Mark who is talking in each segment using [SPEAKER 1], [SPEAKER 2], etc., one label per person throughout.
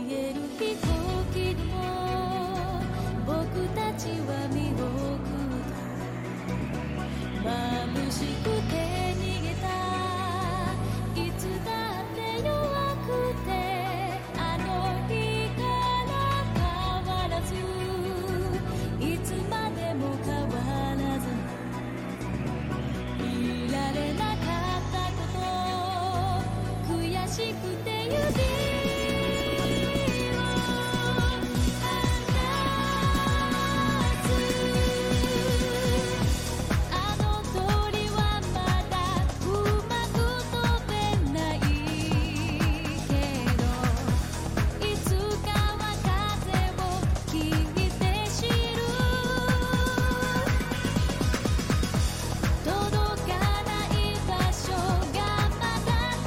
[SPEAKER 1] 飛行機にも僕たちは見送った眩しくて逃げたいつだって弱くてあの日から変わらずいつまでも変わらずいられなかったこと悔しくて指を離すあの鳥はまだうまく飛べないけどいつかは風を聞いて知る届かない場所がまだ遠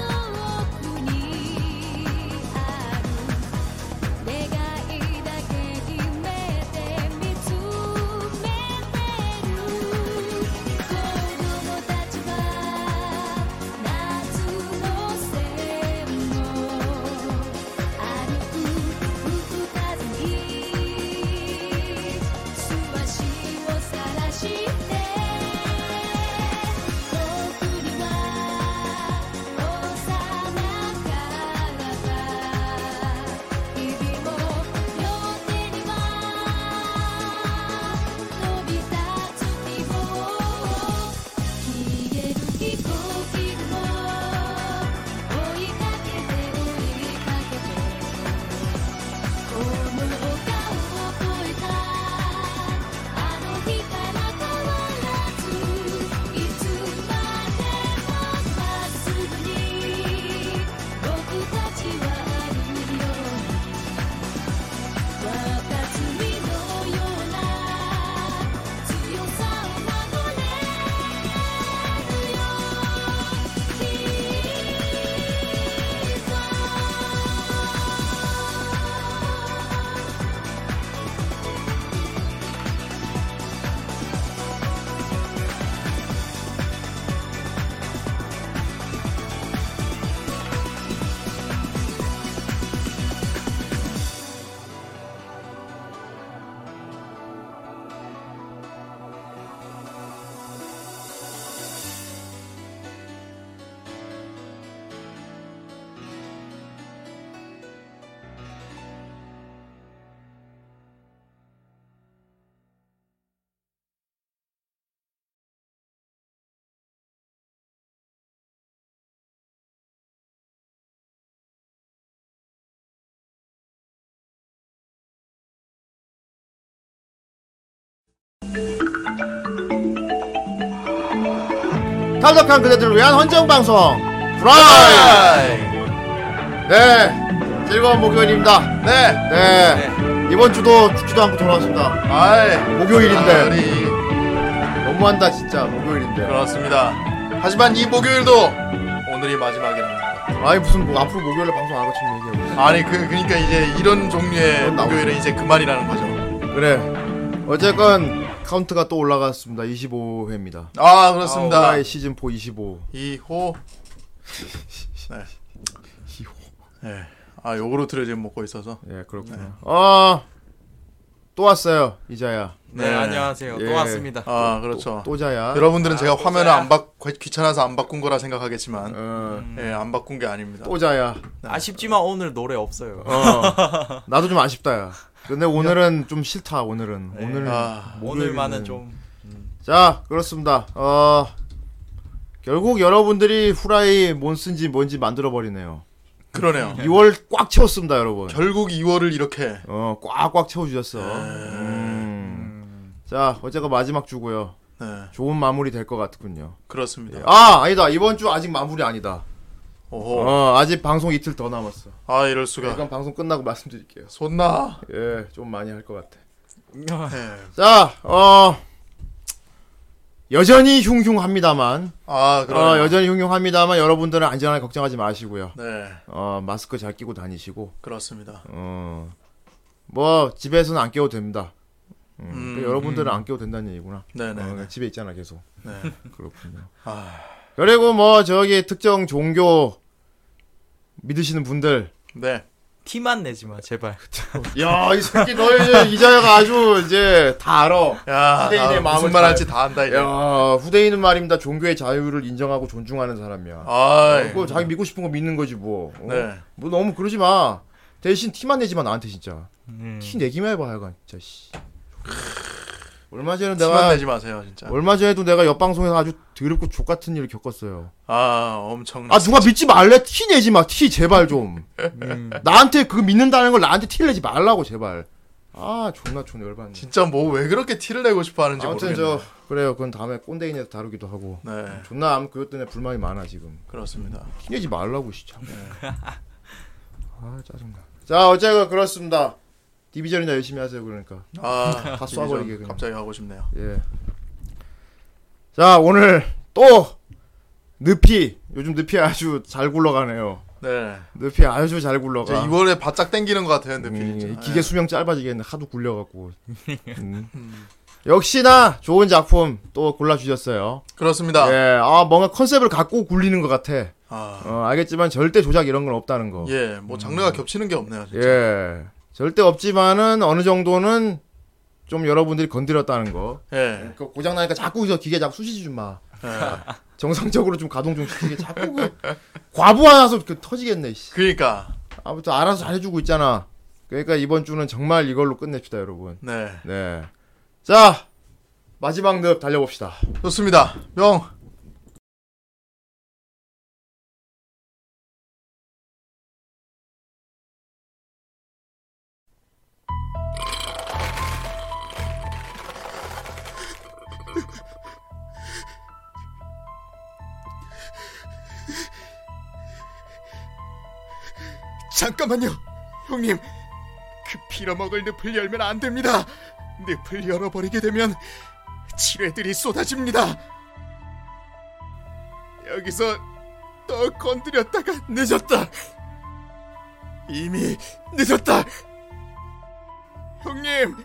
[SPEAKER 1] くにある願いだけに目で見つめてる子供たちは夏の線を歩く吹く風に素足を晒して僕には幼から「日々も両手には飛び出す希望」「消える飛行機雲追いかけて追いかけて」「この丘を越えたあの日から変わらず」「いつまでもまっすぐに僕たちは歩るよ」「わたつみのような強さを守れるよ」「きっと」
[SPEAKER 2] 탈덕한 그대들을 위한 헌정 방송 프라이. 네, 즐거운 목요일입니다.
[SPEAKER 3] 네.
[SPEAKER 2] 네,
[SPEAKER 3] 네.
[SPEAKER 2] 이번 주도 죽지도 않고 돌아왔습니다.
[SPEAKER 3] 아이.
[SPEAKER 2] 목요일인데
[SPEAKER 3] 아니,
[SPEAKER 2] 너무한다 진짜 목요일인데.
[SPEAKER 3] 그렇습니다. 하지만 이 목요일도 오늘이 마지막이랍니다.
[SPEAKER 2] 아니 무슨 뭐 앞으로 목요일에 방송 안 하고 지금 얘기하고 있어.
[SPEAKER 3] 아니 그 그러니까 이제 이런 종류의
[SPEAKER 2] 그건 나오죠.
[SPEAKER 3] 목요일은 이제 그만이라는 거죠.
[SPEAKER 2] 그래. 어쨌건 카운트가 또 올라갔습니다. 25회입니다.
[SPEAKER 3] 아 그렇습니다.
[SPEAKER 2] 프라이 시즌 4 25.
[SPEAKER 3] 2호. 네. 네. 아 요구르트를 지금 먹고 있어서.
[SPEAKER 2] 예, 그렇군요. 어, 또 왔어요 이자야.
[SPEAKER 4] 네, 안녕하세요.
[SPEAKER 2] 예.
[SPEAKER 4] 또 왔습니다.
[SPEAKER 3] 아 그렇죠.
[SPEAKER 2] 또, 아, 자야.
[SPEAKER 3] 여러분들은 제가 화면을
[SPEAKER 4] 또자야.
[SPEAKER 3] 안 바, 귀찮아서 안 바꾼 거라 생각하겠지만,
[SPEAKER 2] 어,
[SPEAKER 3] 예, 안 바꾼 게 아닙니다.
[SPEAKER 2] 또자야.
[SPEAKER 4] 아쉽지만 오늘 노래 없어요.
[SPEAKER 2] 어, 나도 좀 아쉽다야. 근데 오늘은 좀 싫다. 오늘은 오늘
[SPEAKER 3] 아,
[SPEAKER 4] 오늘만은 좀
[SPEAKER 2] 자 그렇습니다. 어 결국 여러분들이 후라이 몬스인지 뭔지 만들어 버리네요.
[SPEAKER 3] 그러네요.
[SPEAKER 2] 2월 꽉 채웠습니다, 여러분.
[SPEAKER 3] 결국 2월을 이렇게
[SPEAKER 2] 어 꽉꽉 채워주셨어.
[SPEAKER 4] 네.
[SPEAKER 2] 음. 자 어제가 마지막 주고요.
[SPEAKER 3] 네,
[SPEAKER 2] 좋은 마무리 될 것 같군요.
[SPEAKER 4] 네.
[SPEAKER 3] 그렇습니다.
[SPEAKER 2] 아 아니다 이번 주 아직 마무리 아니다.
[SPEAKER 3] 오호.
[SPEAKER 2] 어 아직 방송 이틀 더 남았어.
[SPEAKER 3] 아 이럴
[SPEAKER 4] 네.
[SPEAKER 3] 수가.
[SPEAKER 2] 이건 방송 끝나고 말씀드릴게요.
[SPEAKER 3] 손나.
[SPEAKER 2] 예 좀 많이 할 것 같아.
[SPEAKER 3] 네.
[SPEAKER 2] 자, 어, 여전히 흉흉합니다만,
[SPEAKER 3] 아 그래.
[SPEAKER 2] 어, 여전히 흉흉합니다만, 여러분들은 안전하게 걱정하지 마시고요.
[SPEAKER 3] 네,
[SPEAKER 2] 어, 마스크 잘 끼고 다니시고,
[SPEAKER 3] 그렇습니다.
[SPEAKER 2] 어, 뭐, 집에서는 안 끼워도 됩니다. 음,
[SPEAKER 3] 음,
[SPEAKER 2] 그러니까 여러분들은 안 끼워도 된다는 얘기구나.
[SPEAKER 3] 네네.
[SPEAKER 2] 어,
[SPEAKER 3] 네.
[SPEAKER 2] 그냥 집에 있잖아, 계속.
[SPEAKER 3] 네.
[SPEAKER 2] 그렇군요.
[SPEAKER 3] 아,
[SPEAKER 2] 그리고 뭐, 저기 특정 종교 믿으시는 분들,
[SPEAKER 3] 네.
[SPEAKER 4] 티만 내지 마 제발.
[SPEAKER 2] 야, 이 새끼 너 이제 이자야가 아주 이제 다 알아.
[SPEAKER 5] 야,
[SPEAKER 2] 후대인의
[SPEAKER 5] 나
[SPEAKER 2] 마음을
[SPEAKER 5] 무슨 말 할지 다 안다 이제.
[SPEAKER 2] 야, 후대인은 말입니다. 종교의 자유를 인정하고 존중하는 사람이야.
[SPEAKER 3] 네.
[SPEAKER 2] 어,
[SPEAKER 5] 아이.
[SPEAKER 2] 그거 자기 믿고 싶은 거 믿는 거지 뭐. 어?
[SPEAKER 5] 네.
[SPEAKER 2] 뭐 너무 그러지 마. 대신 티만 내지 마 나한테 진짜.
[SPEAKER 4] 음.
[SPEAKER 2] 티 내기만 해봐 하여간 진짜 씨. 얼마 전에
[SPEAKER 5] 티만
[SPEAKER 2] 내가 뭐-
[SPEAKER 5] 내지 마세요, 진짜.
[SPEAKER 2] 얼마 전에도 내가 옆 방송에서 아주 드럽고 족 같은 일을 겪었어요.
[SPEAKER 5] 아, 엄청나.
[SPEAKER 2] 아 누가 믿지 말래 티 내지 마 티 제발 좀
[SPEAKER 4] 음.
[SPEAKER 2] 나한테 그 믿는다는 걸 나한테 티를 내지 말라고 제발 아 존나 존나 열받네
[SPEAKER 5] 진짜 뭐 왜 그렇게 티를 내고 싶어 하는지
[SPEAKER 2] 아무튼
[SPEAKER 5] 모르겠네.
[SPEAKER 2] 저 그래요 그건 다음에 꼰대인에서 다루기도 하고
[SPEAKER 5] 네.
[SPEAKER 2] 존나 아무 그것 때문에 불만이 많아 지금
[SPEAKER 5] 그렇습니다.
[SPEAKER 2] 티 내지 말라고 진짜 아 짜증나 자 어쨌건 그렇습니다 디비전이나 열심히 하세요 그러니까
[SPEAKER 5] 아,
[SPEAKER 2] 다
[SPEAKER 5] 디비전
[SPEAKER 2] 쏴버리게 그냥.
[SPEAKER 5] 갑자기 하고 싶네요.
[SPEAKER 2] 예. 자 오늘 또 느피 요즘 느피 아주 잘 굴러가네요
[SPEAKER 5] 네.
[SPEAKER 2] 느피 아주 잘 굴러가
[SPEAKER 5] 이제 2월에 바짝 땡기는 것 같아요, 근데
[SPEAKER 2] 음,
[SPEAKER 5] 필이.
[SPEAKER 2] 기계 수명 짧아지겠네 하도 굴려갖고 음. 역시나 좋은 작품 또 골라주셨어요
[SPEAKER 5] 네, 그렇습니다.
[SPEAKER 2] 예, 아 뭔가 컨셉을 갖고 굴리는 것 같아
[SPEAKER 5] 아,
[SPEAKER 2] 어, 알겠지만 절대 조작 이런 건 없다는 거 예.
[SPEAKER 5] 예, 뭐 장르가 겹치는 게 없네요. 진짜.
[SPEAKER 2] 절대 없지만은 어느 정도는 좀 여러분들이 건드렸다는 거
[SPEAKER 5] 예.
[SPEAKER 2] 그 고장나니까 자꾸 저 기계 자꾸 수시지 좀마
[SPEAKER 5] 예.
[SPEAKER 2] 정상적으로 좀 가동 좀 시키게 자꾸 그 과부하나서 그 터지겠네 씨.
[SPEAKER 5] 그러니까,
[SPEAKER 2] 아무튼 알아서 잘해주고 있잖아 그러니까 이번 주는 정말 이걸로 끝냅시다 여러분
[SPEAKER 5] 네.
[SPEAKER 2] 네. 자, 마지막 늪 달려봅시다.
[SPEAKER 5] 좋습니다. 명.
[SPEAKER 3] 잠깐만요, 형님. 그 빌어먹을 늪을 열면 안 됩니다. 늪을 열어버리게 되면 지뢰들이 쏟아집니다. 여기서 또 건드렸다가 늦었다. 이미 늦었다. 형님,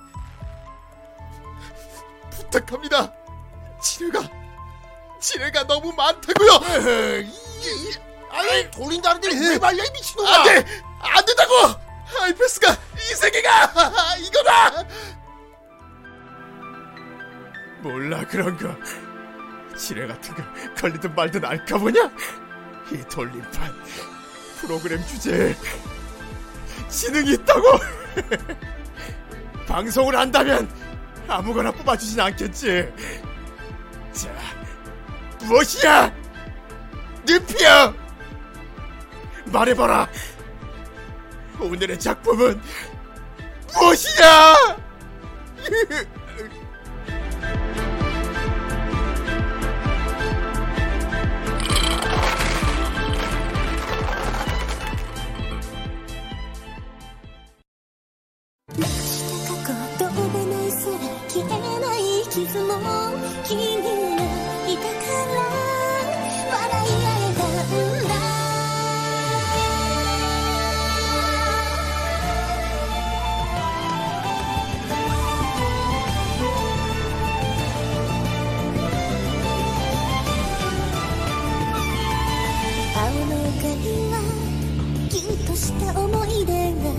[SPEAKER 3] 부탁합니다. 지뢰가 지뢰가 너무 많다고요.
[SPEAKER 2] 아니, 돌린다는데
[SPEAKER 3] 왜
[SPEAKER 2] 말려, 이 미친놈아!
[SPEAKER 3] 안 돼! 안 된다고! 하이패스가 이 세계가 이거다! 몰라 그런 거 지뢰 같은 거 걸리든 말든 알까 보냐? 이 돌림판 프로그램 주제에 지능이 있다고 방송을 한다면 아무거나 뽑아주진 않겠지 자 무엇이야 늪이야 말해봐라. 오늘의 작품은 무엇이냐?
[SPEAKER 6] 過去と今すら消えない傷も君がいたから笑い合えたんだ青の貝はきっとした思い出が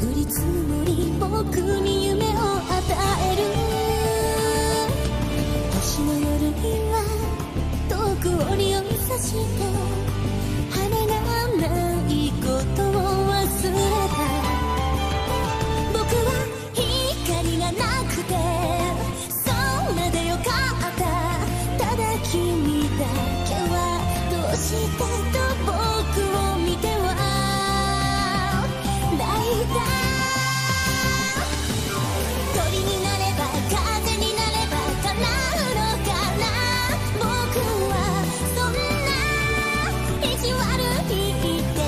[SPEAKER 6] 降り積もり僕に夢を与える星の夜には遠くをに指さして花がないことを忘れた僕は光がなくてそれでよかったただ君だけはどうしてと僕を見ては泣いた鳥になれば風になれば叶うのかな僕はそんな意地悪に言って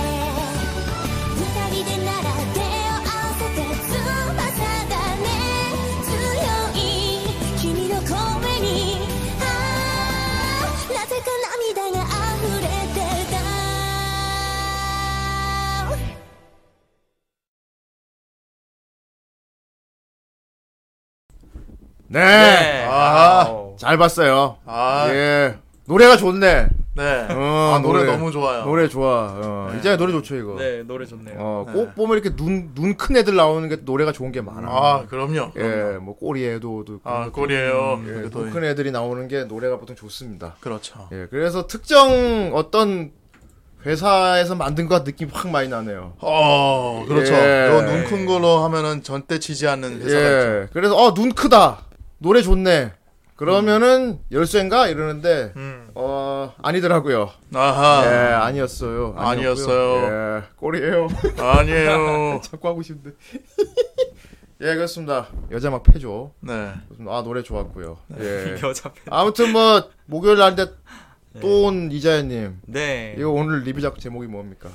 [SPEAKER 6] 二人でなら手を合わせて翼だね強い君の声に
[SPEAKER 7] 아,
[SPEAKER 6] ああなぜか涙が溢れてた
[SPEAKER 5] 아.
[SPEAKER 2] 네.
[SPEAKER 4] 네. 아우.
[SPEAKER 2] 잘 봤어요. 네.
[SPEAKER 5] 아,
[SPEAKER 4] 네. 어.
[SPEAKER 2] 예. 노래가 좋네.
[SPEAKER 3] 아, 네.
[SPEAKER 2] 예. 어,
[SPEAKER 3] 아 노래,
[SPEAKER 2] 아. 노래.
[SPEAKER 3] 너무 좋아요.
[SPEAKER 2] 노래 좋아. 어,
[SPEAKER 3] 네.
[SPEAKER 2] 이제 노래 좋죠 이거.
[SPEAKER 4] 네 노래 좋네요.
[SPEAKER 2] 어,
[SPEAKER 3] 네.
[SPEAKER 2] 꼭 보면 이렇게 눈 눈 큰 애들 나오는 게 노래가 좋은 게 많아.
[SPEAKER 3] 아 그럼요. 그럼요.
[SPEAKER 2] 예, 뭐 꼬리에도 도
[SPEAKER 3] 아 꼴이에요.
[SPEAKER 2] 예,
[SPEAKER 3] 그래도
[SPEAKER 2] 눈큰 애들이 나오는 게 노래가 보통 좋습니다.
[SPEAKER 3] 그렇죠.
[SPEAKER 2] 예, 그래서 특정 어떤 회사에서 만든 것 느낌 확 많이 나네요.
[SPEAKER 3] 어 그렇죠.
[SPEAKER 2] 예.
[SPEAKER 3] 요 눈 큰 걸로 하면은 전대 치지 않는 회사가 있죠.
[SPEAKER 2] 예, 그래서 어 눈 크다 노래 좋네. 그러면은 열쇠인가 이러는데
[SPEAKER 3] 음.
[SPEAKER 2] 어 아니더라고요. 예,
[SPEAKER 3] 아하
[SPEAKER 2] 아니었어요. 아니었고요.
[SPEAKER 3] 아니었어요.
[SPEAKER 2] 예, 꼴이에요.
[SPEAKER 3] 아니에요.
[SPEAKER 2] 자꾸 하고 싶은데. 예, 그렇습니다. 여자 막 패죠.
[SPEAKER 3] 네.
[SPEAKER 2] 그렇습니다. 아 노래 좋았고요.
[SPEAKER 4] 네.
[SPEAKER 2] 예.
[SPEAKER 4] 여자 팬.
[SPEAKER 2] 아무튼 뭐 목요일 날인데 또 온 이자연님.
[SPEAKER 4] 네
[SPEAKER 2] 이거 오늘 리뷰 작 제목이 뭡니까?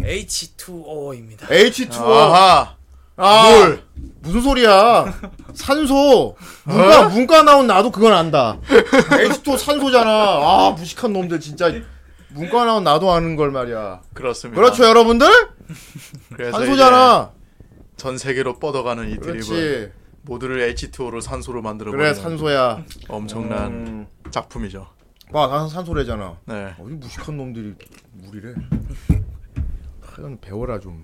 [SPEAKER 4] H2O입니다.
[SPEAKER 2] H2O.
[SPEAKER 3] 아하
[SPEAKER 2] 아,
[SPEAKER 3] 물.
[SPEAKER 2] 무슨 소리야? 산소.
[SPEAKER 3] 어?
[SPEAKER 2] 문과 문과 나온 나도 그건 안다. H2O 산소잖아. 아 무식한 놈들 진짜. 문과 나온 나도 아는 걸 말이야.
[SPEAKER 3] 그렇습니다.
[SPEAKER 2] 그렇죠 여러분들?
[SPEAKER 3] 음. 그래서
[SPEAKER 2] 산소잖아.
[SPEAKER 3] 이제 전 세계로 뻗어가는 이 드립을
[SPEAKER 2] 그렇지.
[SPEAKER 3] 모두를 H2O로 산소로 만들어 버리는
[SPEAKER 2] 그래 산소야.
[SPEAKER 3] 엄청난
[SPEAKER 2] 음.
[SPEAKER 3] 작품이죠.
[SPEAKER 2] 와, 나는 산소래잖아.
[SPEAKER 3] 네.
[SPEAKER 2] 어디 무식한 놈들이 물이래. 하여간 배워라 좀.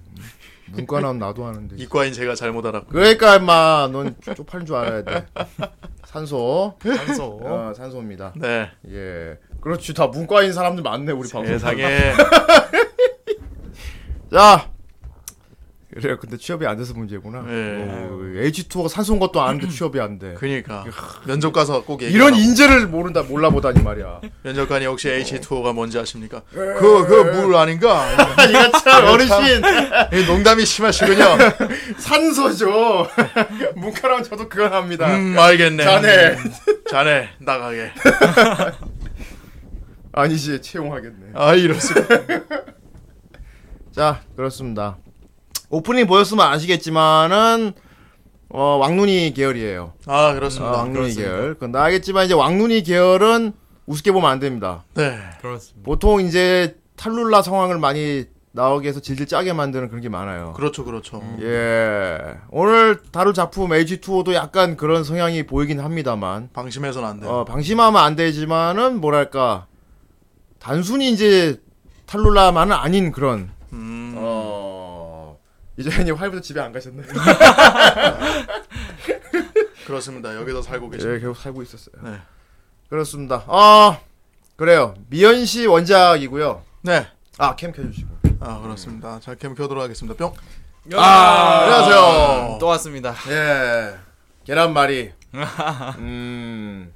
[SPEAKER 2] 문과 나온 나도 하는데.
[SPEAKER 3] 이과인 제가 잘못 알았고.
[SPEAKER 2] 그러니까 임마 넌 쪽팔린 줄 알아야 돼. 산소.
[SPEAKER 4] 장소.
[SPEAKER 2] 어, 산소입니다.
[SPEAKER 3] 네.
[SPEAKER 2] 예. 그렇지. 다 문과인 사람들 많네, 우리 그 방송.
[SPEAKER 3] 세상에
[SPEAKER 2] 자. 그래요. 근데 취업이 안 돼서 문제구나.
[SPEAKER 3] 네.
[SPEAKER 2] 어, H2O가 산소인 것도 아는데 취업이 안 돼.
[SPEAKER 3] 그니까 면접 가서 꼭 얘기.
[SPEAKER 2] 이런 인재를 어. 모른다 몰라보다니 말이야.
[SPEAKER 3] 면접관이 혹시 H2O가 뭔지 아십니까?
[SPEAKER 2] 예.
[SPEAKER 3] 그 그 물 아닌가?
[SPEAKER 2] 이거 네, 참 어르신
[SPEAKER 3] 이 농담이 심하시군요.
[SPEAKER 2] 산소죠. 문과라면 저도 그건 합니다.
[SPEAKER 3] 음 알겠네. 음.
[SPEAKER 2] 자네.
[SPEAKER 3] 자네 나가게.
[SPEAKER 2] 아니지 채용하겠네.
[SPEAKER 3] 아 이럴 수가.
[SPEAKER 2] 자 그렇습니다. 오프닝 보였으면 아시겠지만은 어, 왕눈이 계열이에요.
[SPEAKER 3] 아
[SPEAKER 2] 어,
[SPEAKER 3] 그렇습니다.
[SPEAKER 2] 왕눈이
[SPEAKER 3] 그렇습니다.
[SPEAKER 2] 계열. 그건 다 알겠지만 이제 왕눈이 계열은 우습게 보면 안 됩니다.
[SPEAKER 3] 네.
[SPEAKER 4] 그렇습니다.
[SPEAKER 2] 보통 이제 탈룰라 상황을 많이 나오게 해서 질질 짜게 만드는 그런 게 많아요.
[SPEAKER 3] 그렇죠 그렇죠.
[SPEAKER 2] 예. 오늘 다룰 작품 H2O도 약간 그런 성향이 보이긴 합니다만
[SPEAKER 3] 방심해서는 안 돼. 요
[SPEAKER 2] 어, 방심하면 안 되지만은 뭐랄까 단순히 이제 탈룰라만은 아닌 그런
[SPEAKER 3] 음.
[SPEAKER 2] 어 이재현님 화요일부터 집에 안 가셨네.
[SPEAKER 3] 그렇습니다. 여기서 살고 계십니다.
[SPEAKER 2] 예, 계속 살고 있었어요.
[SPEAKER 3] 네.
[SPEAKER 2] 그렇습니다. 아 그래요. 미연 씨 원작이고요.
[SPEAKER 3] 네.
[SPEAKER 2] 아 캠 켜주시고.
[SPEAKER 3] 아 그렇습니다. 자 캠 켜도록 하겠습니다. 뿅.
[SPEAKER 4] 아,
[SPEAKER 3] 안녕하세요.
[SPEAKER 4] 또 왔습니다.
[SPEAKER 2] 예. 계란말이. 음.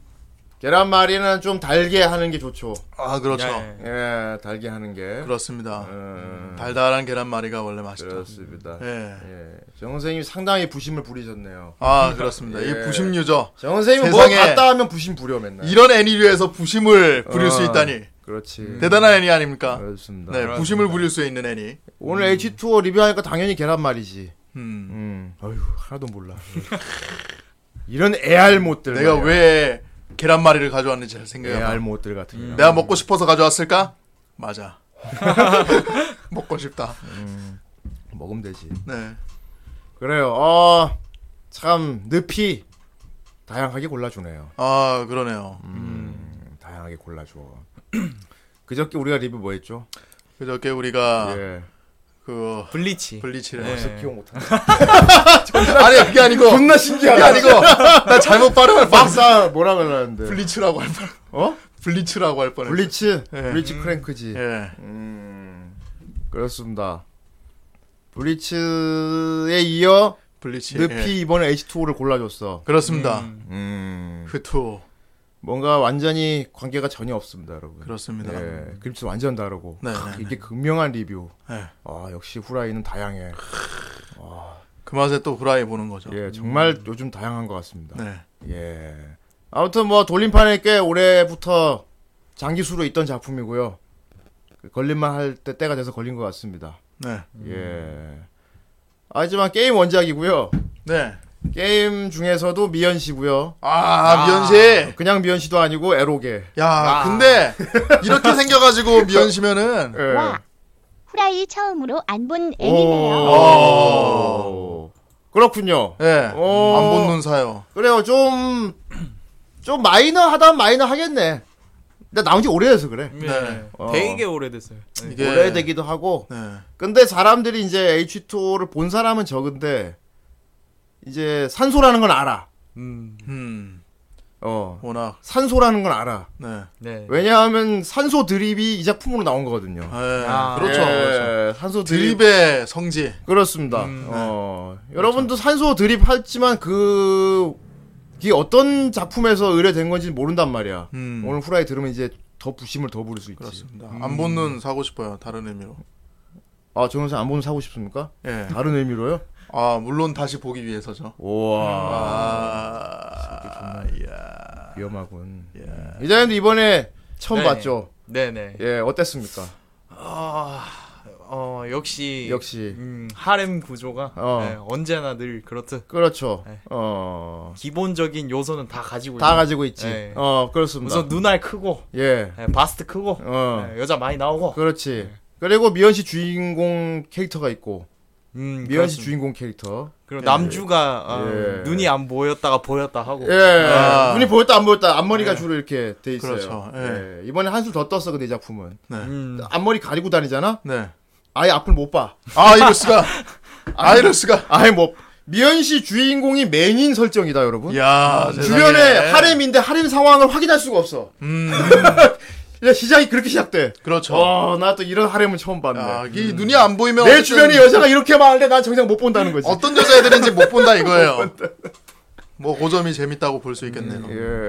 [SPEAKER 2] 계란말이는 좀 달게 하는 게 좋죠.
[SPEAKER 3] 아 그렇죠.
[SPEAKER 4] 야, 예.
[SPEAKER 2] 예, 달게 하는 게.
[SPEAKER 3] 그렇습니다. 아.
[SPEAKER 2] 음,
[SPEAKER 3] 달달한 계란말이가 원래 맛있죠.
[SPEAKER 2] 그렇습니다.
[SPEAKER 3] 예.
[SPEAKER 2] 예. 정 선생님 상당히 부심을 부리셨네요.
[SPEAKER 3] 아 그렇습니다.
[SPEAKER 2] 예.
[SPEAKER 3] 이게 부심류죠.
[SPEAKER 2] 정 선생님은 뭐
[SPEAKER 3] 세상에-
[SPEAKER 2] 갔다 하면 부심 부려 맨날.
[SPEAKER 3] 이런 애니류에서 부심을 부릴 수
[SPEAKER 2] 어,
[SPEAKER 3] 있다니
[SPEAKER 2] 그렇지.
[SPEAKER 3] 대단한 애니 아. 음. 아닙니까?
[SPEAKER 2] 그렇습니다.
[SPEAKER 3] 네, 부심을 부릴 수 있는 애니.
[SPEAKER 2] 오늘 H2O 리뷰하니까 당연히 계란말이지.
[SPEAKER 3] 음.
[SPEAKER 2] 음. 아유, 하나도 몰라. 이런 애알 못들.
[SPEAKER 3] 내가
[SPEAKER 2] 말이야.
[SPEAKER 3] 왜 계란말이를 가져왔는지 잘 생각해.
[SPEAKER 2] 애알
[SPEAKER 3] 봐.
[SPEAKER 2] 못들 같은 게.
[SPEAKER 3] 음. 내가 먹고 싶어서 가져왔을까? 맞아. 먹고 싶다.
[SPEAKER 2] 먹으면 되지.
[SPEAKER 3] 네.
[SPEAKER 2] 그래요. 어, 참 늪이 다양하게 골라주네요.
[SPEAKER 3] 아 그러네요.
[SPEAKER 2] 다양하게 골라줘. 그저께 우리가 리뷰 뭐 했죠?
[SPEAKER 3] 그저께 우리가
[SPEAKER 2] 예.
[SPEAKER 3] 그
[SPEAKER 4] 블리치.
[SPEAKER 3] 블리치를
[SPEAKER 4] 네.
[SPEAKER 2] 벌써 기억 못하네.
[SPEAKER 3] 아니 그게 아니고
[SPEAKER 2] 존나 신기하다.
[SPEAKER 3] 그게 아니고 나 잘못 발음할 뻔.
[SPEAKER 2] 막상 뭐라 그러는데.
[SPEAKER 3] 블리츠라고 할 뻔.
[SPEAKER 2] 어?
[SPEAKER 3] 블리츠라고 할 뻔.
[SPEAKER 2] 블리츠?
[SPEAKER 3] 예.
[SPEAKER 2] 블리츠 크랭크지.
[SPEAKER 3] 예.
[SPEAKER 2] 음. 그렇습니다. 블리츠에 이어
[SPEAKER 3] 블리치.
[SPEAKER 2] 늪이
[SPEAKER 3] 예.
[SPEAKER 2] 이번에 H2O를 골라줬어.
[SPEAKER 3] 그렇습니다. 그
[SPEAKER 2] 음.
[SPEAKER 3] 흐투.
[SPEAKER 2] 뭔가 완전히 관계가 전혀 없습니다, 여러분.
[SPEAKER 3] 그렇습니다.
[SPEAKER 2] 예, 그림체 완전 다르고
[SPEAKER 3] 네,
[SPEAKER 2] 크,
[SPEAKER 3] 네,
[SPEAKER 2] 이게 극명한 리뷰.
[SPEAKER 3] 네.
[SPEAKER 2] 아 역시 후라이는 다양해.
[SPEAKER 3] 그 맛에 또 후라이 보는 거죠.
[SPEAKER 2] 예, 정말 요즘 다양한 것 같습니다.
[SPEAKER 3] 음. 네.
[SPEAKER 2] 예. 아무튼 뭐 돌림판에 꽤 올해부터 장기수로 있던 작품이고요. 그 걸림만 할 때 때가 돼서 걸린 것 같습니다.
[SPEAKER 3] 네.
[SPEAKER 2] 예. 하지만 게임 원작이고요.
[SPEAKER 3] 네.
[SPEAKER 2] 게임 중에서도 미연 씨고요.
[SPEAKER 3] 아,
[SPEAKER 4] 아.
[SPEAKER 3] 미연 씨.
[SPEAKER 2] 그냥 미연 씨도 아니고 에로게.
[SPEAKER 3] 야, 근데 이렇게 생겨 가지고 미연 씨면은
[SPEAKER 2] 예.
[SPEAKER 7] 와, 후라이 처음으로 안 본 애니네요.
[SPEAKER 2] 오. 그렇군요.
[SPEAKER 3] 예.
[SPEAKER 2] 어.
[SPEAKER 3] 안 본 눈 사요.
[SPEAKER 2] 그래요. 좀, 좀 마이너하다 마이너하겠네. 근데 나온 지 오래돼서 그래.
[SPEAKER 4] 네.
[SPEAKER 3] 네.
[SPEAKER 2] 어.
[SPEAKER 4] 되게 오래됐어요. 네.
[SPEAKER 3] 이게
[SPEAKER 2] 오래되기도 하고.
[SPEAKER 3] 네.
[SPEAKER 2] 근데 사람들이 이제 H2O를 본 사람은 적은데 이제 산소라는 건 알아.
[SPEAKER 4] 음.
[SPEAKER 3] 음.
[SPEAKER 2] 어.
[SPEAKER 3] 워낙
[SPEAKER 2] 산소라는 건 알아.
[SPEAKER 3] 네.
[SPEAKER 4] 네.
[SPEAKER 2] 왜냐하면 산소 드립이 이 작품으로 나온 거거든요.
[SPEAKER 3] 네.
[SPEAKER 4] 아.
[SPEAKER 3] 그렇죠.
[SPEAKER 2] 예,
[SPEAKER 3] 그렇죠. 네.
[SPEAKER 2] 산소 드립.
[SPEAKER 3] 드립의 성지.
[SPEAKER 2] 그렇습니다.
[SPEAKER 4] 음,
[SPEAKER 2] 어,
[SPEAKER 3] 그렇죠.
[SPEAKER 2] 여러분도 산소 드립 했지만 그 이게 어떤 작품에서 의뢰된 건지 모른단 말이야.
[SPEAKER 3] 음.
[SPEAKER 2] 오늘 후라이 들으면 이제 더 부심을 더 부를 수 있지.
[SPEAKER 3] 그렇습니다. 안 본 눈 사고 싶어요. 다른 의미로.
[SPEAKER 2] 아, 정영사 안 보는 사고 싶습니까?
[SPEAKER 3] 예.
[SPEAKER 2] 다른 의미로요?
[SPEAKER 3] 아 물론 다시 보기 위해서죠.
[SPEAKER 2] 우와.
[SPEAKER 3] 음. 아, 야.
[SPEAKER 2] 위험하군.
[SPEAKER 3] 예.
[SPEAKER 2] 이자님도 이번에 처음
[SPEAKER 4] 네.
[SPEAKER 2] 봤죠?
[SPEAKER 4] 네네.
[SPEAKER 2] 예, 어땠습니까?
[SPEAKER 4] 아, 어,
[SPEAKER 3] 예.
[SPEAKER 4] 역시.
[SPEAKER 2] 역시.
[SPEAKER 4] 음, 하렘 구조가
[SPEAKER 2] 어.
[SPEAKER 4] 네, 언제나 늘 그렇듯
[SPEAKER 2] 그렇죠.
[SPEAKER 4] 네.
[SPEAKER 2] 어.
[SPEAKER 4] 기본적인 요소는 다 가지고
[SPEAKER 2] 다
[SPEAKER 4] 있는.
[SPEAKER 2] 가지고 있지.
[SPEAKER 4] 네.
[SPEAKER 2] 어, 그렇습니다.
[SPEAKER 4] 우선 눈알 크고,
[SPEAKER 2] 예.
[SPEAKER 4] 네, 바스트 크고,
[SPEAKER 2] 어.
[SPEAKER 4] 네, 여자 많이 나오고.
[SPEAKER 2] 그렇지. 그리고 미연 씨 주인공 캐릭터가 있고
[SPEAKER 4] 음,
[SPEAKER 2] 미연 씨
[SPEAKER 4] 그렇습니다.
[SPEAKER 2] 주인공 캐릭터.
[SPEAKER 4] 그리고 남주가 아,
[SPEAKER 2] 예.
[SPEAKER 4] 눈이 안 보였다가 보였다 하고.
[SPEAKER 2] 예.
[SPEAKER 3] 아. 예.
[SPEAKER 2] 눈이 보였다 안 보였다 앞머리가 주로 이렇게 돼 있어요.
[SPEAKER 3] 그렇죠. 예.
[SPEAKER 2] 예. 이번에 한술 더 떴어 근데 이 작품은
[SPEAKER 3] 네.
[SPEAKER 4] 음,
[SPEAKER 2] 앞머리 가리고 다니잖아.
[SPEAKER 3] 네.
[SPEAKER 2] 아예 앞을 못 봐.
[SPEAKER 3] 아 이럴수가. 아 이럴수가.
[SPEAKER 2] 아예 뭐 미연 씨 주인공이 메인 설정이다 여러분.
[SPEAKER 3] 야 예. 세상에.
[SPEAKER 2] 주변에 하렘인데 하렘 상황을 확인할 수가 없어.
[SPEAKER 3] 음.
[SPEAKER 2] 그냥 시작이 그렇게 시작돼.
[SPEAKER 3] 그렇죠.
[SPEAKER 2] 어, 나 또 이런 하렘은 처음 봤네.
[SPEAKER 3] 야, 아, 이 눈이 안 보이면
[SPEAKER 2] 내
[SPEAKER 3] 어쨌든
[SPEAKER 2] 주변에 여자가 이렇게 많은데 난 정작 못 본다는 거지.
[SPEAKER 3] 어떤 여자애들인지 못 본다 음, 이거예요. 뭐 고점이 재밌다고 볼 수 있겠네요.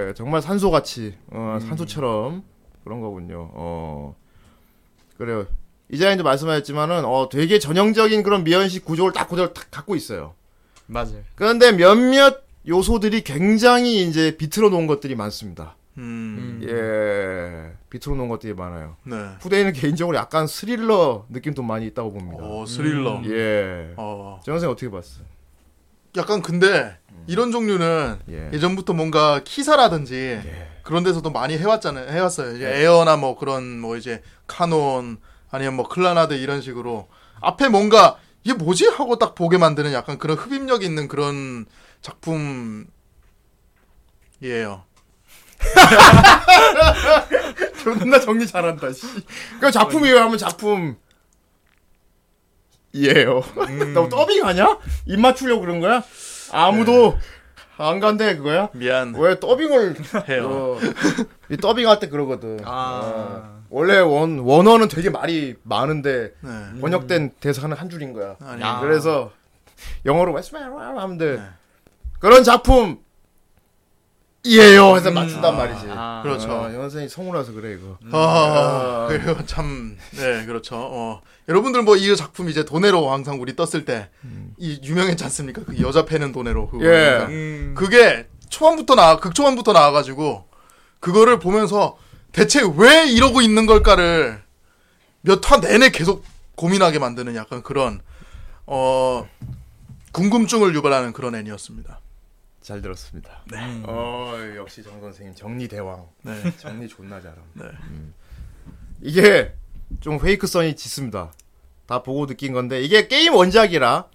[SPEAKER 2] 예, 정말 산소같이, 어, 산소처럼 그런 거군요. 어, 그래요. 이자님도 말씀하셨지만은, 어, 되게 전형적인 그런 미연식 구조를 딱 그대로 딱 갖고 있어요.
[SPEAKER 4] 맞아요.
[SPEAKER 2] 그런데 몇몇 요소들이 굉장히 이제 비틀어 놓은 것들이 많습니다.
[SPEAKER 3] 음.
[SPEAKER 4] 음.
[SPEAKER 2] 예, 비틀어 놓은 것들이 많아요.
[SPEAKER 3] 네.
[SPEAKER 2] 후대인은 개인적으로 약간 스릴러 느낌도 많이 있다고 봅니다.
[SPEAKER 3] 오 어, 스릴러.
[SPEAKER 2] 예.
[SPEAKER 3] 어.
[SPEAKER 2] 정선생 어떻게 봤어?
[SPEAKER 3] 약간 근데 이런 종류는
[SPEAKER 2] 예.
[SPEAKER 3] 예전부터 뭔가 키사라든지 그런 데서도 많이 해왔잖아요. 해왔어요. 이제
[SPEAKER 2] 예.
[SPEAKER 3] 에어나 뭐 그런 뭐 이제 카논 아니면 뭐 클라나드 이런 식으로 앞에 뭔가 이게 뭐지 하고 딱 보게 만드는 약간 그런 흡입력 있는 그런 작품이에요.
[SPEAKER 2] 존나 정리 잘한다. 씨. 그 작품이에요 하면 작품 예요. 너 더빙하냐? 입 맞추려고 그런 거야? 아무도 안 간대 그거야?
[SPEAKER 3] 미안.
[SPEAKER 2] 왜 더빙을
[SPEAKER 3] 해요.
[SPEAKER 2] 어, 이 더빙할 때 그러거든.
[SPEAKER 4] 아.
[SPEAKER 2] 원래 원 원어는 되게 말이 많은데
[SPEAKER 3] 네.
[SPEAKER 2] 번역된 대사는 한 줄인 거야.
[SPEAKER 3] 아니.
[SPEAKER 4] 야.
[SPEAKER 2] 그래서 영어로 말씀해라 하면 돼. 그런 작품 예요 해서 맞춘단 말이지.
[SPEAKER 4] 아.
[SPEAKER 3] 그렇죠.
[SPEAKER 2] 어, 영선생이 성우라서 그래 이거.
[SPEAKER 3] 아,
[SPEAKER 2] 음.
[SPEAKER 3] 그래요. 참, 네, 그렇죠. 어, 여러분들 뭐 이 작품 이제 도네로 항상 우리 떴을 때, 이 유명했지 않습니까? 그 여자 패는 도네로. 그거.
[SPEAKER 2] 음. 예.
[SPEAKER 4] 음.
[SPEAKER 3] 그게 초반부터 나와, 극초반부터 나와가지고, 그거를 보면서 대체 왜 이러고 있는 걸까를 몇 화 내내 계속 고민하게 만드는 약간 그런, 어, 궁금증을 유발하는 그런 애니였습니다.
[SPEAKER 2] 잘 들었습니다.
[SPEAKER 3] 네.
[SPEAKER 2] 어 역시 정 선생님 정리 대왕
[SPEAKER 3] 네.
[SPEAKER 2] 정리 존나 잘함. 음.
[SPEAKER 3] 네.
[SPEAKER 2] 이게 좀 페이크성이 짙습니다. 다 보고 느낀 건데 이게 게임 원작이라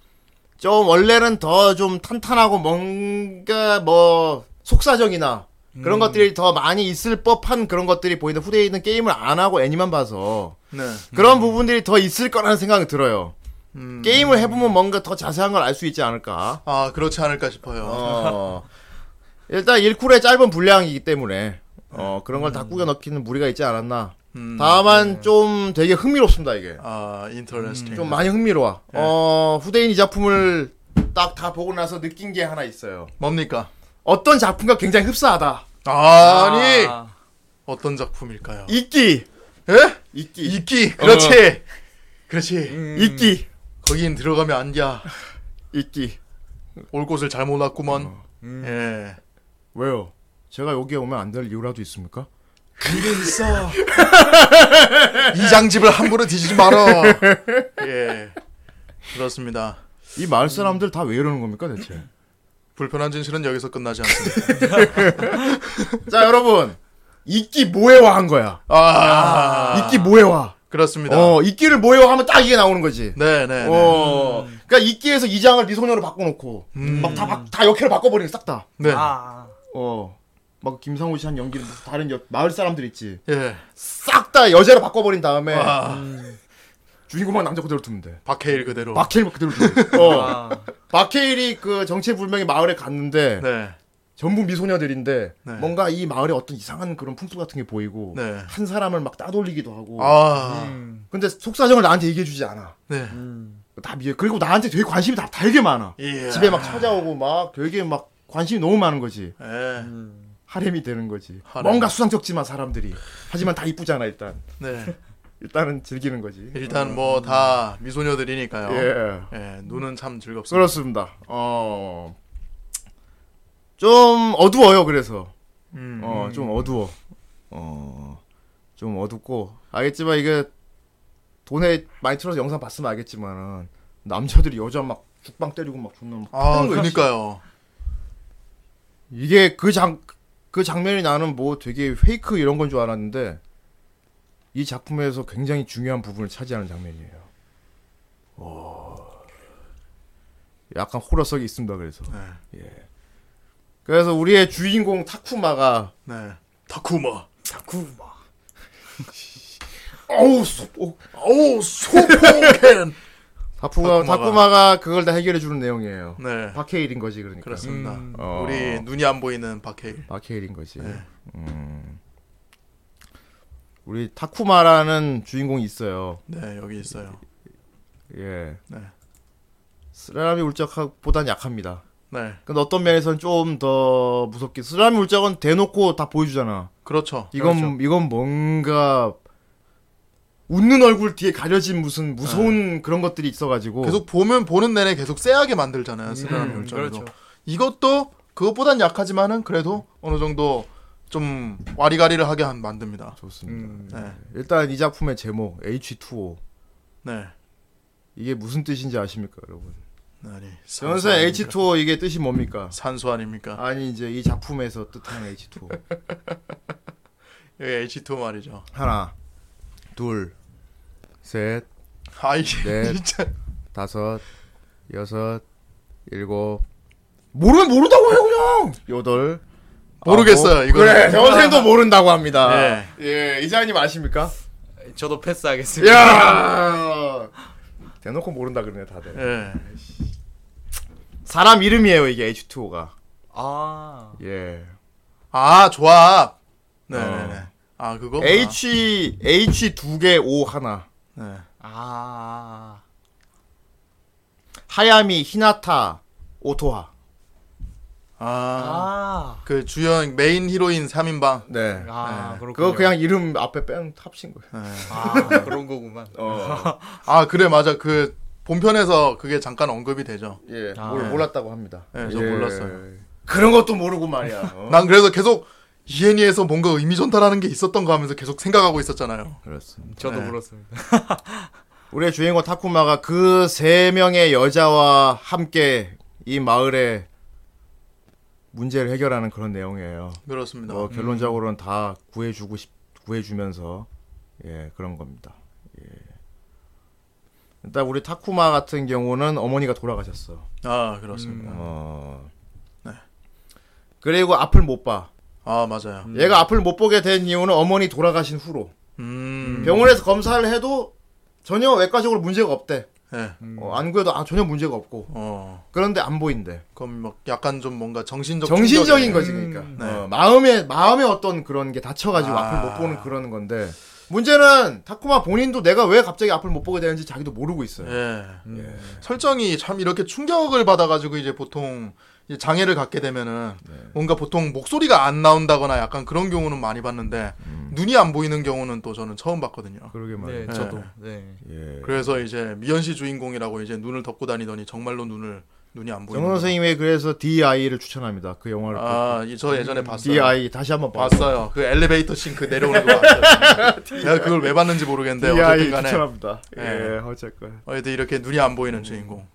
[SPEAKER 2] 좀 원래는 더 좀 탄탄하고 뭔가 뭐 속사정이나
[SPEAKER 3] 음.
[SPEAKER 2] 그런 것들이 더 많이 있을 법한 그런 것들이 보이는 후대에 있는 게임을 안 하고 애니만 봐서
[SPEAKER 3] 네.
[SPEAKER 2] 그런 부분들이 더 있을 거라는 생각이 들어요.
[SPEAKER 3] 음.
[SPEAKER 2] 게임을 해보면 뭔가 더 자세한 걸 알 수 있지 않을까.
[SPEAKER 3] 아, 그렇지 않을까 싶어요.
[SPEAKER 2] 어. 일단 1쿨의 짧은 분량이기 때문에 어, 그런 걸 다 꾸겨 넣기는 무리가 있지 않았나.
[SPEAKER 3] 음.
[SPEAKER 2] 다만 좀 되게 흥미롭습니다, 이게.
[SPEAKER 3] 아, 인터레스팅.
[SPEAKER 2] 좀 많이 흥미로워. 어, 후대인 이 작품을 딱 다 보고 나서 느낀 게 하나 있어요.
[SPEAKER 3] 뭡니까?
[SPEAKER 2] 어떤 작품과 굉장히 흡사하다.
[SPEAKER 3] 아니 어떤 작품일까요?
[SPEAKER 2] 이끼.
[SPEAKER 3] 예?
[SPEAKER 2] 이끼. 어.
[SPEAKER 3] 이끼 그렇지 그렇지
[SPEAKER 2] 이끼.
[SPEAKER 3] 거긴 들어가면 안야
[SPEAKER 2] 이끼. 어.
[SPEAKER 3] 올 곳을 잘못 왔구먼 예
[SPEAKER 2] 왜요? 제가 여기에 오면 안 될 이유라도 있습니까?
[SPEAKER 3] 이장집을 함부로 뒤지지 말어 예 그렇습니다
[SPEAKER 2] 이 마을 사람들 다 왜 이러는 겁니까, 대체?
[SPEAKER 3] 불편한 진실은 여기서 끝나지 않습니다
[SPEAKER 2] 자, 여러분. 이끼 뭐에 와 한 거야.
[SPEAKER 3] 아
[SPEAKER 2] 이끼 뭐에 와.
[SPEAKER 3] 그렇습니다
[SPEAKER 2] 어, 이끼를 모여 하면 딱 이게 나오는 거지.
[SPEAKER 3] 네네
[SPEAKER 2] 어, 그러니까 이끼에서 아.
[SPEAKER 3] 음.
[SPEAKER 2] 이장을 미소녀로 바꿔놓고 막 다 다 역해를 바꿔버리는 싹 다.
[SPEAKER 3] 네
[SPEAKER 4] 아.
[SPEAKER 2] 어, 막 김상우 씨 한 연기를 무슨 다른 여, 마을 사람들 있지.
[SPEAKER 3] 예. 아.
[SPEAKER 2] 싹 다 여자로 바꿔버린 네. 다음에 주인공만 남자 그대로 두면 돼.
[SPEAKER 3] 박해일 그대로.
[SPEAKER 2] 박해일 그대로 두면 돼. 어. 박해일이 그 정체불명의 마을에 갔는데
[SPEAKER 3] 네.
[SPEAKER 2] 전부 미소녀들인데
[SPEAKER 3] 네.
[SPEAKER 2] 뭔가 이 마을에 어떤 이상한 그런 풍습 같은 게 보이고
[SPEAKER 3] 네.
[SPEAKER 2] 한 사람을 막 따돌리기도 하고
[SPEAKER 3] 아.
[SPEAKER 2] 근데 속사정을 나한테 얘기해주지 않아.
[SPEAKER 3] 네.
[SPEAKER 4] 음.
[SPEAKER 2] 다 미해. 그리고 나한테 되게 관심이 다 되게 많아.
[SPEAKER 3] 예.
[SPEAKER 2] 집에 막 찾아오고 막 되게 막 관심이 너무 많은 거지.
[SPEAKER 3] 예.
[SPEAKER 2] 하렘이 되는 거지.
[SPEAKER 3] 하렘.
[SPEAKER 2] 뭔가 수상쩍지만 사람들이. 하지만 다 이쁘잖아 일단.
[SPEAKER 3] 네.
[SPEAKER 2] 일단은 즐기는 거지.
[SPEAKER 3] 일단 뭐 다 미소녀들이니까요. 예.
[SPEAKER 2] 예.
[SPEAKER 3] 눈은 참 즐겁습니다.
[SPEAKER 2] 그렇습니다. 어. 좀 어두워요, 그래서.
[SPEAKER 3] 음.
[SPEAKER 2] 어, 좀 어두워. 어. 좀 어둡고. 알겠지만 이게 돈에 많이 틀어서 영상 봤으면 알겠지만은 남자들이 여자 막 죽방 때리고 막 존나 막
[SPEAKER 3] 아,
[SPEAKER 2] 하는 거야.
[SPEAKER 3] 그러니까요.
[SPEAKER 2] 이게 그 장, 그 장면이 나는 뭐 되게 페이크 이런 건 줄 알았는데, 이 작품에서 굉장히 중요한 부분을 차지하는 장면이에요. 오. 약간 호러성이 있습니다, 그래서.
[SPEAKER 3] 네,
[SPEAKER 2] 예. 그래서 우리의 주인공 타쿠마가,
[SPEAKER 3] 네. 타쿠마.
[SPEAKER 2] 어우, 소, 어,
[SPEAKER 3] 오, 소포켄.
[SPEAKER 2] 타쿠마,
[SPEAKER 3] 타쿠마가.
[SPEAKER 2] 타쿠마가 그걸 다 해결해 주는 내용이에요.
[SPEAKER 3] 네.
[SPEAKER 2] 박해일인 거지, 그러니까.
[SPEAKER 3] 그렇습니다.
[SPEAKER 2] 어.
[SPEAKER 3] 우리 눈이 안 보이는 박해일.
[SPEAKER 2] 마케일인 거지. 음. 우리 타쿠마라는 주인공이 있어요.
[SPEAKER 3] 네, 여기 있어요.
[SPEAKER 2] 예.
[SPEAKER 3] 네.
[SPEAKER 2] 쓰라미 울적보단 약합니다.
[SPEAKER 3] 네.
[SPEAKER 2] 근데 어떤 면에서는 좀 더 무섭게. 쓰라미 울적은 대놓고 다 보여주잖아.
[SPEAKER 3] 그렇죠.
[SPEAKER 2] 이건
[SPEAKER 3] 그렇죠.
[SPEAKER 2] 이건 뭔가 웃는 얼굴 뒤에 가려진 무슨 무서운 그런 것들이 있어가지고
[SPEAKER 3] 네. 계속 보면 보는 내내 계속 쎄하게 만들잖아요. 스라람이
[SPEAKER 4] 음,
[SPEAKER 3] 올 정도.
[SPEAKER 4] 그렇죠.
[SPEAKER 3] 이것도 그것보단 약하지만은 그래도 어느 정도 좀 와리가리를 하게 한 만듭니다.
[SPEAKER 2] 좋습니다.
[SPEAKER 3] 네.
[SPEAKER 2] 일단 이 작품의 제목 H2O
[SPEAKER 3] 네.
[SPEAKER 2] 이게 무슨 뜻인지 아십니까, 여러분?
[SPEAKER 3] 아니, 산수
[SPEAKER 2] 전세
[SPEAKER 3] 아닙니까?
[SPEAKER 2] H2O 이게 뜻이 뭡니까?
[SPEAKER 3] 산수 아닙니까?
[SPEAKER 2] 아니 이제 이 작품에서 뜻하는 H2O
[SPEAKER 3] 여기 H2 말이죠.
[SPEAKER 2] 하나 둘셋
[SPEAKER 3] 아 이게
[SPEAKER 2] 네.
[SPEAKER 3] 진짜
[SPEAKER 2] 다섯 여섯 일곱 모르면 모른다고 해요 그냥 여덟
[SPEAKER 3] 모르겠어요,
[SPEAKER 2] 아홉.
[SPEAKER 3] 이거는.
[SPEAKER 2] 그래 선생도 모른다고 합니다
[SPEAKER 3] 예.
[SPEAKER 2] 예 이자님 아십니까
[SPEAKER 4] 음. 저도 패스하겠습니다.
[SPEAKER 2] 야 대놓고 모른다 그러네 다들
[SPEAKER 3] 예.
[SPEAKER 2] 사람 이름이에요 이게 H2O가
[SPEAKER 4] 아.
[SPEAKER 2] 예
[SPEAKER 3] 아 조합. 네네네. 아 그거.
[SPEAKER 2] 어. H H 두개오 하나
[SPEAKER 3] 네.
[SPEAKER 4] 아.
[SPEAKER 2] 하야미 히나타 오토하
[SPEAKER 3] 아.
[SPEAKER 4] 아.
[SPEAKER 3] 그 주연 메인 히로인 3인방.
[SPEAKER 2] 네
[SPEAKER 4] 아, 그렇군요.
[SPEAKER 2] 그거 그냥 이름 앞에 뺀 합친 거예요.
[SPEAKER 4] 아, 그런 거구만.
[SPEAKER 2] 어.
[SPEAKER 3] 아 그래 맞아 그 본편에서 그게 잠깐 언급이 되죠.
[SPEAKER 2] 예.
[SPEAKER 4] 아.
[SPEAKER 2] 몰, 몰랐다고 합니다.
[SPEAKER 3] 예, 저 몰랐어요.
[SPEAKER 2] 그런 것도 모르고 말이야. 어.
[SPEAKER 3] 난 그래서 계속 이엔이에서 뭔가 의미 전달하는 게 있었던 거 하면서 계속 생각하고 있었잖아요.
[SPEAKER 2] 그렇습니다.
[SPEAKER 4] 저도
[SPEAKER 3] 네.
[SPEAKER 4] 물었습니다.
[SPEAKER 2] 우리의 주인공 타쿠마가 그 세 명의 여자와 함께 이 마을의 문제를 해결하는 그런 내용이에요.
[SPEAKER 3] 그렇습니다.
[SPEAKER 2] 뭐 결론적으로는 다 구해주고 싶, 구해주면서 예 그런 겁니다. 예. 일단 우리 타쿠마 같은 경우는 어머니가 돌아가셨어.
[SPEAKER 3] 아 그렇습니다.
[SPEAKER 2] 어.
[SPEAKER 3] 네.
[SPEAKER 2] 그리고 앞을 못 봐.
[SPEAKER 3] 아 맞아요.
[SPEAKER 2] 얘가 앞을 못 보게 된 이유는 어머니 돌아가신 후로.
[SPEAKER 3] 음.
[SPEAKER 2] 병원에서 검사를 해도 전혀 외과적으로 문제가 없대.
[SPEAKER 3] 예.
[SPEAKER 2] 어, 안 그래도 아, 전혀 문제가 없고.
[SPEAKER 3] 어.
[SPEAKER 2] 그런데 안 보인대.
[SPEAKER 3] 그럼 막 약간 좀 뭔가 정신적
[SPEAKER 2] 정신적인
[SPEAKER 3] 음. 충격이네.
[SPEAKER 2] 거지 그러니까. 어, 마음에 마음에 어떤 그런 게 다쳐가지고
[SPEAKER 3] 아.
[SPEAKER 2] 앞을 못 보는 그런 건데. 문제는 타쿠마 본인도 내가 왜 갑자기 앞을 못 보게 되는지 자기도 모르고 있어요.
[SPEAKER 3] 예. 설정이 참 이렇게 충격을 받아가지고 이제 보통 이제 장애를 갖게 되면은
[SPEAKER 2] 네.
[SPEAKER 3] 뭔가 보통 목소리가 안 나온다거나 약간 그런 경우는 많이 봤는데
[SPEAKER 2] 음.
[SPEAKER 3] 눈이 안 보이는 경우는 또 저는 처음 봤거든요.
[SPEAKER 2] 그러게
[SPEAKER 4] 네,
[SPEAKER 2] 말이야.
[SPEAKER 4] 저도. 네.
[SPEAKER 2] 예.
[SPEAKER 3] 그래서 이제 미연 씨 주인공이라고 이제 눈을 덮고 다니더니 정말로 눈을 눈이 안 보이는.
[SPEAKER 2] 정원 선생님의 그래서 DI를 추천합니다. 그 영화를.
[SPEAKER 3] 아저 예전에
[SPEAKER 2] 음,
[SPEAKER 3] 봤어요.
[SPEAKER 2] DI 다시 한번 봐.
[SPEAKER 3] 봤어요. 그 엘리베이터 싱크 내려오는 거 봤어요. 제가 그걸 왜 봤는지 모르겠는데
[SPEAKER 2] DI
[SPEAKER 3] 어쨌든간에
[SPEAKER 2] 추천합니다.
[SPEAKER 3] 예.
[SPEAKER 2] 예, 어쨌건.
[SPEAKER 3] 어쨌든 이렇게 눈이 안 보이는 주인공.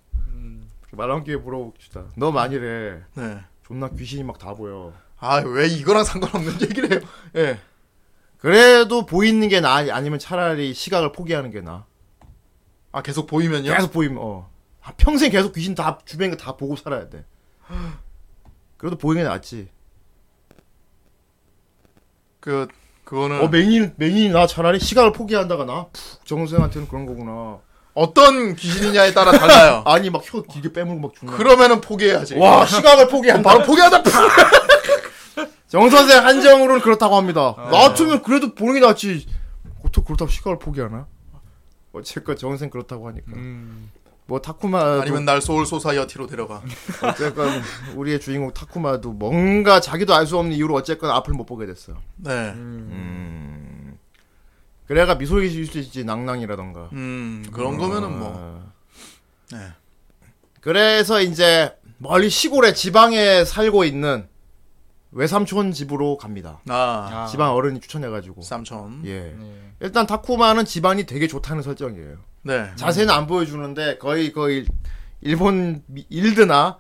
[SPEAKER 2] 말한 김에 물어봅시다. 너 만일에
[SPEAKER 3] 네.
[SPEAKER 2] 존나 귀신이 막 다 보여.
[SPEAKER 3] 아 왜 이거랑 상관없는 얘기를 해요? 예.
[SPEAKER 2] 그래도 보이는 게 나아 아니면 차라리 시각을 포기하는 게 나아.
[SPEAKER 3] 아 계속 보이면요?
[SPEAKER 2] 계속 보이면 어. 아, 평생 계속 귀신 다 주변 거다 보고 살아야 돼. 그래도 보이는 게 낫지.
[SPEAKER 3] 그 그거는
[SPEAKER 2] 어 맹인 맹인이 나 차라리 시간을 포기한다가 나푹 정수생한테는 그런 거구나.
[SPEAKER 3] 어떤 귀신이냐에 따라 달라요.
[SPEAKER 2] 아니 막 혀 길게 빼물고 막 죽는.
[SPEAKER 3] 그러면은 포기해야지.
[SPEAKER 2] 와 시각을 포기한다.
[SPEAKER 3] 바로 포기하다. 팍!
[SPEAKER 2] 정 선생 한정으로는 그렇다고 합니다.
[SPEAKER 3] 네.
[SPEAKER 2] 나같으면 그래도 보는 게 낫지. 어떻게 그렇다고 시각을 포기하나? 어쨌건 정 선생 그렇다고 하니까.
[SPEAKER 4] 음.
[SPEAKER 2] 뭐 타쿠마
[SPEAKER 3] 아니면 날 소울 소사이어티로 데려가.
[SPEAKER 2] 어쨌건 우리의 주인공 타쿠마도 뭔가 자기도 알 수 없는 이유로 어쨌건 앞을 못 보게 됐어요.
[SPEAKER 3] 네.
[SPEAKER 4] 음.
[SPEAKER 2] 음.
[SPEAKER 3] 음.
[SPEAKER 2] 그래가 미소일 수 있지 낭낭이라던가. 어.
[SPEAKER 3] 음 그런 거면은 뭐. 네.
[SPEAKER 2] 그래서 이제 멀리 시골에 지방에 살고 있는 외삼촌 집으로 갑니다.
[SPEAKER 3] 아,
[SPEAKER 4] 아.
[SPEAKER 2] 지방 어른이 추천해가지고.
[SPEAKER 3] 삼촌.
[SPEAKER 2] 예.
[SPEAKER 4] 네.
[SPEAKER 2] 일단 타쿠마는 집안이 되게 좋다는 설정이에요.
[SPEAKER 3] 네.
[SPEAKER 2] 자세는 안 보여주는데 거의 거의 일본 미- 일드나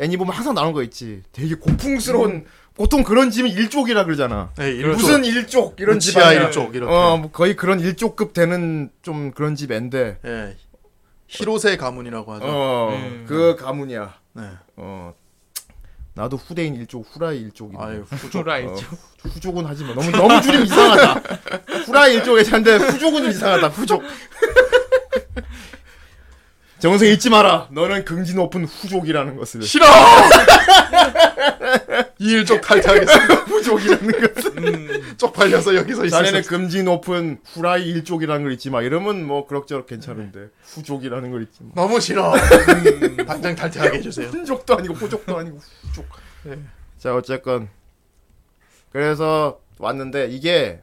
[SPEAKER 2] 애니 보면 항상 나오는 거 있지. 되게 고풍스러운
[SPEAKER 3] 음.
[SPEAKER 2] 보통 그런 집은 일족이라 그러잖아.
[SPEAKER 3] 네, 일족.
[SPEAKER 2] 무슨 일족 이런
[SPEAKER 3] 지하
[SPEAKER 2] 집안이야.
[SPEAKER 3] 일족, 이렇게.
[SPEAKER 2] 어, 뭐 거의 그런 일족급 되는 좀 그런 집인데.
[SPEAKER 3] 예. 히로세 가문이라고 하죠.
[SPEAKER 2] 어,
[SPEAKER 4] 음.
[SPEAKER 2] 그 가문이야.
[SPEAKER 3] 네.
[SPEAKER 2] 어. 나도 후대인 일족, 후라이 일족인데.
[SPEAKER 3] 아유,
[SPEAKER 4] 후라이죠.
[SPEAKER 2] 후족은 어, 하지 마. 너무 너무 줄이면 이상하다. 후라이 일족에 찬데 후족은 좀 이상하다. 후족. 정세 잊지 마라. 너는 긍지 높은 후족이라는 것을.
[SPEAKER 3] 싫어! 이 일족 탈퇴하겠습니다.
[SPEAKER 2] 후족이라는 것을.
[SPEAKER 3] 쪽팔려서 여기서 있어요.
[SPEAKER 2] 자네는 금지 높은 후라이 일족이라는 걸 잊지 마. 이러면 뭐 그럭저럭 괜찮은데 후족이라는 걸 잊지 마.
[SPEAKER 3] 너무 싫어.
[SPEAKER 2] 음.
[SPEAKER 3] 당장 탈퇴하게 해주세요. 음. 네.
[SPEAKER 2] 흔적도 아니고 호적도 아니고 후족. 자 어쨌건 그래서 왔는데 이게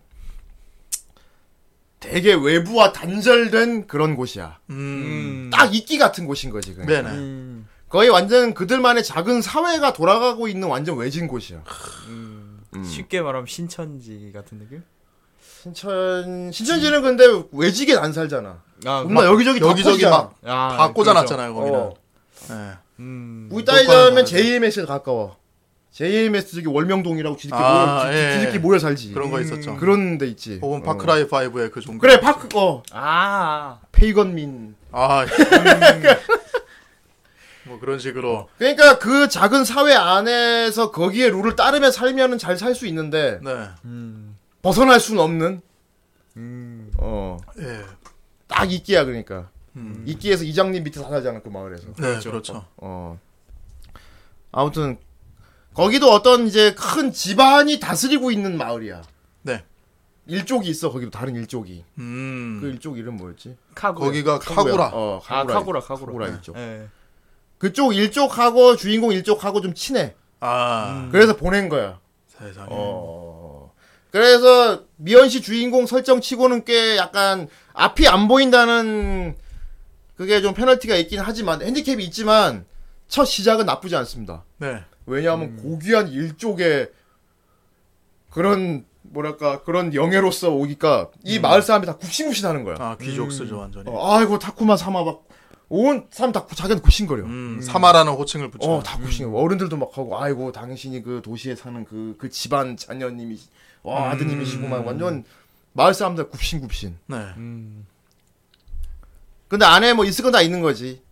[SPEAKER 2] 되게 외부와 단절된 그런 곳이야.
[SPEAKER 3] 음.
[SPEAKER 2] 딱 이끼 같은 곳인 거지. 그냥.
[SPEAKER 3] 네네.
[SPEAKER 4] 음.
[SPEAKER 2] 거의 완전 그들만의 작은 사회가 돌아가고 있는 완전 외진 곳이야.
[SPEAKER 4] 음. 쉽게 말하면 신천지 같은 느낌?
[SPEAKER 2] 신천 신천지는 근데 외지게 안 살잖아.
[SPEAKER 4] 아,
[SPEAKER 2] 엄마 여기저기
[SPEAKER 3] 여기저기 막 다
[SPEAKER 4] 아,
[SPEAKER 3] 꽂아놨잖아요, 거기는.
[SPEAKER 2] 그렇죠. 어.
[SPEAKER 3] 네.
[SPEAKER 4] 음.
[SPEAKER 2] 우리 따지자면
[SPEAKER 3] 그거는
[SPEAKER 2] JMS에 가까워. JMS 저기 월명동이라고 지들끼리
[SPEAKER 3] 아,
[SPEAKER 2] 모여, 지-
[SPEAKER 3] 예.
[SPEAKER 2] 지들끼리 모여 살지.
[SPEAKER 3] 그런 거 있었죠.
[SPEAKER 2] 음, 그런 데 있지.
[SPEAKER 3] 혹은
[SPEAKER 2] 어.
[SPEAKER 3] 파크라이 5의 그 종교.
[SPEAKER 2] 그래 파크 어
[SPEAKER 4] 아.
[SPEAKER 2] 페이건민
[SPEAKER 3] 아, 음. 뭐 그런 식으로.
[SPEAKER 2] 그러니까 그 작은 사회 안에서 거기에 룰을 따르며 살면은 잘 살 수 있는데
[SPEAKER 3] 네.
[SPEAKER 4] 음.
[SPEAKER 2] 벗어날 수는 없는
[SPEAKER 4] 음.
[SPEAKER 2] 어딱
[SPEAKER 3] 예.
[SPEAKER 2] 이끼야 그러니까
[SPEAKER 3] 음.
[SPEAKER 2] 이끼에서 이장님 밑에 다 살잖아 그 마을에서
[SPEAKER 3] 네, 그렇죠. 그렇죠.
[SPEAKER 2] 어 아무튼 거기도 어떤 이제 큰 집안이 다스리고 있는 마을이야
[SPEAKER 3] 네.
[SPEAKER 2] 일족이 있어 거기도 다른 일족이
[SPEAKER 3] 음.
[SPEAKER 2] 그 일족 이름 뭐였지
[SPEAKER 4] 카구.
[SPEAKER 3] 거기가 카구라.
[SPEAKER 2] 어
[SPEAKER 4] 아,
[SPEAKER 2] 카구라
[SPEAKER 4] 카구라, 카구라.
[SPEAKER 2] 카구라 일족
[SPEAKER 4] 예.
[SPEAKER 2] 그쪽 일족하고 주인공 일족하고 좀 친해
[SPEAKER 3] 아,
[SPEAKER 2] 음. 그래서 보낸 거야
[SPEAKER 3] 세상에.
[SPEAKER 2] 어. 그래서 미연 씨 주인공 설정 치고는 꽤 약간 앞이 안 보인다는 그게 좀 페널티가 있긴 하지만 핸디캡이 있지만 첫 시작은 나쁘지 않습니다.
[SPEAKER 3] 네.
[SPEAKER 2] 왜냐하면 고귀한 일족의 그런 뭐랄까 그런 영예로서 오니까 이 마을 사람이 다 굽신굽신하는 거야.
[SPEAKER 3] 음. 아, 귀족 쓰죠, 완전히.
[SPEAKER 2] 어, 아이고 타쿠마 사마 막 온 사람 다 구- 자기는 굽신거려.
[SPEAKER 3] 음, 사마라는 호칭을 붙여.
[SPEAKER 2] 어, 다 고신. 음. 어른들도 막 하고, 아이고, 당신이 그 도시에 사는 그, 그 집안 자녀님이,
[SPEAKER 3] 음.
[SPEAKER 2] 와, 아드님이시구만. 완전, 마을 사람들 굽신굽신.
[SPEAKER 3] 네.
[SPEAKER 4] 음.
[SPEAKER 2] 근데 안에 뭐 있을 건 다 있는 거지.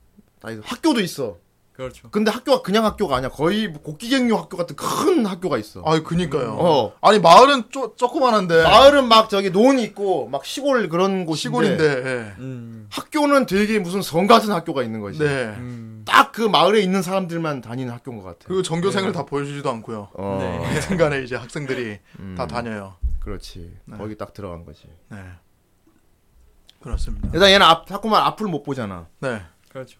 [SPEAKER 2] 다 있- 학교도 있어.
[SPEAKER 4] 그렇죠.
[SPEAKER 2] 근데 학교가 그냥 학교가 아니야. 거의 뭐 곡기갱류 학교 같은 큰 학교가 있어.
[SPEAKER 3] 아유, 그니까요.
[SPEAKER 2] 어.
[SPEAKER 3] 아니, 마을은 쪼, 조그만한데.
[SPEAKER 2] 마을은 막 저기 논이 있고, 막 시골 그런 곳인데.
[SPEAKER 3] 시골인데,
[SPEAKER 2] 네.
[SPEAKER 3] 예.
[SPEAKER 4] 음.
[SPEAKER 2] 학교는 되게 무슨 성 같은 학교가 있는 거지.
[SPEAKER 3] 네.
[SPEAKER 4] 음.
[SPEAKER 2] 딱 그 마을에 있는 사람들만 다니는 학교인 것 같아.
[SPEAKER 3] 그리고 전교생을 다 보여주지도 않고요.
[SPEAKER 2] 네. 어, 음.
[SPEAKER 4] 네.
[SPEAKER 3] 하여튼간에 이제 학생들이 다 다녀요.
[SPEAKER 2] 그렇지. 거기 딱 들어간 거지.
[SPEAKER 3] 네. 그렇습니다.
[SPEAKER 2] 일단 얘는 앞, 자꾸만 앞을 못 보잖아. 음.
[SPEAKER 3] 네.
[SPEAKER 4] 그렇죠.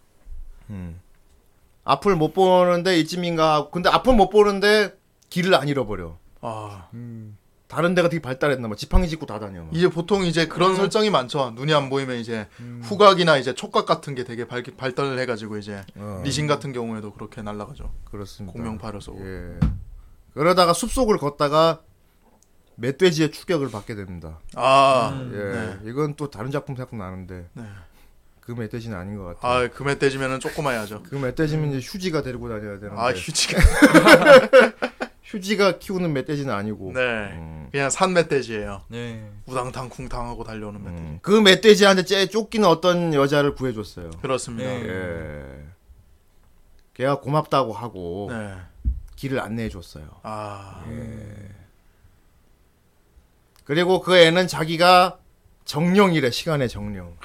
[SPEAKER 2] 앞을 못 보는데 이쯤인가 하고 근데 앞을 못 보는데 길을 안 잃어버려
[SPEAKER 3] 아,
[SPEAKER 4] 음.
[SPEAKER 2] 다른 데가 되게 발달했나 봐 지팡이 짚고 다 다녀 막.
[SPEAKER 3] 이제 보통 이제 그런 설정이 많죠. 눈이 안 보이면 이제 후각이나 이제 촉각 같은 게 되게 발, 발달을 해가지고 이제
[SPEAKER 2] 어.
[SPEAKER 3] 리신 같은 경우에도 그렇게 날아가죠.
[SPEAKER 2] 그렇습니다
[SPEAKER 3] 공명파를 쏘고.
[SPEAKER 2] 예. 그러다가 숲속을 걷다가 멧돼지의 추격을 받게 됩니다
[SPEAKER 3] 아,
[SPEAKER 2] 예. 이건 또 다른 작품 생각나는데
[SPEAKER 3] 네.
[SPEAKER 2] 그 멧돼지는 아닌 것 같아
[SPEAKER 3] 아 금에 떼지면은 조그마야죠.
[SPEAKER 2] 그 멧돼지는 이제 휴지가 데리고 다녀야 되는데
[SPEAKER 3] 아 휴지가
[SPEAKER 2] 휴지가 키우는 멧돼지는 아니고
[SPEAKER 3] 네
[SPEAKER 2] 음.
[SPEAKER 3] 그냥 산 멧돼지예요.
[SPEAKER 4] 네.
[SPEAKER 3] 우당탕 쿵탕하고 달려오는 멧돼지.
[SPEAKER 2] 음. 그 멧돼지한테 째- 쫓기는 어떤 여자를 구해줬어요
[SPEAKER 3] 그렇습니다.
[SPEAKER 4] 네.
[SPEAKER 3] 네.
[SPEAKER 2] 예. 걔가
[SPEAKER 3] 네.
[SPEAKER 2] 예. 고맙다고 하고 길을 안내해 줬어요.
[SPEAKER 3] 아
[SPEAKER 2] 그리고 그 애는 자기가 정령이래 시간의 정령.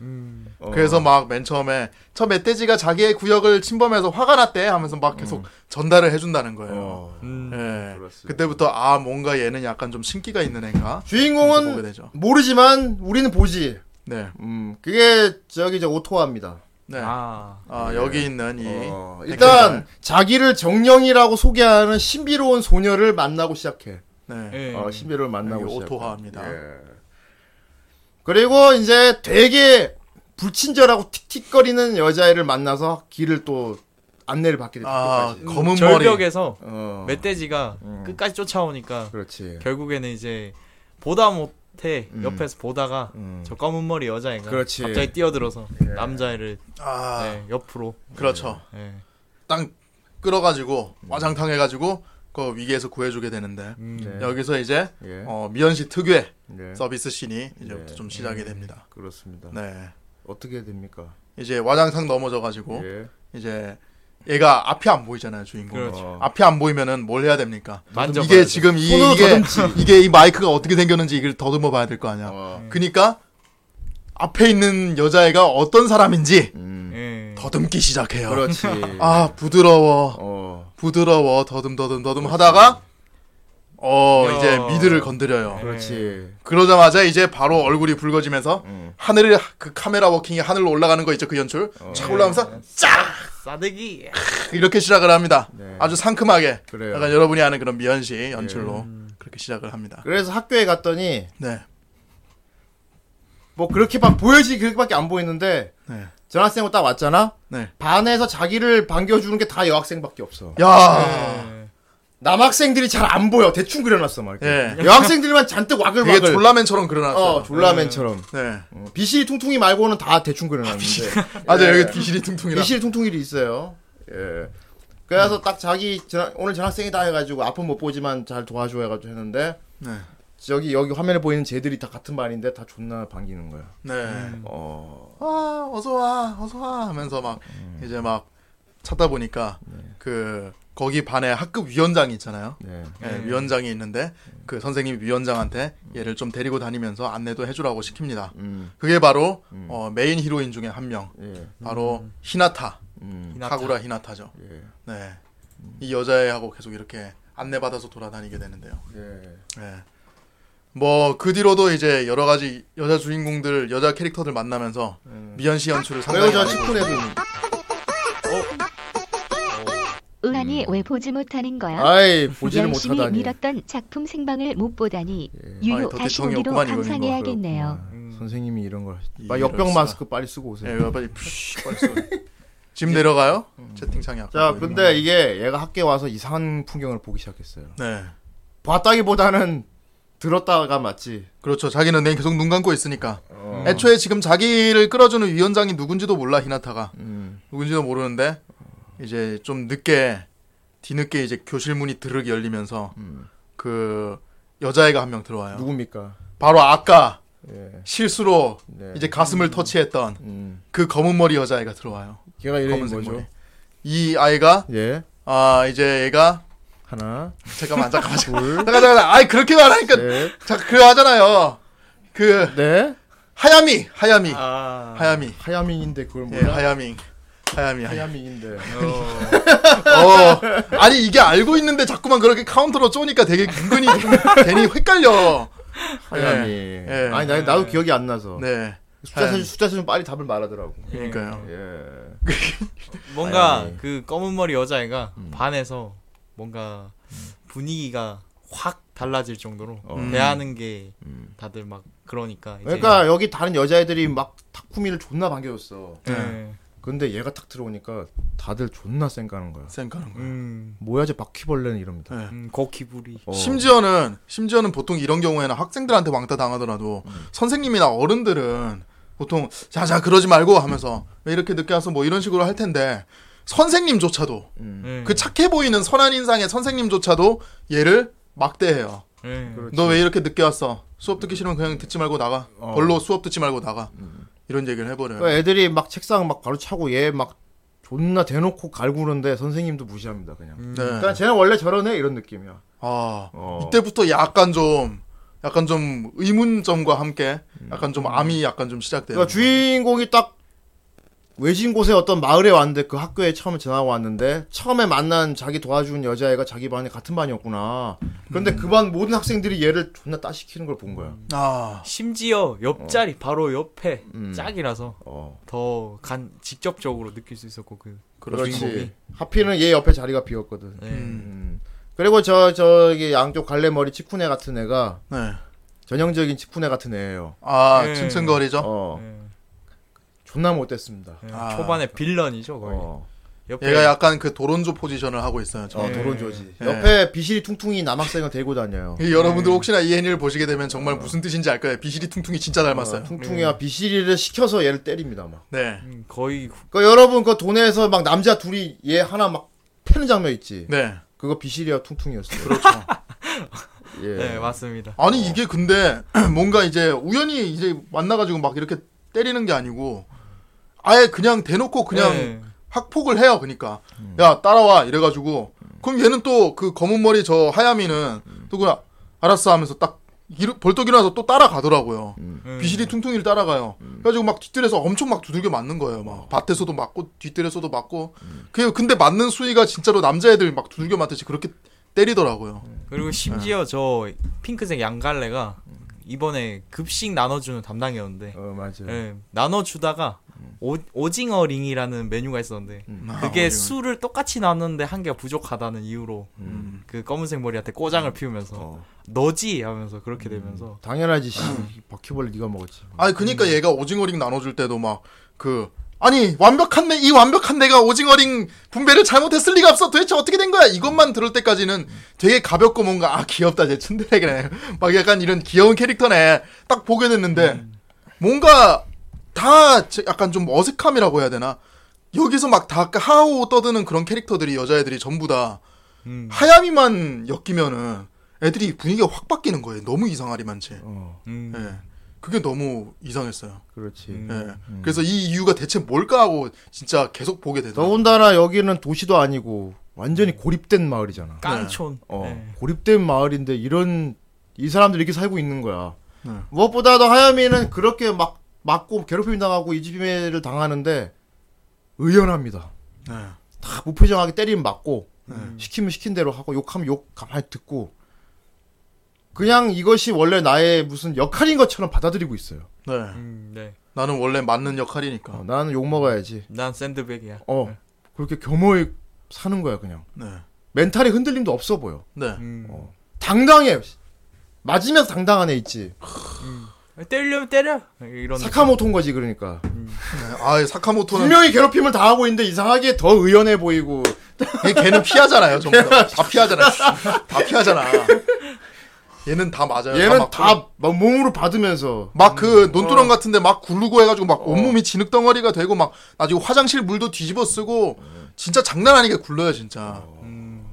[SPEAKER 4] 음.
[SPEAKER 2] 어.
[SPEAKER 3] 그래서 막 맨 처음에 저 멧돼지가 자기의 구역을 침범해서 화가 났대 하면서 막 계속 전달을 뭐 해준다는 거예요.
[SPEAKER 2] 음. 어.
[SPEAKER 4] 음.
[SPEAKER 3] 예.
[SPEAKER 2] 그렇습니다.
[SPEAKER 3] 그때부터 아 뭔가 얘는 약간 좀 신기가 있는 애인가. 보게
[SPEAKER 2] 주인공은
[SPEAKER 3] 되죠.
[SPEAKER 2] 모르지만 우리는 보지.
[SPEAKER 3] 네.
[SPEAKER 2] 음, 그게 저기 저 오토화입니다.
[SPEAKER 3] 네. 아,
[SPEAKER 4] 아.
[SPEAKER 3] 여기 있는 이
[SPEAKER 2] 어,
[SPEAKER 3] 백현달.
[SPEAKER 2] 일단 자기를 정령이라고 소개하는 신비로운 소녀를 만나고 시작해.
[SPEAKER 3] 네.
[SPEAKER 4] 예.
[SPEAKER 2] 어, 신비로를 만나고
[SPEAKER 3] 여기
[SPEAKER 2] 시작해.
[SPEAKER 3] 오토화입니다.
[SPEAKER 2] 예. 그리고 이제 되게 불친절하고 틱틱거리는 여자애를 만나서 길을 또 안내를 받게 됐다.
[SPEAKER 3] 아
[SPEAKER 2] 끝까지.
[SPEAKER 3] 검은 머리.
[SPEAKER 4] 절벽에서
[SPEAKER 2] 어,
[SPEAKER 4] 멧돼지가
[SPEAKER 2] 음.
[SPEAKER 4] 끝까지 쫓아오니까
[SPEAKER 2] 그렇지.
[SPEAKER 4] 결국에는 이제 보다 못해 옆에서 보다가
[SPEAKER 2] 음.
[SPEAKER 4] 저 검은 머리 여자애가
[SPEAKER 2] 그렇지.
[SPEAKER 4] 갑자기 뛰어들어서 남자애를
[SPEAKER 3] 아
[SPEAKER 4] 네, 옆으로
[SPEAKER 3] 그렇죠.
[SPEAKER 4] 예.
[SPEAKER 3] 땅 끌어가지고 와장탕 해가지고 그 위기에서 구해주게 되는데
[SPEAKER 4] 음,
[SPEAKER 2] 네.
[SPEAKER 3] 음, 여기서 이제
[SPEAKER 2] 예.
[SPEAKER 3] 어, 미연 씨 특유의
[SPEAKER 2] 네.
[SPEAKER 3] 서비스 씬이 이제부터
[SPEAKER 2] 네.
[SPEAKER 3] 좀 시작이 됩니다.
[SPEAKER 2] 그렇습니다.
[SPEAKER 3] 네.
[SPEAKER 2] 어떻게 해야 됩니까?
[SPEAKER 3] 이제 와장창 넘어져가지고
[SPEAKER 2] 예.
[SPEAKER 3] 이제 얘가 앞이 안 보이잖아요 주인공.
[SPEAKER 4] 그렇죠.
[SPEAKER 2] 어.
[SPEAKER 3] 앞이 안 보이면은 뭘 해야 됩니까?
[SPEAKER 4] 만져봐야
[SPEAKER 3] 이게
[SPEAKER 4] 돼.
[SPEAKER 3] 지금 이,
[SPEAKER 2] 손으로
[SPEAKER 3] 이게
[SPEAKER 2] 더듬지.
[SPEAKER 3] 이게 이 마이크가 어떻게 생겼는지 이걸 더듬어 봐야 될 거 아니야. 네.
[SPEAKER 2] 어.
[SPEAKER 3] 음. 그니까 앞에 있는 여자애가 어떤 사람인지
[SPEAKER 2] 음.
[SPEAKER 4] 예.
[SPEAKER 3] 더듬기 시작해요.
[SPEAKER 2] 그렇지.
[SPEAKER 3] 네. 아 부드러워,
[SPEAKER 2] 어.
[SPEAKER 3] 부드러워, 더듬 더듬 더듬 하다가 어
[SPEAKER 4] 야.
[SPEAKER 3] 이제 미드를 건드려요.
[SPEAKER 2] 그렇지.
[SPEAKER 3] 그러자마자 이제 바로 얼굴이 붉어지면서
[SPEAKER 2] 음.
[SPEAKER 3] 하늘을 그 카메라 워킹이 하늘로 올라가는 거 있죠 그 연출
[SPEAKER 2] 어.
[SPEAKER 4] 네.
[SPEAKER 3] 착 올라가면서
[SPEAKER 4] 싸대기 예.
[SPEAKER 3] 이렇게 시작을 합니다.
[SPEAKER 2] 네.
[SPEAKER 3] 아주 상큼하게
[SPEAKER 2] 그래요.
[SPEAKER 3] 약간 여러분이 아는 그런 미연시 연출로 그렇게 시작을 합니다.
[SPEAKER 2] 그래서 학교에 갔더니
[SPEAKER 3] 네,
[SPEAKER 2] 뭐 그렇게 막 보여지 그렇게밖에 안 보이는데
[SPEAKER 3] 네,
[SPEAKER 2] 전학생으로 딱 왔잖아.
[SPEAKER 3] 네.
[SPEAKER 2] 반에서 자기를 반겨주는 게 다 여학생밖에 없어.
[SPEAKER 4] 네.
[SPEAKER 3] 야,
[SPEAKER 2] 남학생들이 잘 안 보여. 대충 그려놨어, 막. 이렇게.
[SPEAKER 3] 예.
[SPEAKER 2] 여학생들만 잔뜩
[SPEAKER 3] 그게
[SPEAKER 2] 와글와글.
[SPEAKER 3] 졸라맨처럼 그려놨어요.
[SPEAKER 2] 어, 졸라맨처럼.
[SPEAKER 3] 네,
[SPEAKER 2] 어, 비실이 퉁퉁이 말고는 다 대충 그려놨는데. 예.
[SPEAKER 3] 맞아 요 여기 귀신이 퉁퉁이라.
[SPEAKER 2] 비실이 퉁퉁이도 있어요. 예. 그래서 딱 자기 전- 오늘 전학생이다 해가지고 앞은 못 보지만 잘 도와줘 해가지고 했는데
[SPEAKER 3] 네,
[SPEAKER 2] 여기 여기 화면에 보이는 쟤들이 다 같은 반인데 다 존나 반기는 거야.
[SPEAKER 3] 네.
[SPEAKER 2] 어,
[SPEAKER 3] 아, 어서 와, 어서 와 하면서 막 이제 막 찾다 보니까 그 거기 반에 학급 위원장이 있잖아요.
[SPEAKER 2] 네.
[SPEAKER 3] 예, 위원장이 있는데 그 선생님이 위원장한테 얘를 좀 데리고 다니면서 안내도 해주라고 시킵니다.
[SPEAKER 2] 음,
[SPEAKER 3] 그게 바로 어, 메인 히로인 중에 한 명,
[SPEAKER 2] 예,
[SPEAKER 3] 바로 히나타,
[SPEAKER 2] 음,
[SPEAKER 4] 히나타.
[SPEAKER 3] 카구라 히나타죠.
[SPEAKER 2] 예,
[SPEAKER 3] 네, 이 여자애하고 계속 이렇게 안내받아서 돌아다니게 되는데요.
[SPEAKER 2] 예.
[SPEAKER 3] 예. 뭐 그 뒤로도 이제 여러 가지 여자 주인공들, 여자 캐릭터들 만나면서
[SPEAKER 2] 음.
[SPEAKER 3] 미연 씨 연출을 상당히
[SPEAKER 2] 배우자
[SPEAKER 3] 많이
[SPEAKER 2] 직분에도
[SPEAKER 7] 의안이 왜 보지 못하는 거야?
[SPEAKER 2] 아이 보지는
[SPEAKER 7] 열심히
[SPEAKER 2] 못하다니.
[SPEAKER 7] 밀었던 작품 생방을 못 보다니
[SPEAKER 3] 아이,
[SPEAKER 7] 유유
[SPEAKER 3] 더
[SPEAKER 7] 다시
[SPEAKER 3] 대통령이
[SPEAKER 7] 보기로
[SPEAKER 3] 없구만, 이거는 뭐.
[SPEAKER 7] 감상해야겠네요.
[SPEAKER 2] 선생님이 이런 걸.
[SPEAKER 3] 음. 이럴
[SPEAKER 2] 막 역병
[SPEAKER 3] 수가.
[SPEAKER 2] 마스크 빨리 쓰고 오세요.
[SPEAKER 3] 예, 이거 빨리 푸쉬 빨리 써. 지금 내려가요? 채팅창이 아까
[SPEAKER 2] 자,
[SPEAKER 3] 보이는
[SPEAKER 2] 근데 이게 얘가 학교에 와서 이상한 풍경을 보기 시작했어요.
[SPEAKER 3] 거. 네.
[SPEAKER 2] 봤다기보다는 들었다가 맞지.
[SPEAKER 3] 그렇죠. 자기는 내 계속 눈 감고 있으니까.
[SPEAKER 2] 어.
[SPEAKER 3] 애초에 지금 자기를 끌어주는 위원장이 누군지도 몰라 히나타가
[SPEAKER 2] 음,
[SPEAKER 3] 누군지도 모르는데 이제 좀 늦게 뒤늦게 이제 교실 문이 드르륵 열리면서
[SPEAKER 2] 음.
[SPEAKER 3] 그 여자애가 한 명 들어와요.
[SPEAKER 2] 누굽니까?
[SPEAKER 3] 바로 아까
[SPEAKER 2] 예,
[SPEAKER 3] 실수로
[SPEAKER 2] 네.
[SPEAKER 3] 이제 가슴을 터치했던
[SPEAKER 2] 음,
[SPEAKER 3] 그 검은 머리 여자애가 들어와요.
[SPEAKER 2] 걔가 이름이
[SPEAKER 3] 검은색
[SPEAKER 2] 뭐죠?
[SPEAKER 3] 머리. 이 아이가
[SPEAKER 2] 예,
[SPEAKER 3] 아 이제 얘가
[SPEAKER 2] 하나,
[SPEAKER 3] 잠깐만 잠깐만 잠깐만
[SPEAKER 2] 둘,
[SPEAKER 3] 잠깐 잠깐 아이 그렇게 말하니까
[SPEAKER 2] 셋,
[SPEAKER 3] 자 그거 하잖아요. 그
[SPEAKER 2] 넷.
[SPEAKER 3] 하야미 하야미
[SPEAKER 4] 아.
[SPEAKER 3] 하야미
[SPEAKER 2] 네? 하야밍인데 그걸
[SPEAKER 3] 예
[SPEAKER 2] 몰라?
[SPEAKER 3] 하야미 하야미 예. 하야미
[SPEAKER 2] 하야밍인데.
[SPEAKER 3] 어. 아니 이게 알고 있는데 자꾸만 그렇게 카운터로 쪼니까 되게 은근히 좀 괜히 헷갈려.
[SPEAKER 2] 하야미.
[SPEAKER 3] 예.
[SPEAKER 2] 아니 나, 나도 기억이 안 나서.
[SPEAKER 3] 네.
[SPEAKER 2] 숫자 세
[SPEAKER 3] 하야미.
[SPEAKER 2] 숫자 세좀 빨리 답을 말하더라고.
[SPEAKER 3] 그러니까요.
[SPEAKER 2] 예.
[SPEAKER 3] 음.
[SPEAKER 4] 뭔가
[SPEAKER 2] 아니.
[SPEAKER 4] 그 검은 머리 여자애가 반에서 뭔가 분위기가 확 달라질 정도로 음.
[SPEAKER 2] 어.
[SPEAKER 4] 대하는 게 다들 막 그러니까 이제
[SPEAKER 2] 그러니까 여기 다른 여자애들이 막 탁쿠미를 존나 반겨줬어.
[SPEAKER 4] 예.
[SPEAKER 2] 근데 얘가 탁 들어오니까 다들 존나 쌩까는 거야.
[SPEAKER 3] 생각하는 거.
[SPEAKER 4] 음,
[SPEAKER 2] 뭐야 저 바퀴벌레는 이럽니다.
[SPEAKER 3] 네.
[SPEAKER 4] 음 고키부리
[SPEAKER 2] 어.
[SPEAKER 3] 심지어는 심지어는 보통 이런 경우에는 학생들한테 왕따 당하더라도
[SPEAKER 2] 음.
[SPEAKER 3] 선생님이나 어른들은 보통 자자 그러지 말고 하면서 왜 이렇게 늦게 와서 뭐 이런 식으로 할 텐데 선생님조차도
[SPEAKER 2] 음.
[SPEAKER 4] 예.
[SPEAKER 3] 그 착해 보이는 선한 인상의 선생님조차도 얘를 막대해요.
[SPEAKER 4] 예.
[SPEAKER 2] 그렇지.
[SPEAKER 3] 너 왜 이렇게 늦게 왔어? 수업 듣기 싫으면 그냥 듣지 말고 나가.
[SPEAKER 2] 어. 음.
[SPEAKER 3] 별로 수업 듣지 말고 나가. 이런 얘기를 해버려요.
[SPEAKER 2] 그러니까 애들이 막 책상 막 바로 차고 얘 막 존나 대놓고 갈구는데 선생님도 무시합니다 그냥.
[SPEAKER 3] 네.
[SPEAKER 2] 그러니까 쟤는 원래 저러네 이런 느낌이야.
[SPEAKER 3] 아
[SPEAKER 2] 어.
[SPEAKER 3] 이때부터 약간 좀 약간 좀 의문점과 함께 약간 좀 암이 약간 좀 시작돼요.
[SPEAKER 2] 음. 그러니까 주인공이 딱 외진 곳의 어떤 마을에 왔는데 그 학교에 처음에 전화가 왔는데 처음에 만난 자기 도와준 여자애가 자기 반에 같은 반이었구나. 그런데 그 반 모든 학생들이 얘를 존나 따시키는 걸 본 거야.
[SPEAKER 3] 아,
[SPEAKER 4] 심지어 옆자리 바로 옆에
[SPEAKER 2] 음.
[SPEAKER 4] 짝이라서
[SPEAKER 2] 어.
[SPEAKER 4] 더 간 직접적으로 느낄 수 있었고 그
[SPEAKER 2] 그렇지.
[SPEAKER 4] 주인공이.
[SPEAKER 2] 하필은 얘 옆에 자리가 비었거든.
[SPEAKER 4] 네.
[SPEAKER 2] 음. 그리고 저 저기 양쪽 갈래머리 치쿠네 같은 애가
[SPEAKER 3] 네.
[SPEAKER 2] 전형적인 치쿠네 같은 애예요.
[SPEAKER 3] 아,
[SPEAKER 4] 네.
[SPEAKER 3] 층층거리죠.
[SPEAKER 2] 어.
[SPEAKER 4] 네.
[SPEAKER 2] 존나 못됐습니다.
[SPEAKER 4] 네.
[SPEAKER 3] 아.
[SPEAKER 4] 초반에 빌런이죠 거의
[SPEAKER 2] 어.
[SPEAKER 4] 옆에
[SPEAKER 3] 얘가 약간 그 도론조 포지션을 하고 있어요.
[SPEAKER 2] 어,
[SPEAKER 3] 지금.
[SPEAKER 4] 네.
[SPEAKER 2] 도론조지.
[SPEAKER 3] 네.
[SPEAKER 2] 옆에 비실이 퉁퉁이 남학생을 데리고 다녀요.
[SPEAKER 3] 이
[SPEAKER 2] 네.
[SPEAKER 3] 여러분들 혹시나 이 애니를 보시게 되면 정말 무슨 뜻인지 알 거예요. 비실이 퉁퉁이 진짜 닮았어요.
[SPEAKER 2] 어, 퉁퉁이와 비실이를 시켜서 얘를 때립니다 막.
[SPEAKER 3] 네.
[SPEAKER 4] 음, 거의 후-
[SPEAKER 2] 그 여러분 그 도내에서 막 남자 둘이 얘 하나 막 패는 장면 있지.
[SPEAKER 3] 네.
[SPEAKER 2] 그거 비실이와 퉁퉁이였어요.
[SPEAKER 3] 그렇죠.
[SPEAKER 2] 예.
[SPEAKER 4] 네 맞습니다
[SPEAKER 3] 아니 이게 근데 뭔가 이제 우연히 이제 만나가지고 막 이렇게 때리는 게 아니고 아예 그냥 대놓고 그냥
[SPEAKER 4] 네.
[SPEAKER 3] 학폭을 해요. 그러니까
[SPEAKER 2] 음.
[SPEAKER 3] 야 따라와 이래가지고 그럼 얘는 또 그 검은 머리 저 하야미는
[SPEAKER 2] 음.
[SPEAKER 3] 또 그냥 알았어 하면서 딱 이르- 벌떡 일어나서 또 따라가더라고요.
[SPEAKER 4] 음.
[SPEAKER 3] 비실이 퉁퉁이를 따라가요. 그래가지고 막 뒷뜰에서 엄청 막 두들겨 맞는 거예요. 막 밭에서도 맞고 뒷뜰에서도 맞고. 그 근데 맞는 수위가 진짜로 남자애들 막 두들겨 맞듯이 그렇게 때리더라고요.
[SPEAKER 4] 그리고 심지어 저 핑크색 양갈래가
[SPEAKER 2] 음.
[SPEAKER 4] 이번에 급식 나눠주는 담당이었는데
[SPEAKER 2] 어 맞아. 요
[SPEAKER 4] 예, 나눠주다가 오, 징어 링이라는 메뉴가 있었는데
[SPEAKER 2] 아,
[SPEAKER 4] 그게 술을 똑같이 나눴는데 한 개가 부족하다는 이유로
[SPEAKER 2] 음.
[SPEAKER 4] 그 검은색 머리한테 꼬장을 피우면서 너지 하면서 그렇게 되면서
[SPEAKER 2] 당연하지. 씨. 바퀴벌레 네가 먹었지.
[SPEAKER 3] 아니 그니까 얘가 오징어링 나눠줄 때도 막 그 아니 완벽한 내 이 완벽한 내가 오징어링 분배를 잘못했을 리가 없어 도대체 어떻게 된 거야 이것만 들을 때까지는 되게 가볍고 뭔가 아 귀엽다 쟤 츤데레네 막 약간 이런 귀여운 캐릭터네 딱 보게 됐는데 뭔가 다 제- 약간 좀 어색함이라고 해야 되나 여기서 막 다 하오 떠드는 그런 캐릭터들이 여자애들이 전부 다
[SPEAKER 4] 음,
[SPEAKER 3] 하야미만 엮이면은 애들이 분위기가 확 바뀌는 거예요 너무 이상하리만 쟤
[SPEAKER 2] 어.
[SPEAKER 4] 음,
[SPEAKER 3] 예. 그게 너무 이상했어요.
[SPEAKER 2] 그렇지.
[SPEAKER 4] 음.
[SPEAKER 3] 예. 그래서 이 이유가 대체 뭘까 하고 진짜 계속 보게 되더라고요.
[SPEAKER 2] 더군다나 여기는 도시도 아니고 완전히 고립된 마을이잖아.
[SPEAKER 4] 깡촌
[SPEAKER 2] 어.
[SPEAKER 3] 네.
[SPEAKER 4] 예.
[SPEAKER 2] 고립된 마을인데 이런 이 사람들이 이렇게 살고 있는 거야.
[SPEAKER 3] 네.
[SPEAKER 2] 무엇보다도 하야미는 그렇게 막 맞고 괴롭힘 당하고 이지배를 당하는데 의연합니다.
[SPEAKER 3] 네.
[SPEAKER 2] 다 무표정하게 때리면 맞고 시키면 시킨 대로 하고 욕하면 욕 가만히 듣고 그냥 이것이 원래 나의 무슨 역할인 것처럼 받아들이고 있어요.
[SPEAKER 3] 네.
[SPEAKER 4] 음, 네.
[SPEAKER 3] 나는 원래 맞는 역할이니까.
[SPEAKER 2] 어, 나는 욕 먹어야지.
[SPEAKER 4] 난 샌드백이야
[SPEAKER 2] 어 그렇게 겸허히 사는 거야 그냥.
[SPEAKER 3] 네.
[SPEAKER 2] 멘탈에 흔들림도 없어 보여.
[SPEAKER 3] 네.
[SPEAKER 4] 음.
[SPEAKER 2] 당당해. 맞으면서 당당한 애 있지.
[SPEAKER 4] 때리려면 때려 이런
[SPEAKER 2] 사카모토인 거지 그러니까.
[SPEAKER 3] 아, 사카모토는
[SPEAKER 2] 분명히 괴롭힘을 당하고 있는데 이상하게 더 의연해 보이고
[SPEAKER 3] 걔- 걔는 피하잖아요, 전부 다. 다 피하잖아. 다 피하잖아. 얘는 다 맞아요.
[SPEAKER 2] 얘는
[SPEAKER 3] 맞고.
[SPEAKER 2] 네, 다막 몸으로 받으면서
[SPEAKER 3] 막 그 논두렁 같은데 막 굴르고 해가지고 막 온몸이 진흙덩어리가 되고 막 나중에 화장실 물도 뒤집어 쓰고 진짜 장난 아니게 굴러요 진짜.
[SPEAKER 4] 어. 음.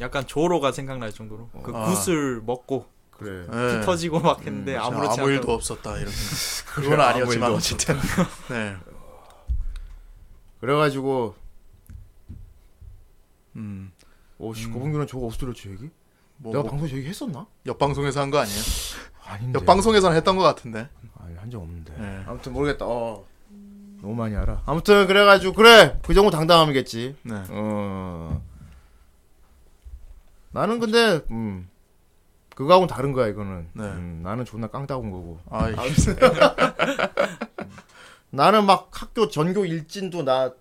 [SPEAKER 4] 약간 조로가 생각날 정도로 그
[SPEAKER 3] 아.
[SPEAKER 4] 구슬 먹고
[SPEAKER 2] 그래.
[SPEAKER 3] 예.
[SPEAKER 4] 피 터지고 막 했는데
[SPEAKER 3] 진짜
[SPEAKER 4] 아무렇지
[SPEAKER 3] 그렇죠. 아무
[SPEAKER 4] 않게
[SPEAKER 3] 일도 없었다 이렇게. 그건 아니었지만 어쨌든. 네.
[SPEAKER 2] 그래가지고
[SPEAKER 3] 음.
[SPEAKER 2] 어, 오씨 고봉규는 저거 어디서 들었지 얘기?
[SPEAKER 3] 뭐,
[SPEAKER 2] 내가
[SPEAKER 3] 뭐
[SPEAKER 2] 방송에서 네. 얘기 했었나?
[SPEAKER 3] 옆방송에서 한 거 아니에요?
[SPEAKER 2] 아닌데.
[SPEAKER 3] 옆방송에서는 했던 거 같은데.
[SPEAKER 2] 아니 한적 없는데.
[SPEAKER 3] 네.
[SPEAKER 2] 아무튼 모르겠다. 어. 너무 많이 알아. 아무튼 그래가지고 그래 그 정도 당당함이겠지.
[SPEAKER 3] 네.
[SPEAKER 2] 어. 나는 근데 음 그거하고는 다른 거야 이거는.
[SPEAKER 3] 네.
[SPEAKER 2] 음, 나는 존나 깡다운 거고.
[SPEAKER 3] 아이. 네.
[SPEAKER 2] 나는 막 학교 전교 일진도 나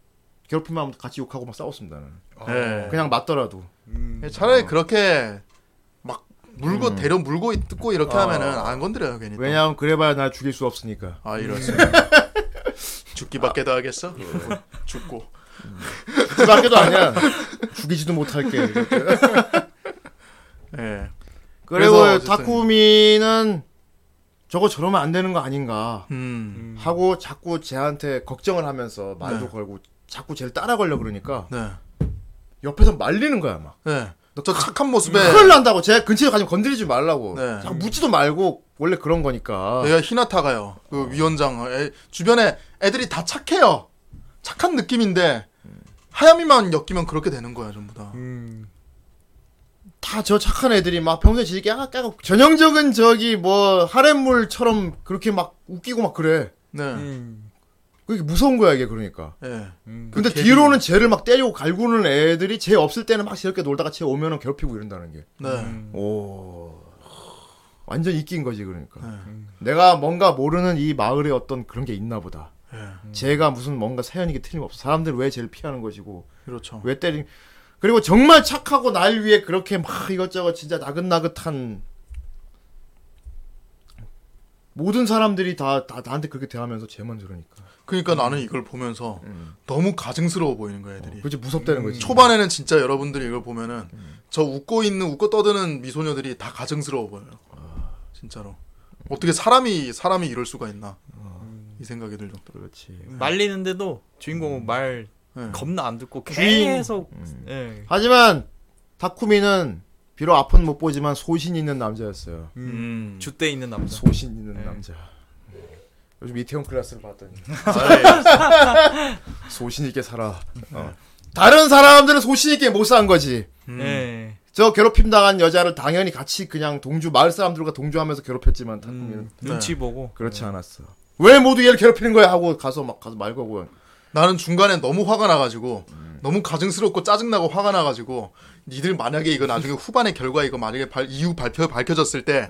[SPEAKER 2] 괴롭히면 같이 욕하고 막 싸웠습니다. 나는.
[SPEAKER 3] 네.
[SPEAKER 2] 그냥 맞더라도.
[SPEAKER 4] 음.
[SPEAKER 3] 차라리 그렇게 막 물고 데려 물고 있고 이렇게 하면은 안 건드려요 괜히. 또.
[SPEAKER 2] 왜냐하면 그래봐야 날 죽일 수 없으니까.
[SPEAKER 3] 아 이럴 수. 죽기밖에 더 하겠어? 죽고.
[SPEAKER 2] 그 밖에도 아니야. 죽이지도 못할게. 이렇게.
[SPEAKER 3] 예. 네.
[SPEAKER 2] 그리고
[SPEAKER 3] 그래서 어쨌든-
[SPEAKER 2] 타쿠미는 저거 저러면 안 되는 거 아닌가
[SPEAKER 3] 음.
[SPEAKER 2] 하고 자꾸 쟤한테 걱정을 하면서 말도
[SPEAKER 3] 네.
[SPEAKER 2] 걸고 자꾸 쟤를 따라 걸려 그러니까
[SPEAKER 3] 네.
[SPEAKER 2] 옆에서 말리는 거야 막.
[SPEAKER 3] 네. 저 착한 모습에
[SPEAKER 2] 큰일 난다고 쟤 근처에 가면 건드리지 말라고.
[SPEAKER 3] 네.
[SPEAKER 2] 자꾸 묻지도 말고 원래 그런 거니까.
[SPEAKER 3] 내가 히나타가요.
[SPEAKER 2] 어.
[SPEAKER 3] 그 위원장 애, 주변에 애들이 다 착해요. 착한 느낌인데 하야미만 엮이면 그렇게 되는 거야 전부 다.
[SPEAKER 4] 음.
[SPEAKER 2] 다 저 착한 애들이 막 평소에 지게 아까 전형적인 저기 뭐 하렘물처럼 그렇게 막 웃기고 막 그래.
[SPEAKER 3] 네.
[SPEAKER 4] 음.
[SPEAKER 2] 그게 무서운 거야 이게 그러니까.
[SPEAKER 3] 예.
[SPEAKER 2] 근데
[SPEAKER 4] 그
[SPEAKER 2] 뒤로는 쟤를 막 때리고 갈구는 애들이 쟤 없을 때는 막 저렇게 놀다가 쟤 오면은 괴롭히고 이런다는 게.
[SPEAKER 3] 네.
[SPEAKER 4] 음.
[SPEAKER 2] 오. 완전 이끼인 거지 그러니까.
[SPEAKER 3] 네.
[SPEAKER 2] 내가 뭔가 모르는 이 마을에 어떤 그런 게 있나 보다.
[SPEAKER 3] 예.
[SPEAKER 2] 쟤가 무슨 뭔가 사연이 게 틀림없어. 사람들 왜 쟤를 피하는 것이고
[SPEAKER 3] 그렇죠.
[SPEAKER 2] 어. 왜 때리? 그리고 정말 착하고 날 위해 그렇게 막 이것저것 진짜 나긋나긋한 모든 사람들이 다, 다 나한테 그렇게 대하면서 쟤만 저러니까.
[SPEAKER 3] 그러니까 나는 이걸 보면서 너무 가증스러워 보이는 거야, 애들이.
[SPEAKER 2] 음. 어, 그치 음. 무섭다는 거지.
[SPEAKER 3] 초반에는 진짜 여러분들이 이걸 보면은 저 웃고 있는 웃고 떠드는 미소녀들이 다 가증스러워 보여요.
[SPEAKER 2] 아.
[SPEAKER 3] 진짜로. 어떻게 사람이 사람이 이럴 수가 있나?
[SPEAKER 2] 어.
[SPEAKER 3] 이 생각이 들 정도로.
[SPEAKER 2] 그렇지.
[SPEAKER 4] 말리는데도 주인공은 말
[SPEAKER 3] 네.
[SPEAKER 4] 겁나 안 듣고
[SPEAKER 2] 음. 주인-
[SPEAKER 4] 계속
[SPEAKER 2] 음.
[SPEAKER 4] 예.
[SPEAKER 2] 하지만 타쿠미는 비록 앞은 못 보지만 소신 있는 남자였어요.
[SPEAKER 4] 음. 주대 있는 남자.
[SPEAKER 2] 소신 있는 남자. 요즘 이태원 클래스를 봤더니 소신 있게 살아. 어. 다른 사람들은 소신 있게 못 산 거지.
[SPEAKER 4] 예.
[SPEAKER 2] 저 괴롭힘 당한 여자를 당연히 같이 그냥 동주 마을 사람들과 동조하면서 괴롭혔지만 타쿠미는
[SPEAKER 4] 음. 눈치 보고.
[SPEAKER 2] 그렇지 않았어. 왜 모두 얘를 괴롭히는 거야 하고 가서 막 가서 말 거고.
[SPEAKER 3] 나는 중간에 너무 화가 나가지고 너무 가증스럽고 짜증나고 화가 나가지고 니들 만약에 이거 나중에 후반의 결과 이거 만약에 발, 이후 발표 밝혀졌을 때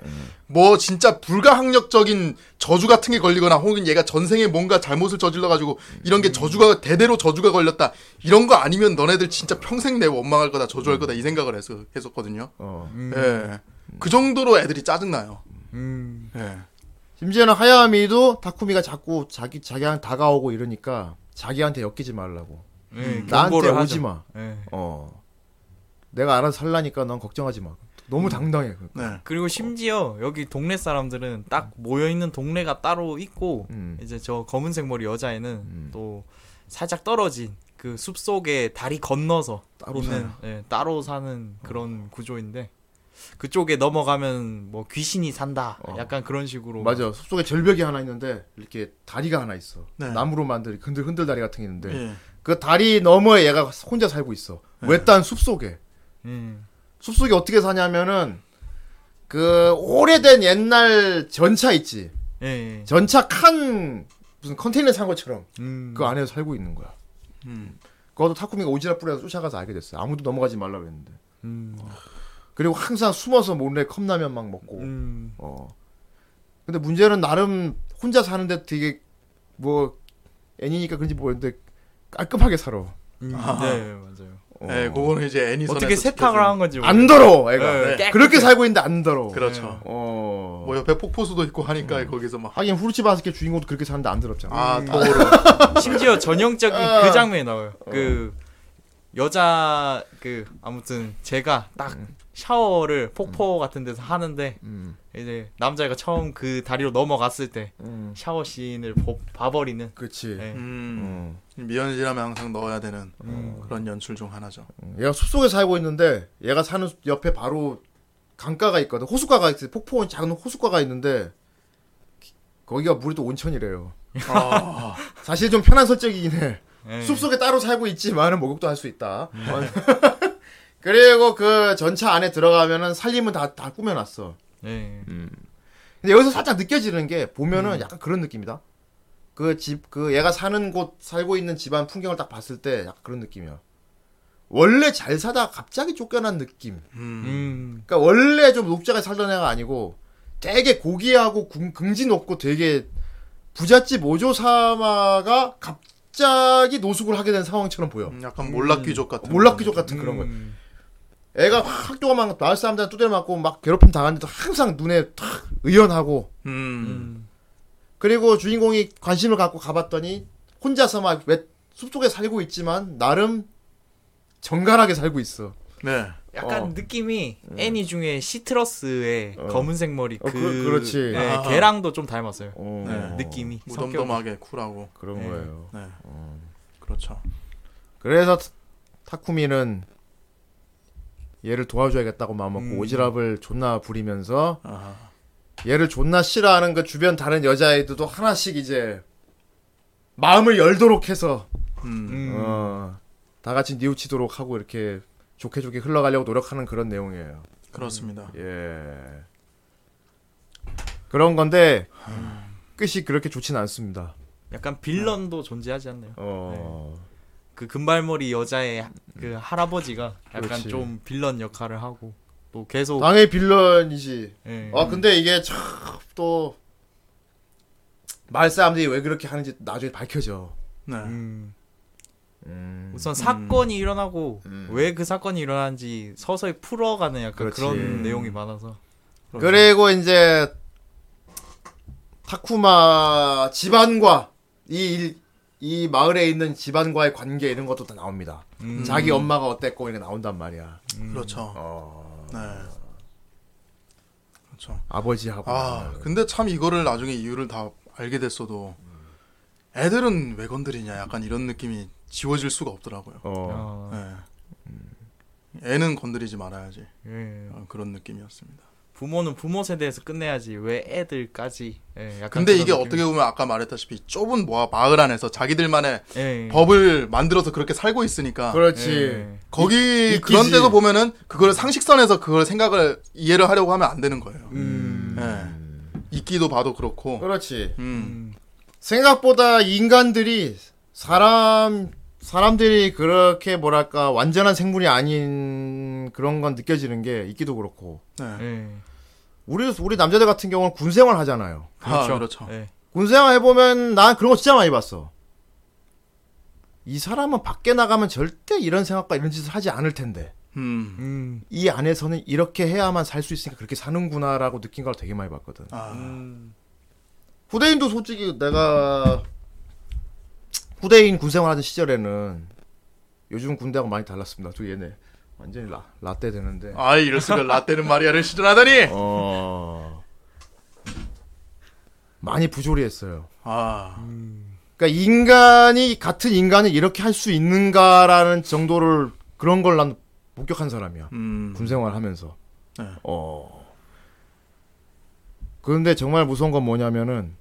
[SPEAKER 3] 뭐 진짜 불가항력적인 저주 같은 게 걸리거나 혹은 얘가 전생에 뭔가 잘못을 저질러 가지고 이런 게 저주가 대대로 저주가 걸렸다 이런 거 아니면 너네들 진짜 평생 내 원망할 거다 저주할 거다 이 생각을 해서 했었거든요.
[SPEAKER 2] 어.
[SPEAKER 3] 예. 그 정도로 애들이 짜증나요.
[SPEAKER 4] 음.
[SPEAKER 3] 예.
[SPEAKER 2] 심지어는 하야미도 타쿠미가 자꾸 자기 자기한테 다가오고 이러니까 자기한테 엮이지 말라고.
[SPEAKER 4] 예.
[SPEAKER 2] 음. 나한테
[SPEAKER 4] 경고를 하죠.
[SPEAKER 2] 오지 마.
[SPEAKER 4] 예.
[SPEAKER 2] 어. 내가 알아서 살라니까 넌 걱정하지 마. 너무 당당해.
[SPEAKER 3] 네.
[SPEAKER 4] 그리고 심지어 여기 동네 사람들은 딱 모여 있는 동네가 따로 있고
[SPEAKER 2] 음.
[SPEAKER 4] 이제 저 검은색 머리 여자애는 또 살짝 떨어진 그 숲속에 다리 건너서
[SPEAKER 2] 따로
[SPEAKER 4] 있는 예, 따로 사는 그런 구조인데 그쪽에 넘어가면 뭐 귀신이 산다 약간 그런 식으로
[SPEAKER 2] 어. 맞아. 숲속에 절벽이 하나 있는데 이렇게 다리가 하나 있어.
[SPEAKER 3] 네.
[SPEAKER 2] 나무로 만든 흔들 흔들 다리 같은 게 있는데
[SPEAKER 3] 예.
[SPEAKER 2] 그 다리 너머에 얘가 혼자 살고 있어. 외딴 숲속에.
[SPEAKER 4] 음.
[SPEAKER 2] 숲속에 어떻게 사냐면은 그 오래된 옛날 전차 있지.
[SPEAKER 4] 예, 예.
[SPEAKER 2] 전차 칸 무슨 컨테이너 산 것처럼
[SPEAKER 4] 음.
[SPEAKER 2] 그 안에서 살고 있는 거야.
[SPEAKER 3] 음.
[SPEAKER 2] 그것도 타쿠미가 오지랖 뿌려서 쫓아가서 알게 됐어. 아무도 넘어가지 말라고 했는데.
[SPEAKER 4] 음.
[SPEAKER 2] 그리고 항상 숨어서 몰래 컵라면 막 먹고.
[SPEAKER 4] 음.
[SPEAKER 2] 어. 근데 문제는 나름 혼자 사는데 되게 뭐 애니니까 그런지 모르겠는데 깔끔하게 살아. 어.
[SPEAKER 4] 음. 네 맞아요
[SPEAKER 3] 예, 그거는 이제 애니선에서
[SPEAKER 4] 어떻게 세탁을
[SPEAKER 3] 지켜주는-
[SPEAKER 4] 한 건지
[SPEAKER 2] 안 더러워, 애가.
[SPEAKER 4] 네, 깨끗해.
[SPEAKER 2] 그렇게 살고 있는데 안 더러워.
[SPEAKER 3] 그렇죠.
[SPEAKER 2] 어.
[SPEAKER 3] 뭐 옆에 폭포수도 있고 하니까
[SPEAKER 4] 음.
[SPEAKER 3] 거기서 막
[SPEAKER 2] 하긴 후르치 바스켓 주인공도 그렇게 사는데 안 더럽잖아.
[SPEAKER 3] 아, 더워로.
[SPEAKER 4] 심지어 전형적인 그 장면이 나와요.
[SPEAKER 2] 어.
[SPEAKER 4] 그 여자 그 아무튼 제가 딱 샤워를 폭포 같은 데서 하는데
[SPEAKER 2] 음.
[SPEAKER 4] 이제 남자애가 처음 그 다리로 넘어갔을 때
[SPEAKER 2] 음.
[SPEAKER 4] 샤워 씬을 보- 봐버리는
[SPEAKER 2] 그치.
[SPEAKER 4] 네.
[SPEAKER 3] 음.
[SPEAKER 2] 음.
[SPEAKER 3] 미연이라면 항상 넣어야 되는
[SPEAKER 4] 음.
[SPEAKER 3] 그런 연출 중 하나죠.
[SPEAKER 2] 음. 얘가 숲속에 살고 있는데 얘가 사는 숲 옆에 바로 강가가 있거든. 호숫가가 있어. 폭포원 작은 호숫가가 있는데 거기가 물이 또 온천이래요.
[SPEAKER 4] 음.
[SPEAKER 3] 아,
[SPEAKER 2] 사실 좀 편한 설정이긴 해.
[SPEAKER 4] 예.
[SPEAKER 2] 숲속에 따로 살고 있지만은 목욕도 할 수 있다.
[SPEAKER 4] 네.
[SPEAKER 2] 그리고 그 전차 안에 들어가면은 살림은 다 다 꾸며놨어.
[SPEAKER 4] 예.
[SPEAKER 2] 음. 근데 여기서 살짝 느껴지는 게 보면은 약간 그런 느낌이다. 그 집 그 얘가 사는 곳 살고 있는 집안 풍경을 딱 봤을 때 약간 그런 느낌이야. 원래 잘 사다 갑자기 쫓겨난 느낌.
[SPEAKER 4] 음.
[SPEAKER 2] 그러니까 원래 좀 높자게 살던 애가 아니고 되게 고귀하고 군- 긍지 높고 되게 부잣집 오조사마가 갑자기 노숙을 하게 된 상황처럼 보여. 뭐
[SPEAKER 3] 음, 약간 몰락귀족 같은.
[SPEAKER 2] 몰락귀족 같은 그런
[SPEAKER 4] 음.
[SPEAKER 2] 거. 애가 확 학교가 막 마을 사람들한테 두드려 맞고 막 괴롭힘 당하는데도 항상 눈에 탁 의연하고
[SPEAKER 3] 음.
[SPEAKER 4] 음.
[SPEAKER 2] 그리고 주인공이 관심을 갖고 가봤더니 혼자서 막 왜- 숲속에 살고 있지만 나름 정갈하게 살고 있어.
[SPEAKER 3] 네.
[SPEAKER 4] 약간
[SPEAKER 2] 어.
[SPEAKER 4] 느낌이 애니 중에 시트러스의
[SPEAKER 2] 어.
[SPEAKER 4] 검은색 머리
[SPEAKER 2] 어,
[SPEAKER 4] 그,
[SPEAKER 2] 그- 그렇지.
[SPEAKER 4] 예,
[SPEAKER 3] 아하.
[SPEAKER 4] 걔랑도 좀 닮았어요.
[SPEAKER 2] 어,
[SPEAKER 3] 네,
[SPEAKER 4] 느낌이 음. 성격이.
[SPEAKER 3] 무덤덤하게 쿨하고.
[SPEAKER 2] 그런
[SPEAKER 4] 네.
[SPEAKER 2] 거예요.
[SPEAKER 3] 네. 그렇죠.
[SPEAKER 2] 그래서 타- 타쿠미는 얘를 도와줘야겠다고 마음먹고 오지랖을 존나 부리면서
[SPEAKER 3] 아하.
[SPEAKER 2] 얘를 존나 싫어하는 그 주변 다른 여자애들도 하나씩 이제 마음을 열도록 해서
[SPEAKER 3] 음.
[SPEAKER 4] 음.
[SPEAKER 2] 어, 다 같이 뉘우치도록 하고 이렇게 좋게 좋게 흘러가려고 노력하는 그런 내용이에요.
[SPEAKER 4] 음.
[SPEAKER 3] 그렇습니다.
[SPEAKER 2] 예. 그런 건데 끝이 그렇게 좋진 않습니다.
[SPEAKER 4] 약간 빌런도 존재하지 않나요?
[SPEAKER 2] 어.
[SPEAKER 3] 네.
[SPEAKER 4] 그 금발머리 여자의 그 할아버지가 약간
[SPEAKER 2] 음. 그렇지.
[SPEAKER 4] 좀 빌런 역할을 하고 또 계속
[SPEAKER 2] 당연히 빌런이지.
[SPEAKER 4] 예.
[SPEAKER 2] 아 근데 이게 참 또 마을 사람들이 왜 그렇게 하는지 나중에 밝혀져.
[SPEAKER 3] 네.
[SPEAKER 4] 음.
[SPEAKER 3] 음.
[SPEAKER 4] 우선 사건이 일어나고 왜 그 사건이 일어나는지 서서히 풀어가는 약간
[SPEAKER 2] 음. 그렇지.
[SPEAKER 4] 그런
[SPEAKER 2] 음.
[SPEAKER 4] 내용이 많아서
[SPEAKER 3] 그렇죠.
[SPEAKER 2] 그리고 이제 타쿠마 집안과 이 일- 이 마을에 있는 집안과의 관계 이런 것도 다 나옵니다.
[SPEAKER 3] 음.
[SPEAKER 2] 자기 엄마가 어땠고 이게 나온단 말이야.
[SPEAKER 4] 음.
[SPEAKER 3] 그렇죠.
[SPEAKER 4] 아.
[SPEAKER 3] 네. 그렇죠.
[SPEAKER 2] 아버지하고.
[SPEAKER 3] 아,
[SPEAKER 4] 음.
[SPEAKER 3] 근데 참 이거를 나중에 이유를 다 알게 됐어도
[SPEAKER 4] 음.
[SPEAKER 3] 애들은 왜 건드리냐 약간 이런 느낌이 지워질 수가 없더라고요.
[SPEAKER 2] 어.
[SPEAKER 4] 어,
[SPEAKER 3] 네. 애는 건드리지 말아야지
[SPEAKER 4] 예.
[SPEAKER 3] 어, 그런 느낌이었습니다.
[SPEAKER 4] 부모는 부모 세대에서 끝내야지 왜 애들까지 예, 약간
[SPEAKER 3] 근데
[SPEAKER 4] 그런
[SPEAKER 3] 이게
[SPEAKER 4] 느낌.
[SPEAKER 3] 어떻게 보면 아까 말했다시피 좁은 뭐 마을 안에서 자기들만의
[SPEAKER 4] 예.
[SPEAKER 3] 법을 만들어서 그렇게 살고 있으니까
[SPEAKER 2] 그렇지.
[SPEAKER 4] 예.
[SPEAKER 3] 거기
[SPEAKER 2] 있-
[SPEAKER 3] 그런
[SPEAKER 2] 있기지.
[SPEAKER 3] 데서 보면은 그걸 상식선에서 그걸 생각을 이해를 하려고 하면 안 되는 거예요. 예. 있기도 봐도 그렇고.
[SPEAKER 2] 그렇지.
[SPEAKER 3] 음.
[SPEAKER 2] 생각보다 인간들이 사람 사람들이 그렇게 뭐랄까 완전한 생물이 아닌 그런 건 느껴지는 게 있기도 그렇고
[SPEAKER 3] 네.
[SPEAKER 4] 예.
[SPEAKER 2] 우리 우리 남자들 같은 경우는 군 생활 하잖아요.
[SPEAKER 3] 그렇죠. 아,
[SPEAKER 2] 어.
[SPEAKER 3] 그렇죠.
[SPEAKER 4] 예.
[SPEAKER 2] 군 생활 해보면 난 그런 거 진짜 많이 봤어. 이 사람은 밖에 나가면 절대 이런 생각과 이런 짓을 하지 않을 텐데
[SPEAKER 3] 음.
[SPEAKER 4] 음.
[SPEAKER 2] 이 안에서는 이렇게 해야만 살 수 있으니까 그렇게 사는구나라고 느낀 걸 되게 많이 봤거든.
[SPEAKER 3] 아.
[SPEAKER 2] 후대인도 솔직히 내가 후대인 군생활 하던 시절에는 요즘 군대하고 많이 달랐습니다. 저 얘네 완전히 라, 라떼 되는데.
[SPEAKER 3] 아이 이럴 수가 라떼는 마리아를 실현하다니.
[SPEAKER 2] 어. 많이 부조리했어요.
[SPEAKER 3] 아.
[SPEAKER 2] 그러니까 인간이 같은 인간을 이렇게 할 수 있는가라는 정도를 그런 걸 난 목격한 사람이야.
[SPEAKER 3] 음.
[SPEAKER 2] 군생활 하면서.
[SPEAKER 3] 네.
[SPEAKER 2] 어. 그런데 정말 무서운 건 뭐냐면은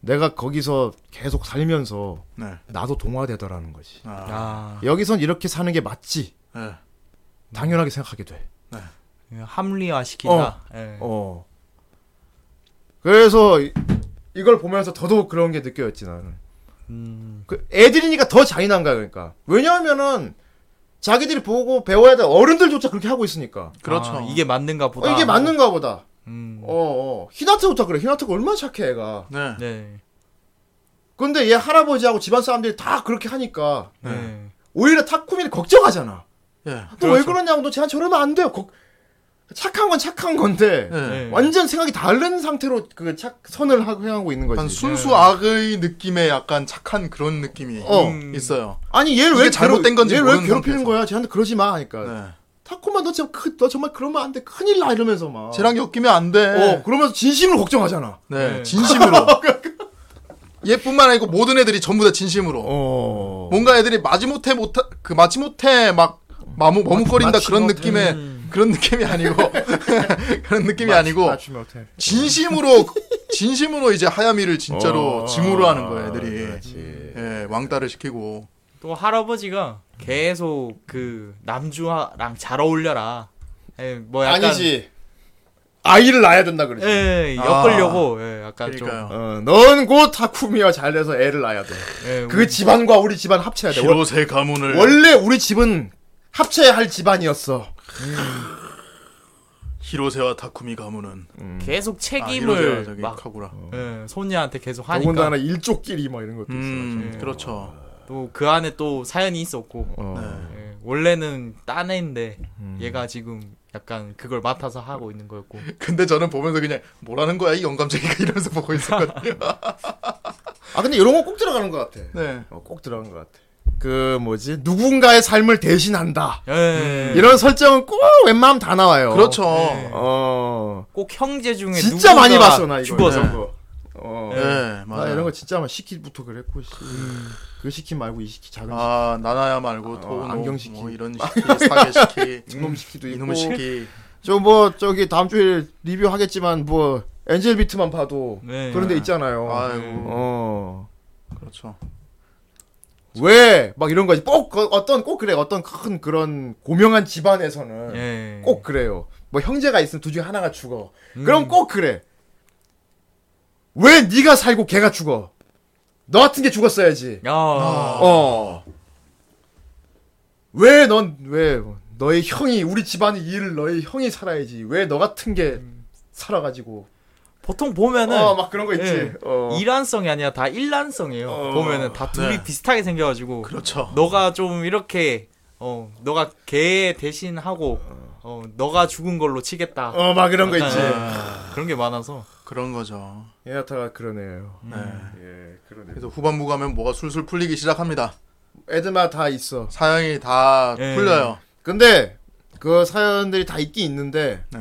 [SPEAKER 2] 내가 거기서 계속 살면서
[SPEAKER 3] 네.
[SPEAKER 2] 나도 동화되더라는 거지.
[SPEAKER 3] 아.
[SPEAKER 4] 아.
[SPEAKER 2] 여기선 이렇게 사는 게 맞지.
[SPEAKER 3] 네.
[SPEAKER 2] 당연하게 생각하게 돼.
[SPEAKER 4] 네. 예, 합리화 시킨다. 예.
[SPEAKER 2] 어. 그래서 이- 이걸 보면서 더더욱 그런 게 느껴졌지 나는.
[SPEAKER 4] 음.
[SPEAKER 2] 그 애들이니까 더 잔인한 거야 그러니까. 왜냐하면은 자기들이 보고 배워야 될 어른들조차 그렇게 하고 있으니까.
[SPEAKER 3] 그렇죠.
[SPEAKER 4] 아, 이게 맞는가 보다.
[SPEAKER 2] 어, 이게 맞는가 보다.
[SPEAKER 4] 음.
[SPEAKER 2] 어, 어. 히나트부터 그래. 히나트가 얼마나 착해 애가.
[SPEAKER 3] 네.
[SPEAKER 4] 네.
[SPEAKER 2] 근데 얘 할아버지하고 집안 사람들이 다 그렇게 하니까
[SPEAKER 4] 네.
[SPEAKER 2] 오히려 타쿠미는 걱정하잖아.
[SPEAKER 3] 예.
[SPEAKER 2] 너
[SPEAKER 4] 그렇죠.
[SPEAKER 2] 왜 그러냐고 너 쟤한 저러면 안 돼요. 걱- 착한 건 착한 건데
[SPEAKER 3] 예.
[SPEAKER 4] 네.
[SPEAKER 2] 완전 생각이 다른 상태로 그 착, 선을 하- 행하고 있는
[SPEAKER 3] 약간
[SPEAKER 2] 거지. 예.
[SPEAKER 3] 순수 악의 느낌의 약간 착한 그런 느낌이 음.
[SPEAKER 2] 어.
[SPEAKER 3] 있어요.
[SPEAKER 2] 아니 얘를 왜
[SPEAKER 3] 이게 잘못된 건지
[SPEAKER 2] 얘를 왜
[SPEAKER 3] 모르는
[SPEAKER 2] 괴롭히는
[SPEAKER 3] 상태에서.
[SPEAKER 2] 거야? 쟤한테 그러지 마 하니까
[SPEAKER 3] 네.
[SPEAKER 2] 타코만 너 진짜 크, 너 정말 그러면 안 돼 큰일 나 이러면서 막.
[SPEAKER 3] 쟤랑 엮이면 안 돼.
[SPEAKER 2] 아. 어 그- 예. 그러면서 진심으로 걱정하잖아.
[SPEAKER 3] 네.
[SPEAKER 4] 네.
[SPEAKER 3] 진심으로. 얘뿐만 아니고 모든 애들이 전부 다 진심으로.
[SPEAKER 2] 어.
[SPEAKER 3] 뭔가 애들이 마지못해 못그 마지못해 막 마무 머뭇거린다
[SPEAKER 2] 마지못해.
[SPEAKER 3] 그런
[SPEAKER 2] 음.
[SPEAKER 3] 느낌의 그런 느낌이 아니고 그런 느낌이 아니고
[SPEAKER 2] 맞추면 어때?
[SPEAKER 3] 진심으로 진심으로 이제 하야미를 진짜로
[SPEAKER 2] 어. 아,
[SPEAKER 3] 징후로 하는 거야 애들이
[SPEAKER 2] 그렇지.
[SPEAKER 3] 예 왕따를 시키고
[SPEAKER 4] 또 할아버지가 계속 그 남주랑 잘 어울려라. 예, 뭐 약간
[SPEAKER 2] 아니지. 아이를 낳아야 된다 그러지.
[SPEAKER 4] 예, 엮으려고 예, 약간
[SPEAKER 3] 그러니까요
[SPEAKER 2] 어, 넌곧 타쿠미와 잘 돼서 애를 낳아야 돼.
[SPEAKER 4] 좀 예,
[SPEAKER 2] 그 집안과 우리 집안 합쳐야 돼. 원-
[SPEAKER 3] 히로세 가문을
[SPEAKER 2] 원래 우리 집은 합쳐야 할 집안이었어.
[SPEAKER 3] 히로세와 타쿠미 가문은
[SPEAKER 4] 계속
[SPEAKER 3] 아, 히로세와
[SPEAKER 4] 책임을
[SPEAKER 3] 저기
[SPEAKER 4] 막
[SPEAKER 3] 카구라
[SPEAKER 4] 예, 손녀한테 계속 하니까
[SPEAKER 2] 더군다나 일족끼리 막 이런 것도 있어.
[SPEAKER 3] 음 그렇죠
[SPEAKER 4] 또 그 안에 또 사연이 있었고
[SPEAKER 2] 어.
[SPEAKER 3] 네.
[SPEAKER 2] 음.
[SPEAKER 4] 예, 원래는 딴 애인데 얘가 지금 약간 그걸 맡아서 하고 있는 거였고
[SPEAKER 3] 근데 저는 보면서 그냥 뭐라는 거야 이 영감쟁이가 이러면서 보고 있었거든요
[SPEAKER 2] 아 근데 이런 건 꼭 들어가는 것 같아.
[SPEAKER 3] 네
[SPEAKER 2] 어, 꼭 들어간 것 같아. 그 뭐지 누군가의 삶을 대신한다.
[SPEAKER 4] 예,
[SPEAKER 2] 음. 이런 설정은 꼭 웬만하면 다 나와요.
[SPEAKER 3] 그렇죠
[SPEAKER 2] 어
[SPEAKER 4] 꼭 형제 중에
[SPEAKER 2] 진짜
[SPEAKER 4] 네, 누군가가
[SPEAKER 2] 많이 봤어 나 이거.
[SPEAKER 4] 죽어서
[SPEAKER 2] 이런 거. 어.
[SPEAKER 3] 예
[SPEAKER 2] 나
[SPEAKER 3] 맞아요
[SPEAKER 2] 이런 거 진짜 많이 시키부터 그랬고 씨. 그 시키 말고 이 시키 작은 시키,
[SPEAKER 3] 아 나나야 말고 토
[SPEAKER 2] 안경
[SPEAKER 3] 안경
[SPEAKER 2] 시키.
[SPEAKER 3] 시키 뭐 이런 시키 사계 시키
[SPEAKER 2] 이놈 시키도 있고.
[SPEAKER 3] 이놈의 시키
[SPEAKER 2] 저 뭐 저기 다음 주에 리뷰하겠지만 뭐 엔젤 비트만 봐도 어,
[SPEAKER 4] 네.
[SPEAKER 3] 아, 어.
[SPEAKER 2] 그런 데 있잖아요.
[SPEAKER 3] 아이고
[SPEAKER 2] 어.
[SPEAKER 3] 그렇죠
[SPEAKER 2] 왜 막 이런 거지. 꼭 그- 어떤 꼭 그래. 어떤 큰 그런 고명한 집안에서는
[SPEAKER 4] 예.
[SPEAKER 2] 꼭 그래요. 뭐 형제가 있으면 둘 중에 하나가 죽어.
[SPEAKER 4] 음.
[SPEAKER 2] 그럼 꼭 그래. 왜 네가 살고 걔가 죽어? 너 같은 게 죽었어야지.
[SPEAKER 4] 야.
[SPEAKER 2] 어. 왜 넌 왜 너의 형이 우리 집안의 일을 너의 형이 살아야지. 왜 너 같은 게 살아가지고
[SPEAKER 4] 보통 보면은
[SPEAKER 2] 어 막 그런 거 있지.
[SPEAKER 4] 예.
[SPEAKER 2] 어.
[SPEAKER 4] 일란성이 아니라 다 일란성이에요. 보면은 다 둘이
[SPEAKER 3] 네.
[SPEAKER 4] 비슷하게 생겨가지고
[SPEAKER 3] 그렇죠.
[SPEAKER 4] 너가 좀 이렇게 어 너가 걔 대신하고 어 너가 죽은 걸로 치겠다
[SPEAKER 2] 어 막 이런 거
[SPEAKER 3] 네.
[SPEAKER 2] 있지.
[SPEAKER 4] 그런 게 많아서
[SPEAKER 3] 그런 거죠.
[SPEAKER 4] 예.
[SPEAKER 2] 얘네타가 그러네요.
[SPEAKER 4] 음.
[SPEAKER 3] 네.
[SPEAKER 2] 예, 그러네.
[SPEAKER 3] 그래서 후반부 가면 뭐가 술술 풀리기 시작합니다.
[SPEAKER 2] 애들마다 다 있어.
[SPEAKER 3] 사양이 다
[SPEAKER 4] 예.
[SPEAKER 3] 풀려요.
[SPEAKER 2] 근데 그 사연들이 다 있긴 있는데
[SPEAKER 3] 네.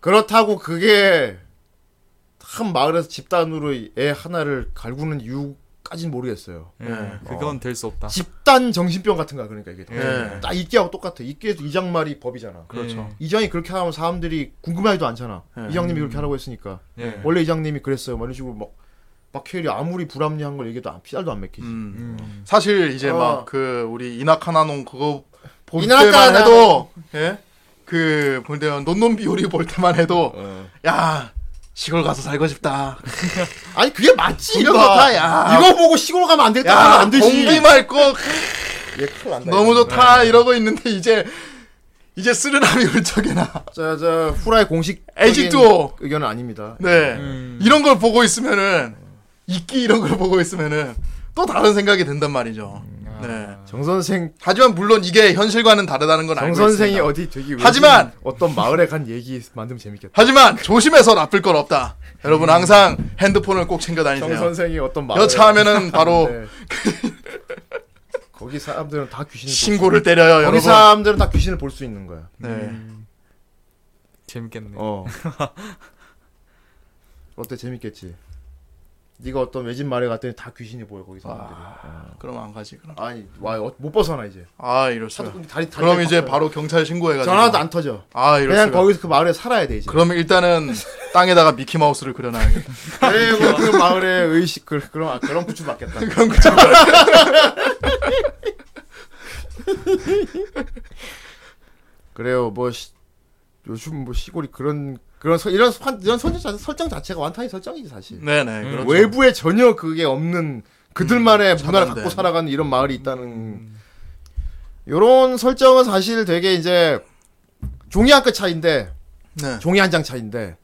[SPEAKER 2] 그렇다고 그게 한 마을에서 집단으로 애 하나를 갈구는 이유까진 모르겠어요.
[SPEAKER 4] 예,
[SPEAKER 3] 네.
[SPEAKER 4] 그건 될 수
[SPEAKER 2] 어.
[SPEAKER 4] 없다.
[SPEAKER 2] 집단 정신병 같은 거야 그러니까 이게 다.
[SPEAKER 3] 예.
[SPEAKER 2] 딱 이끼하고 똑같아. 이끼에서 이장말이 법이잖아.
[SPEAKER 3] 그렇죠.
[SPEAKER 2] 이장이 그렇게 하면 사람들이 궁금해하지도 않잖아.
[SPEAKER 3] 예.
[SPEAKER 2] 이장님이 그렇게 하라고 했으니까
[SPEAKER 4] 예. 예.
[SPEAKER 2] 원래 이장님이 그랬어요. 막 이런 식으로 막 박해일이 아무리 불합리한 걸 얘기해도 안- 피살도 안 맥히지.
[SPEAKER 3] 음.
[SPEAKER 4] 음.
[SPEAKER 3] 사실 이제
[SPEAKER 2] 어.
[SPEAKER 3] 막 그 우리 이나카나농 그거 볼
[SPEAKER 2] 이나카나-
[SPEAKER 3] 때만 해도 예? 그볼 때만 논논비오리 볼 때만 해도 어. 야 시골 가서 살고 싶다. 그러니까
[SPEAKER 2] 아니 그게 맞지
[SPEAKER 3] 이거
[SPEAKER 2] 이거.
[SPEAKER 3] 좋다, 야.
[SPEAKER 2] 이거 보고 시골 가면 안 되겠다 하면
[SPEAKER 3] 야
[SPEAKER 2] 안 되지.
[SPEAKER 3] 공기 맑고 네.
[SPEAKER 2] 얘 큰일 난다.
[SPEAKER 3] 너무 좋다 이러고 있는데 이제 이제 쓰르람이 올 적이나
[SPEAKER 2] 자자 후라이 공식
[SPEAKER 3] 에이지투어.
[SPEAKER 2] 의견은 아닙니다.
[SPEAKER 3] 네
[SPEAKER 4] 음.
[SPEAKER 3] 이런 걸 보고 있으면은 이끼 이런 걸 보고 있으면은 또 다른 생각이 든단 말이죠. 네.
[SPEAKER 2] 정 선생
[SPEAKER 3] 하지만 물론 이게 현실과는 다르다는 건
[SPEAKER 2] 정
[SPEAKER 3] 알고
[SPEAKER 2] 선생이
[SPEAKER 3] 있습니다.
[SPEAKER 2] 어디 되기 외진
[SPEAKER 3] 하지만!
[SPEAKER 2] 어떤 마을에 간 얘기 만들면 재밌겠다.
[SPEAKER 3] 하지만 조심해서 나쁠 건 없다. 여러분 항상 핸드폰을 꼭 챙겨
[SPEAKER 2] 정
[SPEAKER 3] 다니세요.
[SPEAKER 2] 선생이 어떤 마을
[SPEAKER 3] 여차하면은 바로
[SPEAKER 2] 네. 거기 사람들은 다 귀신을
[SPEAKER 3] 신고를 때려요,
[SPEAKER 2] 거기
[SPEAKER 3] 여러분.
[SPEAKER 2] 사람들은 음, 다 귀신을 볼 수 있는 거야.
[SPEAKER 3] 네.
[SPEAKER 4] 재밌겠네.
[SPEAKER 2] 어. 어때 재밌겠지? 네가 어떤 외진 마을에 갔더니 다 귀신이 보여 거기 사람들이.
[SPEAKER 3] 아. 그럼 안 가지 그럼.
[SPEAKER 2] 아니 와못 벗어나 이제.
[SPEAKER 3] 아 이럴 수가.
[SPEAKER 2] 차도 다리 다리
[SPEAKER 3] 그럼 이제
[SPEAKER 2] 바꿔요.
[SPEAKER 3] 바로 경찰 신고해가지고.
[SPEAKER 2] 전화도 안 터져.
[SPEAKER 3] 아 이럴
[SPEAKER 2] 그냥
[SPEAKER 3] 수가.
[SPEAKER 2] 거기서 그 마을에 살아야 돼 이제.
[SPEAKER 3] 그러면 일단은 땅에다가 미키 마우스를 그려놔야겠다.
[SPEAKER 2] 그리고 그 마을에 의식 그, 그럼 아, 그런 부추 맞겠다.
[SPEAKER 3] 그럼 그죠.
[SPEAKER 2] 그래요. 뭐 시, 요즘 뭐 시골이 그런 그런 서, 이런 선- 이런 설정, 자, 설정 자체가 완타이 설정이지 사실.
[SPEAKER 3] 네네 그렇죠. 음,
[SPEAKER 2] 외부에 전혀 그게 없는 그들만의 문화를
[SPEAKER 3] 차단된. 음.
[SPEAKER 2] 갖고 살아가는 이런 마을이 있다는 요런 설정은 사실 되게 이제 종이 한 끗 차인데
[SPEAKER 3] 네.
[SPEAKER 2] 종이 한 장 차인데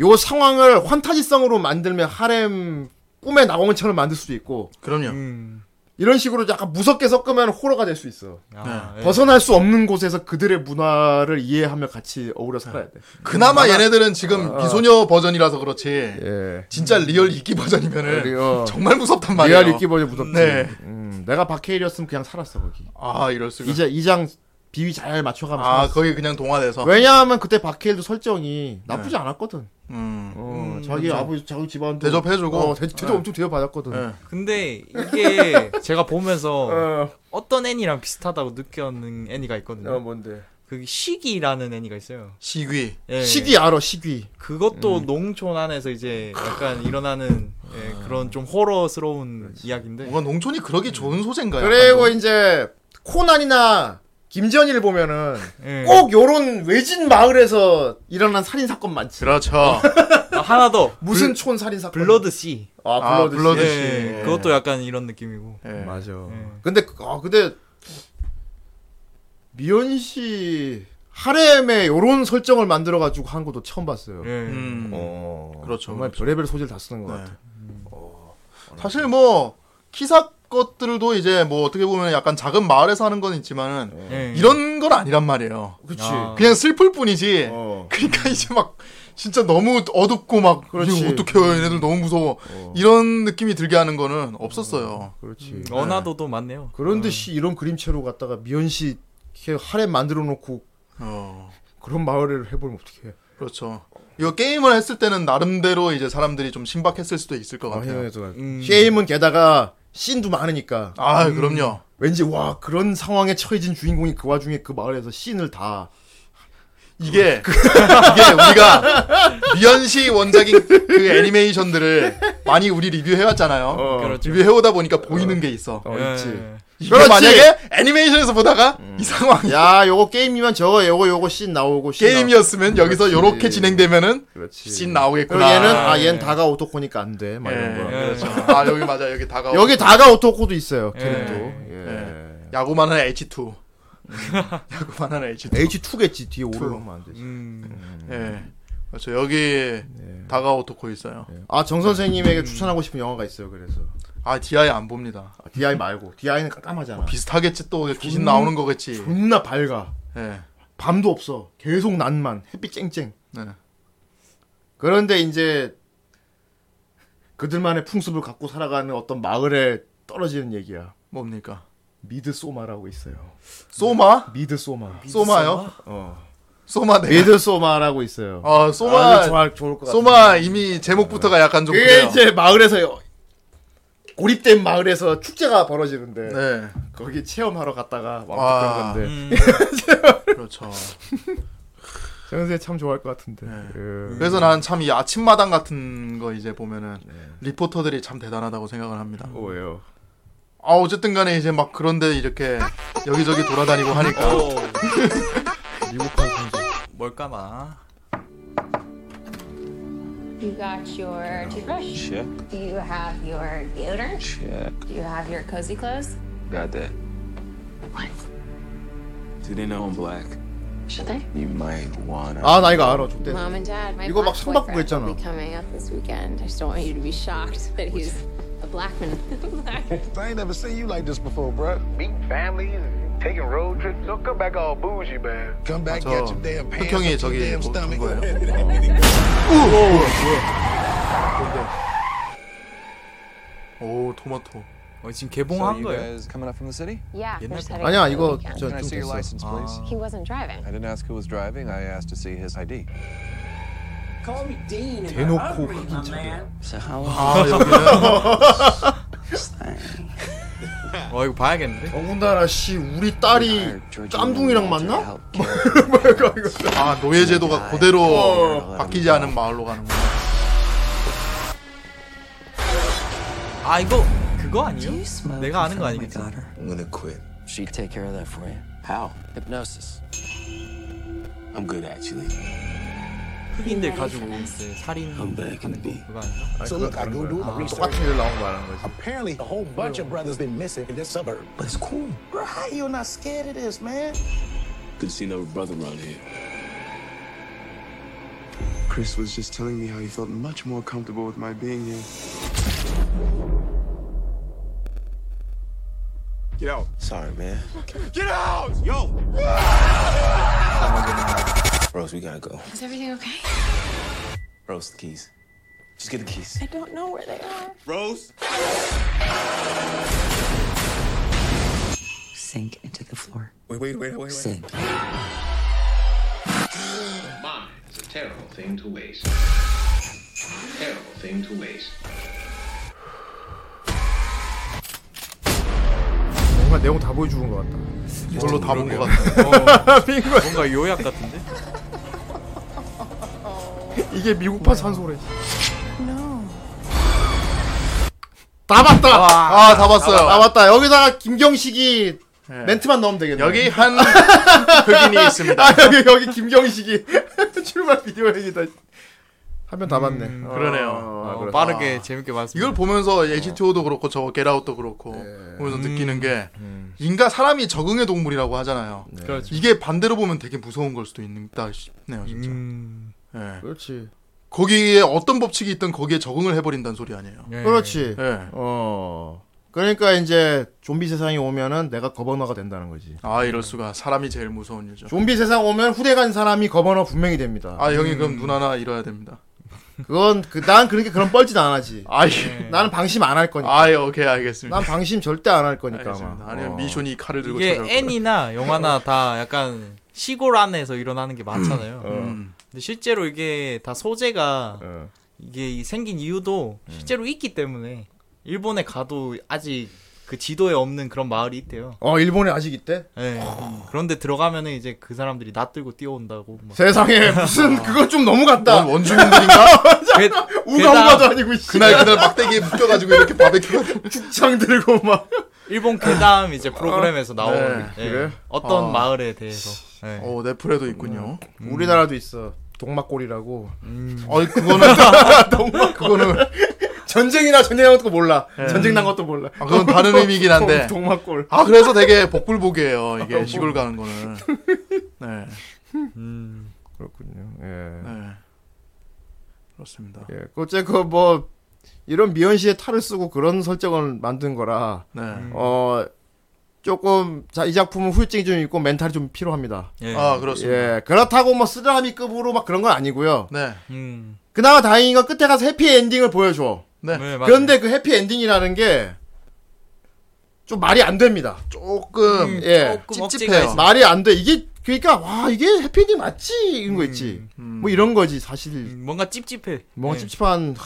[SPEAKER 2] 요 상황을 환타지성으로 만들면 하렘 꿈의 나공처럼 만들 수도 있고
[SPEAKER 3] 그럼요.
[SPEAKER 4] 음.
[SPEAKER 2] 이런 식으로 약간 무섭게 섞으면 호러가 될 수 있어.
[SPEAKER 4] 아,
[SPEAKER 3] 네.
[SPEAKER 4] 예.
[SPEAKER 2] 벗어날 수 없는 곳에서 그들의 문화를 이해하며 같이 어우러 살아야 돼.
[SPEAKER 3] 그나마 얘네들은 지금 미소녀 버전이라서 그렇지.
[SPEAKER 2] 어. 예. 어,
[SPEAKER 3] 진짜 리얼 이끼 버전이면은
[SPEAKER 2] 그리고
[SPEAKER 3] 네. 정말 무섭단 말이에요.
[SPEAKER 2] 리얼 읽기보다 무섭지.
[SPEAKER 3] 네.
[SPEAKER 2] 음, 내가 박해일이었으면 그냥 살았어 거기.
[SPEAKER 3] 아 이럴 수가.
[SPEAKER 2] 이제 이장 비위 잘 맞춰가면서.
[SPEAKER 3] 아 거기 그냥 동화돼서.
[SPEAKER 2] 왜냐하면 그때 박해일도 설정이 나쁘지 않았거든.
[SPEAKER 3] 네. 음.
[SPEAKER 2] 어, 자기 아버지 자기 집안도
[SPEAKER 3] 대접해주고.
[SPEAKER 2] 어, 대, 대접
[SPEAKER 3] 네.
[SPEAKER 2] 엄청 대접받았거든.
[SPEAKER 3] 네.
[SPEAKER 4] 근데 이게 제가 보면서
[SPEAKER 2] 어,
[SPEAKER 4] 어떤 애니랑 비슷하다고 느꼈는 애니가 있거든요.
[SPEAKER 2] 어, 뭔데?
[SPEAKER 4] 그 시기라는 애니가 있어요.
[SPEAKER 3] 시귀.
[SPEAKER 4] 예.
[SPEAKER 2] 시귀 알아 시귀.
[SPEAKER 4] 그것도 농촌 안에서 이제 약간 일어나는 예, 그런 좀 호러스러운 이야기인데.
[SPEAKER 3] 뭔가 농촌이 그러기 좋은 소재인가요?
[SPEAKER 2] 음. 그리고 이제 코난이나 김전이를 보면은
[SPEAKER 4] 예.
[SPEAKER 2] 꼭 요런 외진 마을에서 일어난 살인 사건 많지.
[SPEAKER 3] 그렇죠.
[SPEAKER 4] 아, 하나 더
[SPEAKER 2] 무슨 촌 살인 사건?
[SPEAKER 4] 블러드 씨.
[SPEAKER 2] 아,
[SPEAKER 3] 아,
[SPEAKER 2] 블러드.
[SPEAKER 3] 블러드
[SPEAKER 2] 씨.
[SPEAKER 3] 씨.
[SPEAKER 4] 예, 그것도 약간 이런 느낌이고.
[SPEAKER 3] 예.
[SPEAKER 2] 맞아.
[SPEAKER 4] 예.
[SPEAKER 2] 근데 그- 아 근데 미연 씨 하렘에 요런 설정을 만들어 가지고 한 것도 처음 봤어요.
[SPEAKER 4] 예.
[SPEAKER 3] 음.
[SPEAKER 2] 어.
[SPEAKER 3] 그렇죠,
[SPEAKER 2] 정말
[SPEAKER 3] 그렇죠.
[SPEAKER 2] 별의별 소질 다 쓰는 것 어,
[SPEAKER 3] 네.
[SPEAKER 2] 같아.
[SPEAKER 3] 사실 뭐 키사 것들도 이제 뭐 어떻게 보면 약간 작은 마을에서 하는 건 있지만은
[SPEAKER 2] 네.
[SPEAKER 4] 예.
[SPEAKER 3] 음. 이런 건 아니란 말이에요.
[SPEAKER 2] 그렇지.
[SPEAKER 4] 아.
[SPEAKER 3] 그냥 슬플 뿐이지.
[SPEAKER 2] 어.
[SPEAKER 3] 그러니까 이제 막 진짜 너무 어둡고 막
[SPEAKER 2] 그렇지. 음. 어.
[SPEAKER 3] 이거 어떡해요 얘네들 너무 무서워 이런 느낌이 들게 하는 거는 없었어요.
[SPEAKER 2] 그렇지.
[SPEAKER 4] 어나도도 많네요.
[SPEAKER 2] 그런 듯이 이런 그림체로 갖다가 미연 씨 이렇게 하렘 만들어 놓고
[SPEAKER 3] 어,
[SPEAKER 2] 그런 마을을 해보면 어떡해.
[SPEAKER 3] 그렇죠. 이거 게임을 했을 때는 나름대로 이제 사람들이 좀 신박했을 수도 있을 것
[SPEAKER 2] 아,
[SPEAKER 3] 같아요.
[SPEAKER 2] 해외에서.
[SPEAKER 4] 음.
[SPEAKER 2] 게임은 게다가 씬도 많으니까.
[SPEAKER 3] 아 그럼요.
[SPEAKER 2] 왠지 와 그런 상황에 처해진 주인공이 그 와중에 그 마을에서 씬을 다
[SPEAKER 3] 이게 이게 우리가 미연시 원작인 그 애니메이션들을 많이 우리 리뷰해왔잖아요.
[SPEAKER 4] 그렇죠.
[SPEAKER 3] 리뷰해오다 보니까 보이는 게 있어.
[SPEAKER 2] 어,
[SPEAKER 4] 예.
[SPEAKER 2] 있지.
[SPEAKER 3] 이게
[SPEAKER 2] 어. 그렇지. 음.
[SPEAKER 3] 만약에 애니메이션에서 보다가 이 상황이
[SPEAKER 2] 야, 요거 게임이면 저거 요거 요거 씬 나오고 씬
[SPEAKER 3] 게임이었으면 여기서
[SPEAKER 2] 그렇지.
[SPEAKER 3] 요렇게 진행되면은
[SPEAKER 2] 나오고. 그렇지.
[SPEAKER 3] 씬
[SPEAKER 2] 그리고
[SPEAKER 3] 나오겠구나.
[SPEAKER 2] 얘는 아, 얘는 다가 오토코니까 안 돼. 막 이런 거.
[SPEAKER 3] 예, 그렇죠. 아 여기 맞아 여기 다가
[SPEAKER 2] 여기 다가 오토코도 있어요. 캐릭터. 예.
[SPEAKER 3] 예. 야구만 하는 H2
[SPEAKER 2] 음.
[SPEAKER 3] 야구만 하는 H2
[SPEAKER 2] H2겠지. 뒤에 오르면 안 되지.
[SPEAKER 4] 음.
[SPEAKER 3] 예. 그렇죠. 여기
[SPEAKER 2] 네.
[SPEAKER 3] 다가 오토코 있어요.
[SPEAKER 2] 아, 정 선생님에게 추천하고 싶은 영화가 있어요. 그래서.
[SPEAKER 3] 아, DI 안 봅니다.
[SPEAKER 2] 아, DI 말고. DI는 깜깜하잖아.
[SPEAKER 3] 어, 비슷하겠지 또 귀신 나오는 거겠지.
[SPEAKER 2] 존나 밝아.
[SPEAKER 3] 예.
[SPEAKER 2] 밤도 없어. 계속 난만. 햇빛 쨍쨍.
[SPEAKER 3] 네.
[SPEAKER 2] 그런데 이제 그들만의 풍습을 갖고 살아가는 어떤 마을에 떨어지는 얘기야.
[SPEAKER 3] 뭡니까?
[SPEAKER 2] 미드 소마라고 있어요.
[SPEAKER 3] 소마?
[SPEAKER 2] 미드 소마.
[SPEAKER 3] 소마요?
[SPEAKER 2] 어.
[SPEAKER 3] 소마 네.
[SPEAKER 2] 미드 소마라고 있어요.
[SPEAKER 3] 아,
[SPEAKER 2] 아,
[SPEAKER 3] 소마.
[SPEAKER 2] 좋아, 좋을 것 같아.
[SPEAKER 3] 소마 이미 제목부터가 약간 좀
[SPEAKER 2] 그게
[SPEAKER 3] 그래요.
[SPEAKER 2] 이제 마을에서요. 고립된 마을에서 축제가 벌어지는데
[SPEAKER 3] 네.
[SPEAKER 2] 거기 체험하러 갔다가
[SPEAKER 3] 와. 음.
[SPEAKER 2] 왕복한 건데
[SPEAKER 4] 음.
[SPEAKER 3] 그렇죠.
[SPEAKER 2] 정선생 참 좋아할 것 같은데. 예.
[SPEAKER 3] 네. 그래서 난 참 이 아침마당 같은 거 이제 보면은 리포터들이 참 대단하다고 생각을 합니다.
[SPEAKER 2] 네. 뭐예요?
[SPEAKER 3] 아, 어쨌든 간에 이제 막 그런데 이렇게 여기저기 돌아다니고 하니까
[SPEAKER 4] 오. 미국판 공주. 어. 뭘까나.
[SPEAKER 8] You got your toothbrush? Check. Do you have your deodorant? Check. Do you have your cozy clothes?
[SPEAKER 9] Got that.
[SPEAKER 8] What?
[SPEAKER 9] Do they know I'm black?
[SPEAKER 8] Should they?
[SPEAKER 9] You might wanna.
[SPEAKER 2] 아, 나 이거 알아. 좋대.
[SPEAKER 3] 네.
[SPEAKER 8] Mom and Dad, my
[SPEAKER 2] 이거 막
[SPEAKER 8] black
[SPEAKER 2] 상박구
[SPEAKER 8] boyfriend
[SPEAKER 2] 했잖아.
[SPEAKER 8] will be coming up this weekend. I just don't want you to be shocked that he's a black man.
[SPEAKER 10] I ain't never seen you like this before, bruh. Meeting families, taking road trips. Don't come back all bougie, man. Come back,
[SPEAKER 3] 저
[SPEAKER 10] get your damn pants.
[SPEAKER 3] 흑형이
[SPEAKER 10] up
[SPEAKER 3] 저기
[SPEAKER 10] your damn
[SPEAKER 3] 뭐- 본
[SPEAKER 10] stomach.
[SPEAKER 3] 거예요. 오, 토마토.
[SPEAKER 4] 어, 지금 개봉한
[SPEAKER 9] you
[SPEAKER 4] 거예요.
[SPEAKER 9] guys coming up from the city?
[SPEAKER 8] yeah,
[SPEAKER 4] 옛날
[SPEAKER 8] we're just
[SPEAKER 4] 거.
[SPEAKER 8] heading
[SPEAKER 3] Oh,
[SPEAKER 2] 아니야,
[SPEAKER 8] out for the
[SPEAKER 2] 이거
[SPEAKER 8] weekend.
[SPEAKER 2] 저
[SPEAKER 9] Can I see your
[SPEAKER 2] 됐어.
[SPEAKER 9] license, please?
[SPEAKER 8] He wasn't
[SPEAKER 10] Uh,
[SPEAKER 8] driving.
[SPEAKER 9] I didn't ask who was driving. I asked to see his ID.
[SPEAKER 2] 대놓고 흑인 차별.
[SPEAKER 3] 아, 여기는
[SPEAKER 4] 어 이거 봐야겠는데.
[SPEAKER 2] 더군다나 씨 우리 딸이 짬둥이랑 만나?
[SPEAKER 3] 아, 노예 제도가 그대로
[SPEAKER 2] 어.
[SPEAKER 3] 바뀌지 않은 마을로 가는 거야.
[SPEAKER 4] 아 이거 그거 아니에요? 내가 아는 거 아니겠지?
[SPEAKER 9] I'm gonna quit.
[SPEAKER 11] She could take care of that for you. How? Hypnosis.
[SPEAKER 9] I'm good, actually.
[SPEAKER 4] 흑인들 가지고 이제 살인 하는 거 그거 아닌가?
[SPEAKER 10] So look, I go do my research.
[SPEAKER 2] 똑같은 일 나온 거 말하는 거지.
[SPEAKER 10] Apparently, a whole bunch of brothers been missing in this suburb. But it's cool. Bro, how you not scared of this, man?
[SPEAKER 9] Good to see another brother around here. Chris was just telling me how he felt much more comfortable with my being here. Get out. Sorry, man. Get out! Yo! Rose, we gotta go.
[SPEAKER 8] Is everything okay?
[SPEAKER 9] Rose, the keys. Just get the keys.
[SPEAKER 8] I don't know where they are.
[SPEAKER 9] Rose?
[SPEAKER 11] Sink into the floor.
[SPEAKER 9] Wait, wait, wait, wait, wait.
[SPEAKER 11] Sink.
[SPEAKER 12] Mine is a terrible thing to waste. Terrible thing to waste.
[SPEAKER 2] 뭔가 내용 다 보여주는 것 같다.
[SPEAKER 3] 뭘로 다 본 것 같아.
[SPEAKER 4] 뭔가 요약 같은데?
[SPEAKER 2] 이게 미국판 산소래. 다 봤다.
[SPEAKER 3] 아, 다
[SPEAKER 2] 아,
[SPEAKER 3] 봤어요.
[SPEAKER 2] 맞다. 여기다가 김경식이
[SPEAKER 3] 예.
[SPEAKER 2] 멘트만 넣으면 되겠네.
[SPEAKER 3] 여기 한 흑인이 있습니다.
[SPEAKER 2] 아 여기 여기 김경식이 출발 비디오 얘기다. 한 편 다 봤네.
[SPEAKER 3] 음, 그러네요.
[SPEAKER 2] 어,
[SPEAKER 4] 어,
[SPEAKER 2] 그래.
[SPEAKER 4] 빠르게 재밌게 봤습니다.
[SPEAKER 3] 이걸 보면서 H2O도 그렇고 저거 겟아웃도 그렇고
[SPEAKER 2] 예.
[SPEAKER 3] 보면서
[SPEAKER 2] 음.
[SPEAKER 3] 느끼는 게 인간 사람이 적응의 동물이라고 하잖아요.
[SPEAKER 2] 네.
[SPEAKER 4] 그렇죠.
[SPEAKER 3] 이게 반대로 보면 되게 무서운 걸 수도 있다 싶네요, 진짜.
[SPEAKER 4] 음.
[SPEAKER 3] 예.
[SPEAKER 2] 그렇지.
[SPEAKER 3] 거기에 어떤 법칙이 있든 거기에 적응을 해버린다는 소리 아니에요.
[SPEAKER 4] 예.
[SPEAKER 2] 그렇지.
[SPEAKER 3] 예.
[SPEAKER 2] 어. 그러니까 이제 좀비 세상이 오면은 내가 거버너가 된다는 거지.
[SPEAKER 3] 아 이럴 수가 사람이 제일 무서운 일죠.
[SPEAKER 2] 좀비 세상 오면 후대 간 사람이 거버너 분명히 됩니다.
[SPEAKER 3] 그렇죠. 아 형이 그럼
[SPEAKER 2] 음.
[SPEAKER 3] 눈 하나 잃어야 됩니다.
[SPEAKER 2] 그건 그, 난 그렇게 그런 뻘짓 안 하지.
[SPEAKER 3] 아예
[SPEAKER 2] 나는 방심 안 할 거니까.
[SPEAKER 3] 아예 오케이 알겠습니다.
[SPEAKER 2] 난 방심 절대 안 할 거니까.
[SPEAKER 3] 알겠습니다.
[SPEAKER 2] 아마.
[SPEAKER 3] 아니면
[SPEAKER 2] 어.
[SPEAKER 3] 미션이 칼을 들고
[SPEAKER 4] 이게
[SPEAKER 3] 찾아올 거예요.
[SPEAKER 4] 애니나 영화나 다 약간 시골 안에서 일어나는 게 많잖아요.
[SPEAKER 3] 음.
[SPEAKER 4] 근데 실제로 이게 다 소재가
[SPEAKER 2] 어. 음.
[SPEAKER 4] 이게 이- 생긴 이유도 실제로 있기 때문에 일본에 가도 아직 그 지도에 없는 그런 마을이 있대요.
[SPEAKER 2] 어 일본에 아직 있대?
[SPEAKER 4] 네. 그런데 들어가면은 이제 그 사람들이 낯들고 뛰어온다고. 막.
[SPEAKER 2] 세상에
[SPEAKER 3] 아.
[SPEAKER 2] 무슨 그거 좀 너무 같다.
[SPEAKER 3] 어, 원주민들인가?
[SPEAKER 4] 괴-
[SPEAKER 2] 우가우가도
[SPEAKER 4] 괴담.
[SPEAKER 2] 아니고 씨.
[SPEAKER 3] 그날 그날 막대기에 묶여가지고 이렇게 바베큐
[SPEAKER 2] 죽창 들고 막.
[SPEAKER 4] 일본 괴담 이제 프로그램에서 나오는
[SPEAKER 2] 어. 네, 그래?
[SPEAKER 4] 어떤
[SPEAKER 3] 아.
[SPEAKER 4] 마을에 대해서. 네.
[SPEAKER 3] 어 네플에도 있군요.
[SPEAKER 2] 음. 우리나라도 있어. 동막골이라고. 어,
[SPEAKER 3] 아니 그거는 그거는
[SPEAKER 2] 전쟁이나 전쟁한 것도 몰라. 전쟁 난 것도 몰라.
[SPEAKER 3] 아, 그건 다른 의미긴 한데.
[SPEAKER 2] 동- 동막골.
[SPEAKER 3] 아 그래서 되게 복불복이에요. 이게 시골 가는 거는. 네.
[SPEAKER 2] 그렇군요. 예.
[SPEAKER 3] 네. 그렇습니다.
[SPEAKER 2] 예. 어째 그뭐 이런 미연 씨의 탈을 쓰고 그런 설정을 만든 거라
[SPEAKER 3] 네.
[SPEAKER 2] 어 조금 자 이 작품은 후유증이 좀 있고 멘탈이 좀 필요합니다.
[SPEAKER 4] 예.
[SPEAKER 3] 아 그렇습니다.
[SPEAKER 2] 예. 그렇다고 뭐 쓰라미급으로 막 그런 건 아니고요.
[SPEAKER 3] 네.
[SPEAKER 4] 음.
[SPEAKER 2] 그나마 다행인 건 끝에 가서 해피 엔딩을 보여줘.
[SPEAKER 3] 네.
[SPEAKER 4] 네, 맞아요.
[SPEAKER 2] 그런데 그 해피 엔딩이라는 게 좀 말이 안 됩니다.
[SPEAKER 3] 조금
[SPEAKER 4] 음,
[SPEAKER 2] 예.
[SPEAKER 4] 조금 억지가
[SPEAKER 3] 찝찝해요.
[SPEAKER 4] 있어요.
[SPEAKER 2] 말이 안 돼. 이게 그러니까 와 이게 해피 엔딩 맞지 이런 거 있지. 뭐 이런 거지 사실
[SPEAKER 4] 음, 뭔가 찝찝해.
[SPEAKER 2] 뭔가
[SPEAKER 4] 예.
[SPEAKER 2] 찝찝한 하,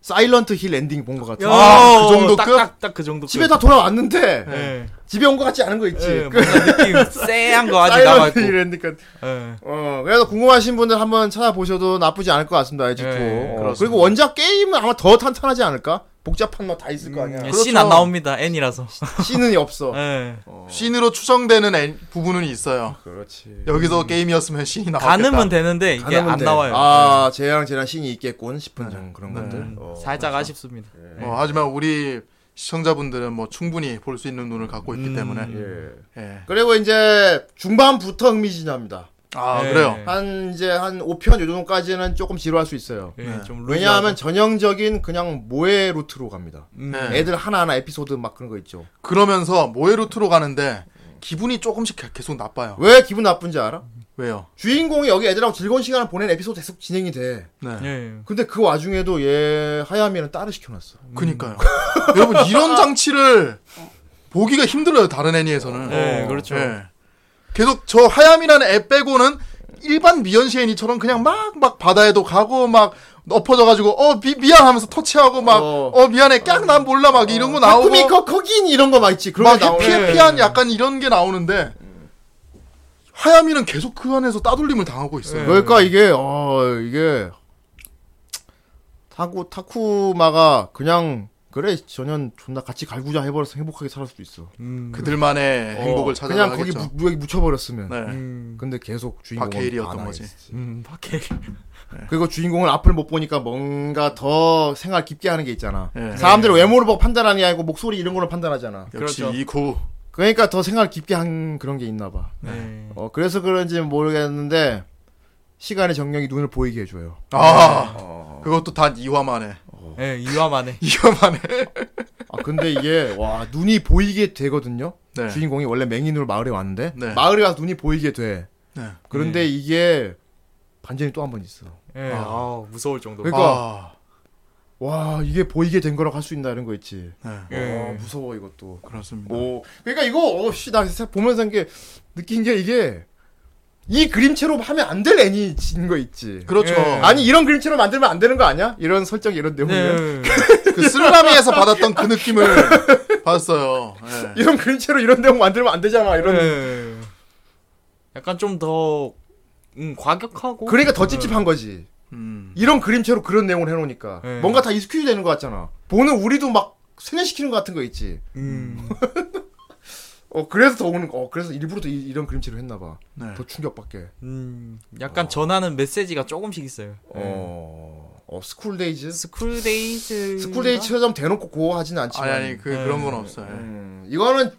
[SPEAKER 2] 사일런트 힐 엔딩 본 것 같아.
[SPEAKER 3] 아, 그 정도 끝?
[SPEAKER 4] 어, 딱딱딱 그 정도
[SPEAKER 2] 집에 다 네. 돌아왔는데
[SPEAKER 4] 예.
[SPEAKER 2] 집에 온 것 같지 않은 거 있지.
[SPEAKER 4] 예,
[SPEAKER 2] 그
[SPEAKER 4] 뭔가 느낌 쎄한 거 아직
[SPEAKER 2] 사일런트
[SPEAKER 4] 남아 있고.
[SPEAKER 2] 힐 엔딩
[SPEAKER 4] 예.
[SPEAKER 2] 어, 그래서 궁금하신 분들 한번 찾아보셔도 나쁘지 않을 것 같습니다. 아직
[SPEAKER 4] 예,
[SPEAKER 2] 도. 어,
[SPEAKER 3] 그렇습니다.
[SPEAKER 2] 그리고 원작 게임은 아마 더 탄탄하지 않을까? 복잡한 거 다 있을 거 아니야. 그렇죠.
[SPEAKER 4] 예, 씬안 나옵니다. N이라서.
[SPEAKER 2] 아, 씬은 없어.
[SPEAKER 4] 예.
[SPEAKER 3] 씬으로 추정되는 엔- 부분은 있어요.
[SPEAKER 2] 그렇지.
[SPEAKER 3] 여기서 게임이었으면 씬이 나왔겠다.
[SPEAKER 4] 가늠은 되는데 이게
[SPEAKER 2] 가늠은
[SPEAKER 4] 안
[SPEAKER 2] 돼.
[SPEAKER 4] 나와요. 음,
[SPEAKER 2] 아, 쟤랑 쟤랑 씬이 있겠군 싶은 좀 그런
[SPEAKER 4] 네.
[SPEAKER 2] 것들. 어.
[SPEAKER 4] 살짝 아쉽습니다.
[SPEAKER 3] 어, 하지만 우리 시청자분들은 뭐 충분히 볼 수 있는 눈을 갖고 있기 때문에.
[SPEAKER 2] 예.
[SPEAKER 3] 예.
[SPEAKER 2] 그리고 이제 중반부터 흥미진진합니다.
[SPEAKER 3] 아
[SPEAKER 2] 네.
[SPEAKER 4] 예.
[SPEAKER 3] 그래요.
[SPEAKER 2] 한 이제 한 5편 요 정도까지는 조금 지루할 수 있어요.
[SPEAKER 4] 예, 좀 루즈하고.
[SPEAKER 2] 네. 왜냐하면 전형적인 그냥 모의 루트로 갑니다.
[SPEAKER 4] 음.
[SPEAKER 3] 네.
[SPEAKER 2] 애들 하나하나 에피소드 막 그런 거 있죠.
[SPEAKER 3] 그러면서 모에루트로 가는데 기분이 조금씩 개- 계속 나빠요.
[SPEAKER 2] 왜 기분 나쁜지 알아?
[SPEAKER 3] 왜요?
[SPEAKER 2] 주인공이 여기 애들하고 즐거운 시간을 보낸 에피소드 계속 진행이 돼.
[SPEAKER 3] 네.
[SPEAKER 4] 예.
[SPEAKER 2] 근데 그 와중에도 얘 하야미는 딸을 시켜놨어.
[SPEAKER 3] 그니까요. 여러분 이런 장치를 보기가 힘들어요. 다른 애니에서는.
[SPEAKER 4] 네, 그렇죠.
[SPEAKER 3] 예. 계속 저 하얌이라는 애 빼고는 일반 미연시 애니처럼 그냥 막 막 바다에도 가고 막 엎어져가지고 어 미, 미안하면서 터치하고 막
[SPEAKER 2] 어.
[SPEAKER 3] 어, 미안해 깍 난 몰라 막 이런 거 나오고
[SPEAKER 2] 나오미 거긴 이런 거 막 있지. 그런
[SPEAKER 3] 막
[SPEAKER 2] 거 나오네.
[SPEAKER 3] 해피해피한 약간 이런 게 나오는데 하야미는 계속 그 안에서 따돌림을 당하고 있어요.
[SPEAKER 2] 그러니까 이게 어 이게 타쿠 타쿠마가 그냥 그래 전혀 존나 같이 갈구자 해버려서 행복하게 살 수도 있어.
[SPEAKER 4] 음.
[SPEAKER 3] 그들만의 네, 행복을
[SPEAKER 2] 어,
[SPEAKER 3] 찾아가겠죠.
[SPEAKER 2] 그냥 거기 무, 무역이 묻혀버렸으면.
[SPEAKER 3] 네.
[SPEAKER 4] 음.
[SPEAKER 2] 근데 계속 주인공은
[SPEAKER 3] 박해일이었던 거지. 네.
[SPEAKER 2] 반항했어.
[SPEAKER 4] 음. 밖에.
[SPEAKER 2] 그리고 주인공은 앞을 못 보니까 뭔가 더 생활 깊게 하는 게 있잖아.
[SPEAKER 3] 예.
[SPEAKER 2] 사람들은 외모를 보고 판단하는 게 아니고 목소리 이런 걸로 판단하잖아.
[SPEAKER 3] 역시
[SPEAKER 4] 그렇죠.
[SPEAKER 3] 이구.
[SPEAKER 2] 그러니까 더 생활 깊게 한 그런 게 있나 봐.
[SPEAKER 4] 네.
[SPEAKER 2] 어, 그래서 그런지 모르겠는데 시간의 정령이 눈을 보이게 해줘요.
[SPEAKER 3] 아 그것도 단 2화만에
[SPEAKER 2] 어.
[SPEAKER 4] 예, 네. 이화만에.
[SPEAKER 3] 2화만에
[SPEAKER 2] 아 근데 이게 와 눈이 보이게 되거든요.
[SPEAKER 3] 네.
[SPEAKER 2] 주인공이 원래 맹인으로 마을에 왔는데
[SPEAKER 3] 네.
[SPEAKER 2] 마을에 가서 눈이 보이게 돼.
[SPEAKER 3] 네.
[SPEAKER 2] 그런데
[SPEAKER 4] 네.
[SPEAKER 2] 이게 반전이 또 한 번 있어.
[SPEAKER 4] 예.
[SPEAKER 3] 아.
[SPEAKER 4] 아, 무서울 정도.
[SPEAKER 2] 그러니까
[SPEAKER 3] 아,
[SPEAKER 2] 와 이게 보이게 된 거라고 할 수 있나 이런 거 있지.
[SPEAKER 3] 네.
[SPEAKER 2] 와
[SPEAKER 4] 예.
[SPEAKER 2] 무서워 이것도.
[SPEAKER 3] 그렇습니다.
[SPEAKER 2] 오 그러니까 이거 어씨나 보면서 한 게 느낀 게 이게 이 그림체로 하면 안 될 애니인 거 있지.
[SPEAKER 3] 그렇죠.
[SPEAKER 4] 예.
[SPEAKER 2] 아니 이런 그림체로 만들면 안 되는 거 아니야? 이런 설정 이런 내용이면
[SPEAKER 4] 네.
[SPEAKER 3] 그 쓰라미에서 받았던 그 느낌을 받았어요. 예.
[SPEAKER 2] 이런 그림체로 이런 내용 만들면 안 되잖아. 이런
[SPEAKER 3] 네.
[SPEAKER 4] 예. 약간 좀 더 음, 과격하고
[SPEAKER 2] 그러니까 더 찝찝한 거지.
[SPEAKER 3] 음.
[SPEAKER 2] 이런 그림체로 그런 내용을 해놓으니까
[SPEAKER 3] 예.
[SPEAKER 4] 네.
[SPEAKER 2] 뭔가 다 익스큐즈 되는 것 같잖아. 보는 우리도 막 세뇌시키는 것 같은 거 있지.
[SPEAKER 4] 음.
[SPEAKER 2] 어 그래서 더 오는 거. 어 그래서 일부러 더 이, 런 그림체로 했나 봐.
[SPEAKER 3] 네.
[SPEAKER 2] 더 충격받게.
[SPEAKER 4] 음. 약간 전하는 메시지가 조금씩 있어요.
[SPEAKER 2] 어, 어 스쿨데이즈.
[SPEAKER 4] 스쿨데이즈
[SPEAKER 2] 스쿨데이즈 처럼 대놓고 고하진 않지만.
[SPEAKER 3] 아니 아니 그
[SPEAKER 4] 예.
[SPEAKER 3] 그런 건 없어요.
[SPEAKER 2] 음, 이거는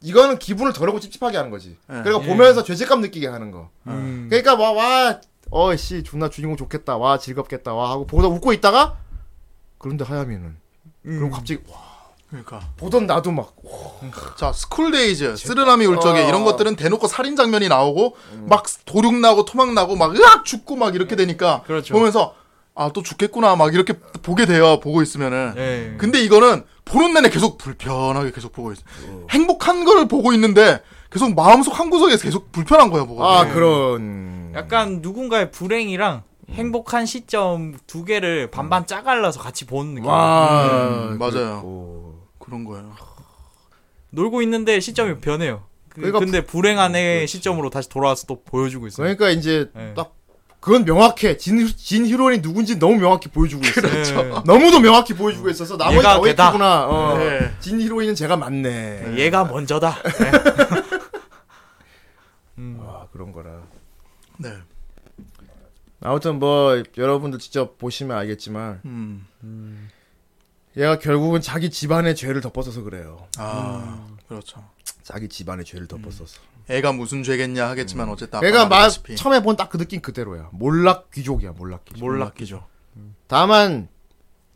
[SPEAKER 2] 이거는 기분을 덜하고 찝찝하게 하는 거지.
[SPEAKER 3] 예.
[SPEAKER 2] 그러니까
[SPEAKER 4] 예.
[SPEAKER 2] 보면서 죄책감 느끼게 하는 거.
[SPEAKER 4] 음.
[SPEAKER 2] 그러니까 와, 와, 어씨 존나 주인공 좋겠다. 와 즐겁겠다. 와 하고 보다 웃고 있다가 그런데 하야미는
[SPEAKER 3] 음.
[SPEAKER 2] 그럼 갑자기 와,
[SPEAKER 3] 그러니까
[SPEAKER 2] 보던 나도 막
[SPEAKER 3] 자 스쿨데이즈, 쓰르라미 울적에
[SPEAKER 2] 어.
[SPEAKER 3] 이런 것들은 대놓고 살인 장면이 나오고 막 도륙 나고 토막 나고 막 으악 죽고 막 이렇게 되니까
[SPEAKER 4] 그렇죠.
[SPEAKER 3] 보면서 아 또 죽겠구나 막 이렇게 보게 돼요. 보고 있으면은
[SPEAKER 4] 예.
[SPEAKER 3] 근데 이거는 보는 내내 계속 불편하게 계속 보고 있어. 요 행복한 걸 보고 있는데 계속 마음속 한 구석에서 계속 불편한 거야, 뭐가. 음.
[SPEAKER 2] 아 그런
[SPEAKER 4] 약간 누군가의 불행이랑 행복한 시점 두 개를 반반 짜갈라서 같이 보는 느낌.
[SPEAKER 2] 와
[SPEAKER 3] 음, 맞아요.
[SPEAKER 2] 오.
[SPEAKER 3] 그런 거예요.
[SPEAKER 4] 놀고 있는데 시점이 변해요. 그,
[SPEAKER 2] 그러니까
[SPEAKER 4] 근데 불행한 애 시점으로 다시 돌아와서 또 보여주고 있어요.
[SPEAKER 2] 그러니까 이제 딱 그건 명확해. 진, 진 히로인이 누군지 너무 명확히 보여주고 있어요. 네.
[SPEAKER 4] 그렇죠.
[SPEAKER 2] 너무도 명확히 보여주고 있어서 나머지
[SPEAKER 4] 얘가
[SPEAKER 2] 다
[SPEAKER 4] 걔다.
[SPEAKER 2] 오이키구나. 어.
[SPEAKER 4] 네.
[SPEAKER 2] 진 히로인은 제가 맞네. 예.
[SPEAKER 4] 예. 얘가 먼저다.
[SPEAKER 2] 와 아, 그런 거라.
[SPEAKER 3] 네.
[SPEAKER 2] 아무튼 뭐 여러분들 직접 보시면 알겠지만
[SPEAKER 3] 음.
[SPEAKER 2] 얘가 결국은 자기 집안의 죄를 덮어서서 그래요.
[SPEAKER 3] 아, 그렇죠.
[SPEAKER 2] 자기 집안의 죄를 덮어서서.
[SPEAKER 3] 애가 무슨 죄겠냐 하겠지만 어쨌든 음. 아빠
[SPEAKER 2] 얘가 막
[SPEAKER 3] 말했다시피
[SPEAKER 2] 처음에 본 딱 그 느낌 그대로야. 몰락 귀족이야 몰락 귀족.
[SPEAKER 3] 몰락기죠.
[SPEAKER 2] 다만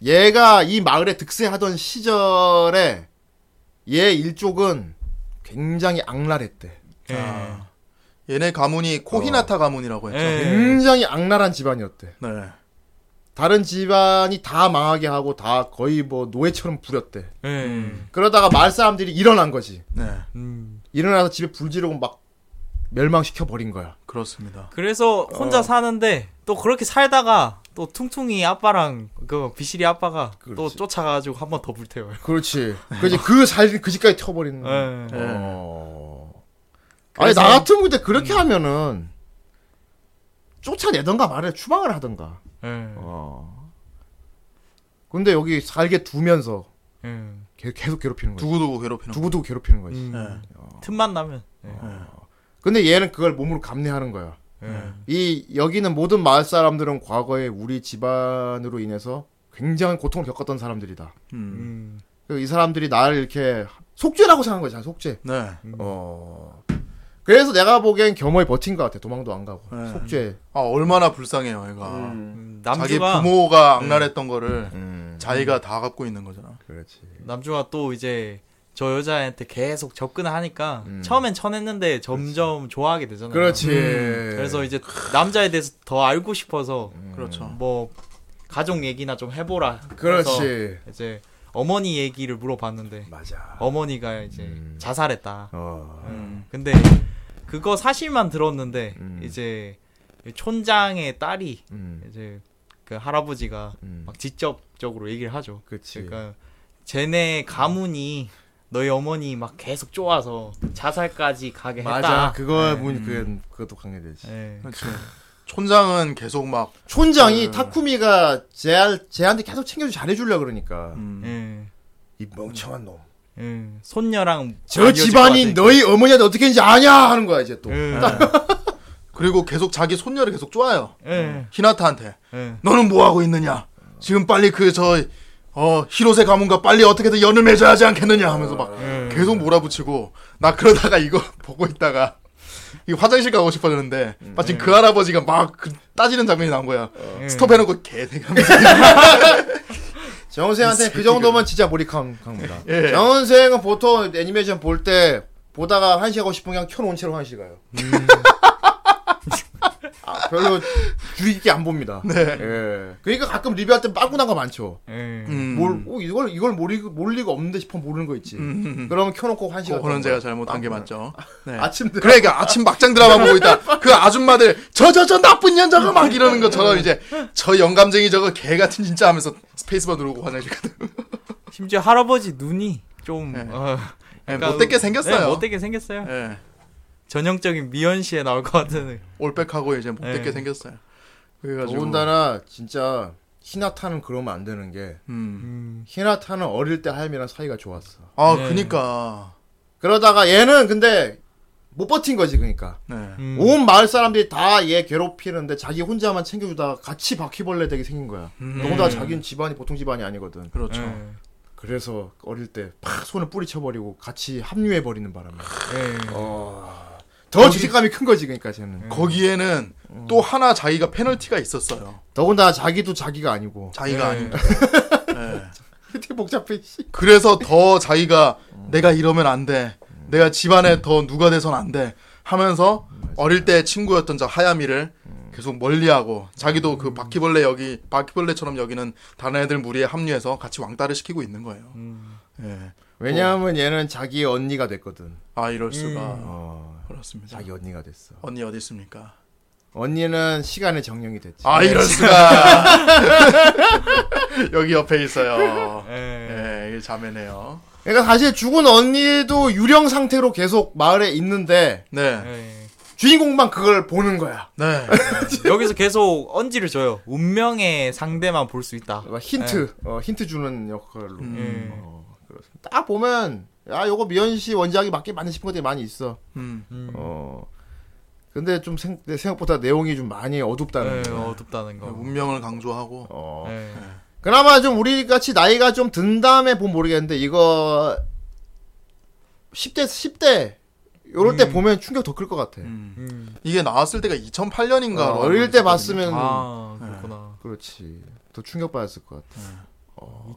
[SPEAKER 2] 얘가 이 마을에 득세하던 시절에 얘 일족은 굉장히 악랄했대.
[SPEAKER 3] 아. 얘네 가문이 코히나타 가문이라고 했죠.
[SPEAKER 2] 예. 굉장히 악랄한 집안이었대.
[SPEAKER 3] 네.
[SPEAKER 2] 다른 집안이 다 망하게 하고 다 거의 뭐 노예처럼 부렸대.
[SPEAKER 4] 음.
[SPEAKER 2] 그러다가 마을 사람들이 일어난 거지.
[SPEAKER 3] 네.
[SPEAKER 2] 일어나서 집에 불 지르고 막 멸망시켜 버린 거야.
[SPEAKER 3] 그렇습니다.
[SPEAKER 4] 그래서 혼자 사는데 또 그렇게 살다가 또 퉁퉁이 아빠랑 그 비실이 아빠가 또 쫓아가지고 한 번 더 불태워요.
[SPEAKER 2] 그렇지. 그 이제 그 살림 그 집까지 태워버리는 거야.
[SPEAKER 4] 예.
[SPEAKER 2] 어. 아니 나 같으면 근데 그렇게 하면은 쫓아내던가 말해 추방을 하던가.
[SPEAKER 4] 예.
[SPEAKER 2] 어. 근데 여기 살게 두면서
[SPEAKER 4] 예.
[SPEAKER 2] 개- 계속 괴롭히는 거지.
[SPEAKER 3] 두고두고 괴롭히는.
[SPEAKER 2] 음. 두고두고 괴롭히는 거지.
[SPEAKER 3] 네.
[SPEAKER 4] 음.
[SPEAKER 2] 어.
[SPEAKER 4] 틈만 나면. 예.
[SPEAKER 2] 근데 얘는 그걸 몸으로 감내하는 거야. 네.
[SPEAKER 4] 예.
[SPEAKER 2] 이 여기는 모든 마을 사람들은 과거에 우리 집안으로 인해서 굉장한 고통을 겪었던 사람들이다.
[SPEAKER 3] 음.
[SPEAKER 4] 음.
[SPEAKER 2] 그리고 이 사람들이 나를 이렇게 속죄라고 생각한 거잖아, 속죄.
[SPEAKER 3] 네.
[SPEAKER 2] 어. 그래서 내가 보기엔 겸허히 버틴 것 같아. 도망도 안 가고.
[SPEAKER 3] 네.
[SPEAKER 2] 속죄.
[SPEAKER 3] 아 얼마나 불쌍해요, 얘가.
[SPEAKER 4] 음,
[SPEAKER 3] 자기
[SPEAKER 4] 남주가 네.
[SPEAKER 3] 부모가 악랄했던 거를
[SPEAKER 2] 음.
[SPEAKER 3] 자기가 다 갖고 있는 거잖아.
[SPEAKER 2] 그렇지.
[SPEAKER 4] 남주가 또 이제 저 여자한테 계속 접근을 하니까
[SPEAKER 2] 음.
[SPEAKER 4] 처음엔 쳐냈는데 점점 좋아하게 되잖아요. 음.
[SPEAKER 2] 그렇지.
[SPEAKER 4] 그래서 이제 남자에 대해서 더 알고 싶어서
[SPEAKER 2] 음.
[SPEAKER 3] 그렇죠.
[SPEAKER 4] 뭐 가족 얘기나 좀 해보라. 그래서
[SPEAKER 2] 그렇지.
[SPEAKER 4] 이제 어머니 얘기를 물어봤는데
[SPEAKER 2] 맞아.
[SPEAKER 4] 어머니가 이제
[SPEAKER 2] 음.
[SPEAKER 4] 자살했다.
[SPEAKER 2] 어.
[SPEAKER 4] 음, 근데 그거 사실만 들었는데
[SPEAKER 2] 음.
[SPEAKER 4] 이제 촌장의 딸이
[SPEAKER 2] 음.
[SPEAKER 4] 이제 그 할아버지가
[SPEAKER 2] 음.
[SPEAKER 4] 막 직접적으로 얘기를 하죠.
[SPEAKER 2] 그치.
[SPEAKER 4] 그러니까 쟤네 가문이 너희 어머니 막 계속 쪼아서 자살까지 가게 했다.
[SPEAKER 2] 맞아. 그거 문 그, 그것도 강해되지.
[SPEAKER 4] 예.
[SPEAKER 3] 그렇죠. 촌장은 계속 막
[SPEAKER 2] 촌장이
[SPEAKER 3] 그-
[SPEAKER 2] 타쿠미가 쟤, 쟤한테 계속 챙겨주 잘해주려고 그러니까.
[SPEAKER 3] 음,
[SPEAKER 4] 예.
[SPEAKER 2] 이 멍청한 놈.
[SPEAKER 4] 예. 손녀랑
[SPEAKER 2] 저 집안이 그 네. 너희 어머니한테 어떻게 했는지 아냐! 하는 거야, 이제 또.
[SPEAKER 4] 예.
[SPEAKER 3] 그리고 계속 자기 손녀를 계속 쪼아요.
[SPEAKER 4] 예.
[SPEAKER 3] 히나타한테
[SPEAKER 4] 예.
[SPEAKER 3] 너는 뭐 하고 있느냐? 지금 빨리 그 저 어, 히로세 가문과 빨리 어떻게든 연을 맺어야 하지 않겠느냐 하면서 막
[SPEAKER 4] 네.
[SPEAKER 3] 계속 몰아붙이고 나 그러다가 이거 보고 있다가 이 화장실 가고 싶었는데
[SPEAKER 4] 음.
[SPEAKER 3] 마침
[SPEAKER 4] 네.
[SPEAKER 3] 그 할아버지가 막그 따지는 장면이 나온 거야.
[SPEAKER 4] 어. 음.
[SPEAKER 3] 스톱해놓고 개새가
[SPEAKER 2] 정은생한테 그 정도면 진짜 몰입한 강입니다.
[SPEAKER 3] 예.
[SPEAKER 2] 정은생은 보통 애니메이션 볼 때 보다가 한시 하고 싶으면 그냥 켜놓은 채로 한시 가요. 아, 별로 주의 깊게 안 봅니다. 네. 예. 그러니까 가끔 리뷰할 때 빠꾸난 거 많죠.
[SPEAKER 4] 예.
[SPEAKER 3] 음.
[SPEAKER 2] 뭘, 어, 이걸, 이걸 모리, 모를 리가 없는데 싶어 모르는 거 있지. 그러면 켜놓고 한시 가
[SPEAKER 3] 음. 그거는 제가 잘못한 게 맞죠. 네.
[SPEAKER 2] 아침 들
[SPEAKER 3] 그러니까 아침 막장 드라마 보고 있다. 그 아줌마들 저 저 저 나쁜 년 저거 막 이러는 것처럼 이제 저 영감쟁이 저거 개 같은 진짜 하면서 스페이스바 누르고 예, 화장실 가다.
[SPEAKER 4] 심지어 할아버지 눈이 좀 어,
[SPEAKER 3] 예,
[SPEAKER 4] 약간
[SPEAKER 3] 못되게 생겼어요.
[SPEAKER 4] 네, 못되게 생겼어요.
[SPEAKER 3] 예.
[SPEAKER 4] 전형적인 미연 씨에 나올 것 같은.
[SPEAKER 3] 올백하고 이제 못되게
[SPEAKER 4] 예.
[SPEAKER 3] 생겼어요. 그래가지고
[SPEAKER 2] 더군다나 진짜 히나타는 그러면 안 되는 게
[SPEAKER 3] 음.
[SPEAKER 2] 히나타는 어릴 때 할미랑 사이가 좋았어.
[SPEAKER 3] 아
[SPEAKER 4] 네.
[SPEAKER 3] 그니까.
[SPEAKER 2] 그러다가 얘는 근데 못 버틴 거지 그러니까.
[SPEAKER 3] 네.
[SPEAKER 4] 음.
[SPEAKER 2] 온 마을 사람들이 다 얘 괴롭히는데 자기 혼자만 챙겨주다가 같이 바퀴벌레 되게 생긴 거야.
[SPEAKER 3] 음.
[SPEAKER 2] 더군다나 자기는 집안이 보통 집안이 아니거든.
[SPEAKER 3] 그렇죠.
[SPEAKER 4] 예.
[SPEAKER 2] 그래서 어릴 때 팍 손을 뿌리쳐버리고 같이 합류해 버리는 바람에
[SPEAKER 4] 예.
[SPEAKER 2] 더 죄책감이 큰 거지 그러니까 쟤는.
[SPEAKER 3] 거기에는
[SPEAKER 4] 음.
[SPEAKER 3] 또 하나 자기가 페널티가 있었어요.
[SPEAKER 2] 더군다나 자기도 자기가 아니고
[SPEAKER 3] 자기가
[SPEAKER 4] 예.
[SPEAKER 3] 아닌데. 예.
[SPEAKER 2] 되게 복잡해. 씨.
[SPEAKER 3] 그래서 더 자기가 내가 이러면 안 돼. 내가 집안에 더 누가 돼선 안 돼. 하면서 어릴 때 친구였던 저 하야미를 계속 멀리하고 자기도 그 바퀴벌레 여기 바퀴벌레처럼 여기는 다른 애들 무리에 합류해서 같이 왕따를 시키고 있는 거예요.
[SPEAKER 4] 음.
[SPEAKER 3] 예.
[SPEAKER 2] 왜냐하면 얘는 자기 언니가 됐거든.
[SPEAKER 3] 아 이럴 수가.
[SPEAKER 2] 뭐. 어,
[SPEAKER 3] 그렇습니다.
[SPEAKER 2] 자기 언니가 됐어.
[SPEAKER 3] 언니 어디 있습니까?
[SPEAKER 2] 언니는 시간의 정령이 됐지.
[SPEAKER 3] 아 이럴 수가. 여기 옆에 있어요.
[SPEAKER 4] 예.
[SPEAKER 3] 예, 우리 자매네요.
[SPEAKER 2] 그러니까 사실 죽은 언니도 유령 상태로 계속 마을에 있는데
[SPEAKER 4] 네.
[SPEAKER 2] 주인공만 그걸 보는 거야.
[SPEAKER 3] 네.
[SPEAKER 4] 예. 여기서 계속 언지를 줘요. 운명의 상대만 볼 수 있다.
[SPEAKER 2] 힌트, 어, 힌트 주는 역할로.
[SPEAKER 3] 음.
[SPEAKER 4] 예.
[SPEAKER 2] 어, 그렇습니다. 딱 보면 아 요거 미연 씨 원작이 맞게 만든 싶은 것들이 많이 있어.
[SPEAKER 3] 음.
[SPEAKER 2] 어. 근데 좀 생, 생각보다 내용이 좀 많이 어둡다는.
[SPEAKER 4] 네,
[SPEAKER 2] 거.
[SPEAKER 4] 어둡다는
[SPEAKER 3] 예,
[SPEAKER 4] 거.
[SPEAKER 3] 운명을 강조하고.
[SPEAKER 2] 어. 그나마 좀 우리 같이 나이가 좀 든 다음에 보면 모르겠는데 이거 10대 10대 요럴
[SPEAKER 3] 음.
[SPEAKER 2] 때 보면 충격 더 클 것 같아.
[SPEAKER 4] 음.
[SPEAKER 3] 이게 나왔을 때가 아, 2008년인가
[SPEAKER 2] 어, 어릴 때
[SPEAKER 3] 예.
[SPEAKER 2] 봤으면
[SPEAKER 4] 아,
[SPEAKER 3] 음.
[SPEAKER 4] 그렇구나.
[SPEAKER 2] 그렇지. 더 충격 받았을 것 같아.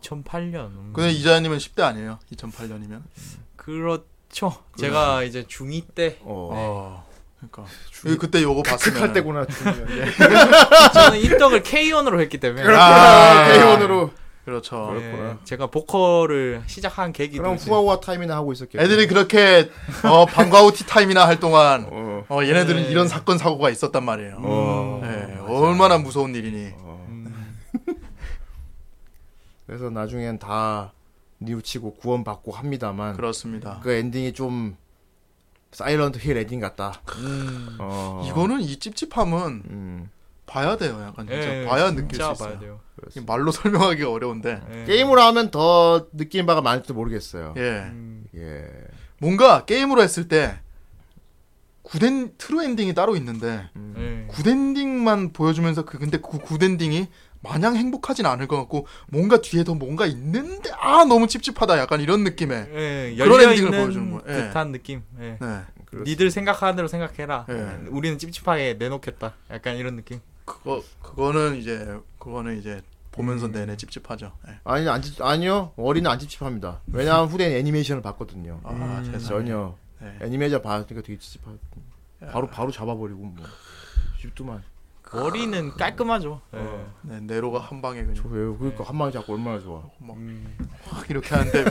[SPEAKER 4] 2008년.
[SPEAKER 3] 어.
[SPEAKER 4] 음.
[SPEAKER 3] 근데 이자님은 10대 아니에요? 2008년이면?
[SPEAKER 4] 그렇죠. 제가 이제 중2 때.
[SPEAKER 3] 어. 그러니까 그때 요거 봤으면
[SPEAKER 2] 극할 때구나, 중이면.
[SPEAKER 3] 네.
[SPEAKER 2] 예.
[SPEAKER 4] 저는 입덕을 K1으로 했기 때문에. 예,
[SPEAKER 2] 그렇구나, K1으로.
[SPEAKER 3] 아, 그렇죠.
[SPEAKER 2] 그렇구나.
[SPEAKER 4] 제가 보컬을 시작한 계기도.
[SPEAKER 2] 그럼
[SPEAKER 4] 이제-
[SPEAKER 2] 후아후아 타임이나 하고 있었겠네.
[SPEAKER 3] 애들이 그렇게 어, 방과 후 티타임이나 할 동안 어, 얘네들은
[SPEAKER 2] 네.
[SPEAKER 3] 이런 사건 사고가 있었단 말이에요. 어.
[SPEAKER 2] 어.
[SPEAKER 3] 예, 얼마나 무서운 일이니.
[SPEAKER 2] 그래서 나중엔 다 뉘우치고 구원받고
[SPEAKER 3] 그렇죠.
[SPEAKER 2] 합니다만.
[SPEAKER 3] 그렇습니다.
[SPEAKER 2] 그 엔딩이 좀 사이런트 힐 엔딩 같다. 어. 음.
[SPEAKER 3] 이거는 이 찝찝함은 봐야 돼요. 약간
[SPEAKER 4] 예,
[SPEAKER 3] 네, 진짜 봐야 느낄 수 있어요. 음. 이게 말로 설명하기가 어려운데
[SPEAKER 4] 예.
[SPEAKER 2] 게임으로 하면 더 느끼는 바가 많을지도 모르겠어요.
[SPEAKER 3] 예.
[SPEAKER 4] 음.
[SPEAKER 2] 예.
[SPEAKER 3] 뭔가 게임으로 했을 때 굿엔 트루 엔딩이 따로 있는데
[SPEAKER 2] 음.
[SPEAKER 3] 굿 엔딩만 보여주면서 그 근데 그 굿 엔딩이 마냥 행복하진 않을 것 같고 뭔가 뒤에 더 뭔가 있는데 아 너무 찝찝하다 약간 이런 느낌의
[SPEAKER 4] 예,
[SPEAKER 3] 음. 그런
[SPEAKER 4] 열려
[SPEAKER 3] 엔딩을
[SPEAKER 4] 있는
[SPEAKER 3] 보여주는 거예요. 예.
[SPEAKER 4] 듯한 느낌. 예.
[SPEAKER 3] 네,
[SPEAKER 4] 니들 생각하는 대로 생각해라.
[SPEAKER 3] 예.
[SPEAKER 4] 우리는 찝찝하게 내놓겠다. 약간 이런 느낌.
[SPEAKER 3] 그거 그거는 이제 그거는 이제
[SPEAKER 2] 음.
[SPEAKER 3] 보면서 내내 찝찝하죠. 예.
[SPEAKER 2] 아니 안 찝, 아니요 어린이 안 찝찝합니다. 왜냐하면 후대는 애니메이션을 봤거든요.
[SPEAKER 3] 아,
[SPEAKER 2] 음.
[SPEAKER 3] 세상에.
[SPEAKER 2] 전혀
[SPEAKER 3] 네.
[SPEAKER 2] 애니메이션 봤으니까 되게 찝찝하. 바로 바로 잡아버리고 뭐 집도만.
[SPEAKER 4] 머리는 깔끔하죠. 예.
[SPEAKER 3] 네, 네로가 한 방에 그냥
[SPEAKER 2] 왜 그러니까 한 마리 잡고 얼마나 좋아.
[SPEAKER 3] 막, 확 이렇게 하는데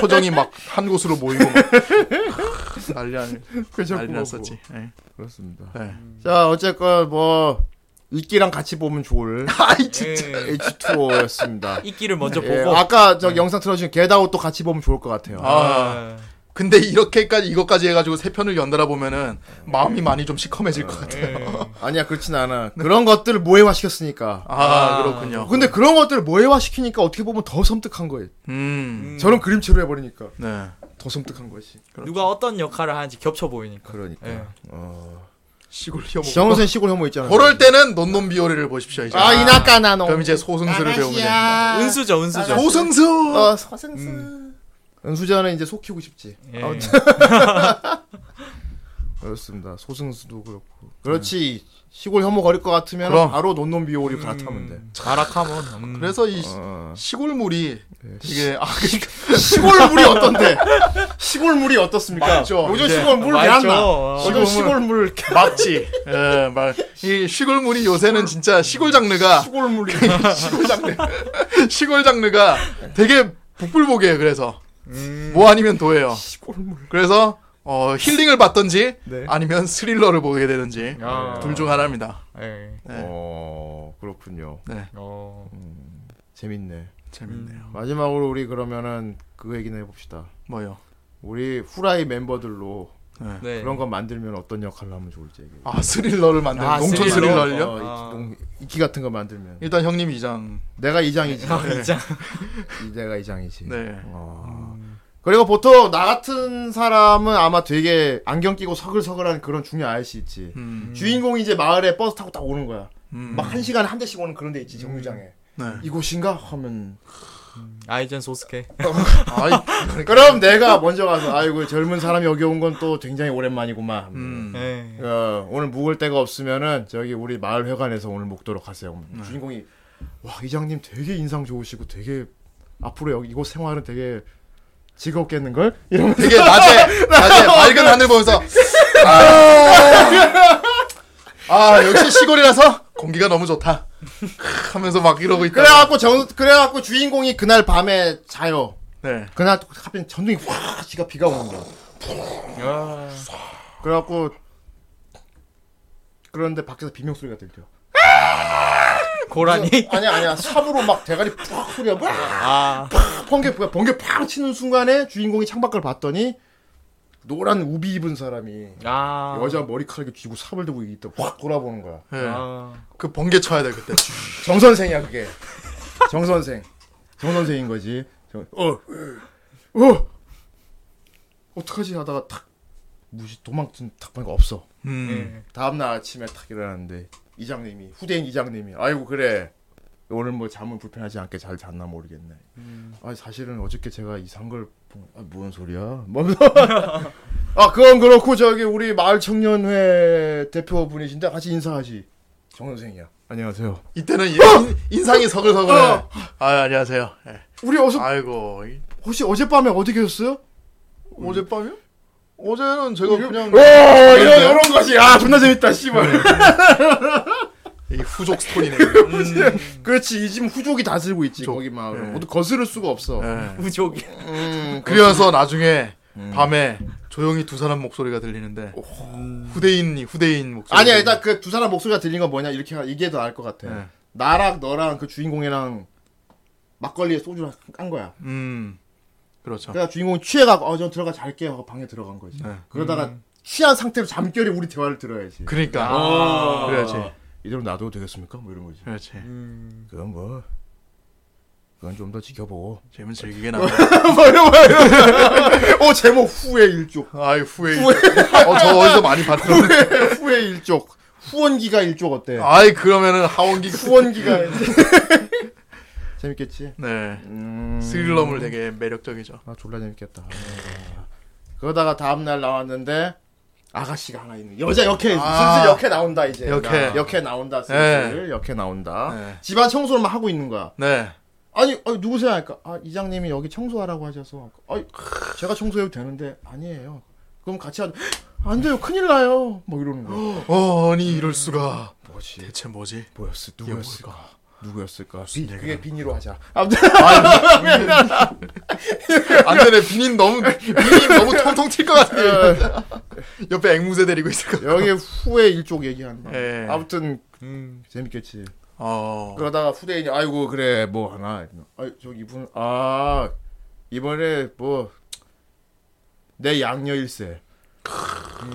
[SPEAKER 3] 표정이 막 한 곳으로 모이고 막 난리 아니
[SPEAKER 2] 그죠,
[SPEAKER 3] 난리
[SPEAKER 2] 그거고.
[SPEAKER 3] 났었지. 예.
[SPEAKER 2] 그렇습니다.
[SPEAKER 3] 네.
[SPEAKER 2] 자 어쨌건 뭐 읽기랑 같이 보면 좋을.
[SPEAKER 3] 아이 진짜.
[SPEAKER 2] H2O였습니다.
[SPEAKER 4] 예. 이끼를 먼저
[SPEAKER 2] 예,
[SPEAKER 4] 보고.
[SPEAKER 2] 아까 저 영상 틀어주신 겟아웃도 같이 보면 좋을 것 같아요.
[SPEAKER 3] 네. 아. 근데 이렇게까지 이것까지 해가지고 세 편을 연달아 보면은 마음이 많이 좀 시커매질
[SPEAKER 2] 네.
[SPEAKER 3] 것
[SPEAKER 2] 예.
[SPEAKER 3] 같아요.
[SPEAKER 4] 음,
[SPEAKER 2] 아니야 그렇진 않아. 그런 것들을 모해화 시켰으니까.
[SPEAKER 3] 아, 그렇군요.
[SPEAKER 2] 근데 그런 것들을 모해화 시키니까 어떻게 보면 더 섬뜩한 거예요.
[SPEAKER 3] 음.
[SPEAKER 2] 저런 그림체로 해버리니까
[SPEAKER 3] 네.
[SPEAKER 2] 더 섬뜩한 거지.
[SPEAKER 4] 누가 어떤 역할을 하는지 겹쳐 보이니까.
[SPEAKER 2] 그러니까.
[SPEAKER 4] 예.
[SPEAKER 2] 어.
[SPEAKER 3] 시골 혐오.
[SPEAKER 2] 정우생 시골 혐오 있잖아.
[SPEAKER 3] 그럴 때는 논논 비오리를 보십시오 이제.
[SPEAKER 2] 아, 이나까나 노.
[SPEAKER 3] 그럼 이제 소승수를 배우면 됩니다.
[SPEAKER 2] 아,
[SPEAKER 4] 은수죠, 은수죠.
[SPEAKER 3] 소승수.
[SPEAKER 2] 어, 서승수. 은수자는 이제 속 키우고 싶지.
[SPEAKER 4] 예.
[SPEAKER 2] 아무튼. 그렇습니다. 소승수도 그렇고. 그렇지. 시골 혐오 거릴 것 같으면 아,
[SPEAKER 3] 음. 그럼. 음.
[SPEAKER 2] 바로 논논 비오리 갈아타면 돼.
[SPEAKER 4] 바라카몬. 음.
[SPEAKER 3] 그래서 이 시-
[SPEAKER 2] 어. 네.
[SPEAKER 3] 시골물이 되게 아 그러니까
[SPEAKER 2] 시골 물이 어떤데? 시골 물이 어떻습니까?
[SPEAKER 3] 맞죠.
[SPEAKER 2] 요즘
[SPEAKER 3] 이제
[SPEAKER 2] 시골 물
[SPEAKER 4] 맞죠.
[SPEAKER 2] 개안나.
[SPEAKER 4] 어.
[SPEAKER 2] 요즘 시골 물 개-
[SPEAKER 3] 맞지. 예, 막이 시골물이 요새는 진짜 시골 장르가
[SPEAKER 2] 시골 물이.
[SPEAKER 3] 시골 장르 시골 장르가 되게 북불복이에요. 그래서
[SPEAKER 4] 음.
[SPEAKER 3] 뭐 아니면 도예요.
[SPEAKER 2] 시골 물.
[SPEAKER 3] 그래서 어, 힐링을 받든지
[SPEAKER 2] 네.
[SPEAKER 3] 아니면 스릴러를 보게 되든지
[SPEAKER 4] 아.
[SPEAKER 3] 둘 중 하나입니다.
[SPEAKER 4] 예.
[SPEAKER 3] 네.
[SPEAKER 2] 어 그렇군요.
[SPEAKER 3] 네,
[SPEAKER 4] 어.
[SPEAKER 2] 재밌네.
[SPEAKER 3] 재밌네요.
[SPEAKER 2] 마지막으로 우리 그러면은 그 얘기는 해봅시다.
[SPEAKER 4] 음.
[SPEAKER 3] 뭐요?
[SPEAKER 2] 우리 후라이 멤버들로
[SPEAKER 4] 네.
[SPEAKER 2] 그런 거 만들면 어떤 역할을 하면 좋을지 얘기해.
[SPEAKER 3] 아 스릴러를 만드는
[SPEAKER 4] 아,
[SPEAKER 3] 농촌
[SPEAKER 4] 스릴러?
[SPEAKER 3] 스릴러를요?
[SPEAKER 2] 어,
[SPEAKER 4] 아.
[SPEAKER 2] 이키, 농- 이키 같은 거 만들면
[SPEAKER 3] 일단 형님 이장.
[SPEAKER 2] 내가 이장이지.
[SPEAKER 4] 아, 이장.
[SPEAKER 2] 이- 내가 이장이지.
[SPEAKER 3] 네.
[SPEAKER 2] 어. 그리고 보통 나 같은 사람은 아마 되게 안경 끼고 서글서글한 그런 중년 아저씨 있지.
[SPEAKER 3] 음.
[SPEAKER 2] 주인공이 이제 마을에 버스 타고 딱 오는 거야.
[SPEAKER 3] 음.
[SPEAKER 2] 막 한 시간에 한 대씩 오는 그런 데 있지 정류장에.
[SPEAKER 3] 네.
[SPEAKER 2] 이곳인가 하면
[SPEAKER 4] 아이젠 소스케.
[SPEAKER 3] 아이,
[SPEAKER 2] 그럼 내가 먼저 가서 아이고 젊은 사람이 여기 온 건 또 굉장히 오랜만이구만.
[SPEAKER 3] 음.
[SPEAKER 4] 예.
[SPEAKER 2] 어, 오늘 묵을 데가 없으면은 저기 우리 마을 회관에서 오늘 묵도록 하세요. 음,
[SPEAKER 3] 네.
[SPEAKER 2] 주인공이 와 이장님 되게 인상 좋으시고 되게 앞으로 여기 이곳 생활은 되게 즐겁겠는 걸 이러면서
[SPEAKER 3] 되게 낮에 낮에 맑은 하늘 보면서 아, 아 역시 시골이라서 공기가 너무 좋다 크, 하면서 막 이러고 있다.
[SPEAKER 2] 그래갖고 정 그래갖고 주인공이 그날 밤에 자요.
[SPEAKER 3] 네.
[SPEAKER 2] 그날 또 하필 전등이 확 지가 비가 오는 거야.
[SPEAKER 4] 아.
[SPEAKER 2] 그래갖고 그런데 밖에서 비명 소리가 들려.
[SPEAKER 4] 고라니?
[SPEAKER 2] 무슨- 아니야 아니야 삽으로 막 대가리 팍 후려 팍
[SPEAKER 4] 아.
[SPEAKER 2] 번개 번개 팍 치는 순간에 주인공이 창밖을 봤더니 노란 우비 입은 사람이
[SPEAKER 4] 아.
[SPEAKER 2] 여자 머리카락에 쥐고 삽을 들고 있다 확 돌아보는 거야.
[SPEAKER 3] 예. 그 번개 쳐야 돼 그때.
[SPEAKER 2] 정 선생이야 그게. 정 선생. 정 선생인 거지. 정- 어. 어. 어떡하지 하다가 탁 무시 도망친 탁 보니까 없어.
[SPEAKER 4] 네.
[SPEAKER 3] 음.
[SPEAKER 2] 다음 날 아침에 탁 일어났는데 이장님이 후대인 이장님이 아이고 그래 오늘 뭐 잠은 불편하지 않게 잘 잤나 모르겠네. 아 사실은 어저께 제가 이상한 걸 본... 아, 뭔 소리야? 뭐... 아 그건 그렇고 저기 우리 마을 청년회 대표분이신데 같이 인사하지. 정 선생이야. 안녕하세요.
[SPEAKER 3] 이때는 인,
[SPEAKER 2] 어!
[SPEAKER 3] 인상이 서글서글해.
[SPEAKER 2] 어!
[SPEAKER 3] 아 안녕하세요. 예.
[SPEAKER 2] 우리 어서
[SPEAKER 3] 아이고.
[SPEAKER 2] 혹시 어젯밤에 어디 계셨어요? 음.
[SPEAKER 3] 어젯밤이요? 어제는 제가 그냥
[SPEAKER 2] 오 이런 이런 것이 아 존나 재밌다 씨발.
[SPEAKER 3] 이 후족 스톤이네.
[SPEAKER 2] 그렇지 이 집 후족이 다 쓸고 있지 거기 마을. 모두 거스를 수가 없어.
[SPEAKER 3] 예.
[SPEAKER 4] 우족이.
[SPEAKER 2] 음,
[SPEAKER 3] 그래서 나중에 밤에 조용히 두 사람 목소리가 들리는데 후대인이 후대인 목소리.
[SPEAKER 2] 아니야 일단 그 두 사람 목소리가 들린 건 뭐냐 이렇게 이게 더 나을 것 같아.
[SPEAKER 3] 네.
[SPEAKER 2] 나랑 너랑 그 주인공이랑 막걸리에 소주를 깐 거야.
[SPEAKER 3] 음. 그렇죠.
[SPEAKER 2] 그러니까 주인공 이 취해가고 어전 들어가 잘게 하고 방에 들어간 거지.
[SPEAKER 3] 네.
[SPEAKER 2] 그러다가 취한 상태로 잠결에 우리 대화를 들어야지.
[SPEAKER 3] 그러니까.
[SPEAKER 2] 아.
[SPEAKER 3] 그래야지.
[SPEAKER 2] 이대로 놔둬도 되겠습니까? 뭐 이런 거지.
[SPEAKER 3] 그렇지.
[SPEAKER 4] 음.
[SPEAKER 2] 그건 뭐 그건 좀 더 지켜보고.
[SPEAKER 3] 재밌 즐기게 나와.
[SPEAKER 2] 뭐 이런 거, 이런 거. 어 제목 후회 일족.
[SPEAKER 3] 아이 후에. 어저 어디서 많이 봤던.
[SPEAKER 2] 후회 후회 일족. 후원기가 일족 어때?
[SPEAKER 3] 아이 그러면은 하원기
[SPEAKER 2] 후원기가 재밌겠지.
[SPEAKER 3] 네
[SPEAKER 2] 음...
[SPEAKER 3] 스릴러물 되게 매력적이죠.
[SPEAKER 2] 아 졸라 재밌겠다. 아. 그러다가 다음 날 나왔는데 아가씨가 하나 있는 여자 역해
[SPEAKER 3] 아.
[SPEAKER 2] 슬슬 역해 나온다 이제
[SPEAKER 3] 역해.
[SPEAKER 2] 나- 역해 나온다 슬슬 역해 나온다
[SPEAKER 3] 네.
[SPEAKER 2] 집안 청소를 막 하고 있는 거야
[SPEAKER 3] 네.
[SPEAKER 2] 아니, 아니 누구세요 하니까 아 이장님이 여기 청소하라고 하셔서 아 제가 청소해도 되는데 아니에요 그럼 같이 하... 안 돼요 큰일 나요 뭐 이러는 거야
[SPEAKER 3] 어 아니 이럴 수가.
[SPEAKER 2] 뭐지
[SPEAKER 3] 대체 뭐지?
[SPEAKER 2] 뭐였을 누구였을까 누구였을까
[SPEAKER 3] 무슨 얘기를
[SPEAKER 2] 그게
[SPEAKER 3] 하는
[SPEAKER 2] 비니로 하자 아무튼
[SPEAKER 3] 안 되네. 비님 너무 비님 너무 통통 튈 것 같아요. 네. 옆에 앵무새 데리고 있을 것 같아요.
[SPEAKER 2] 여기 후에 일족 얘기하는 거
[SPEAKER 3] 예.
[SPEAKER 2] 네. 아무튼 음. 재밌겠지
[SPEAKER 3] 어.
[SPEAKER 2] 그러다가 후대인이 아이고 그래 뭐 하나 아 저기 이분 아 이번에 뭐 내 양녀 일세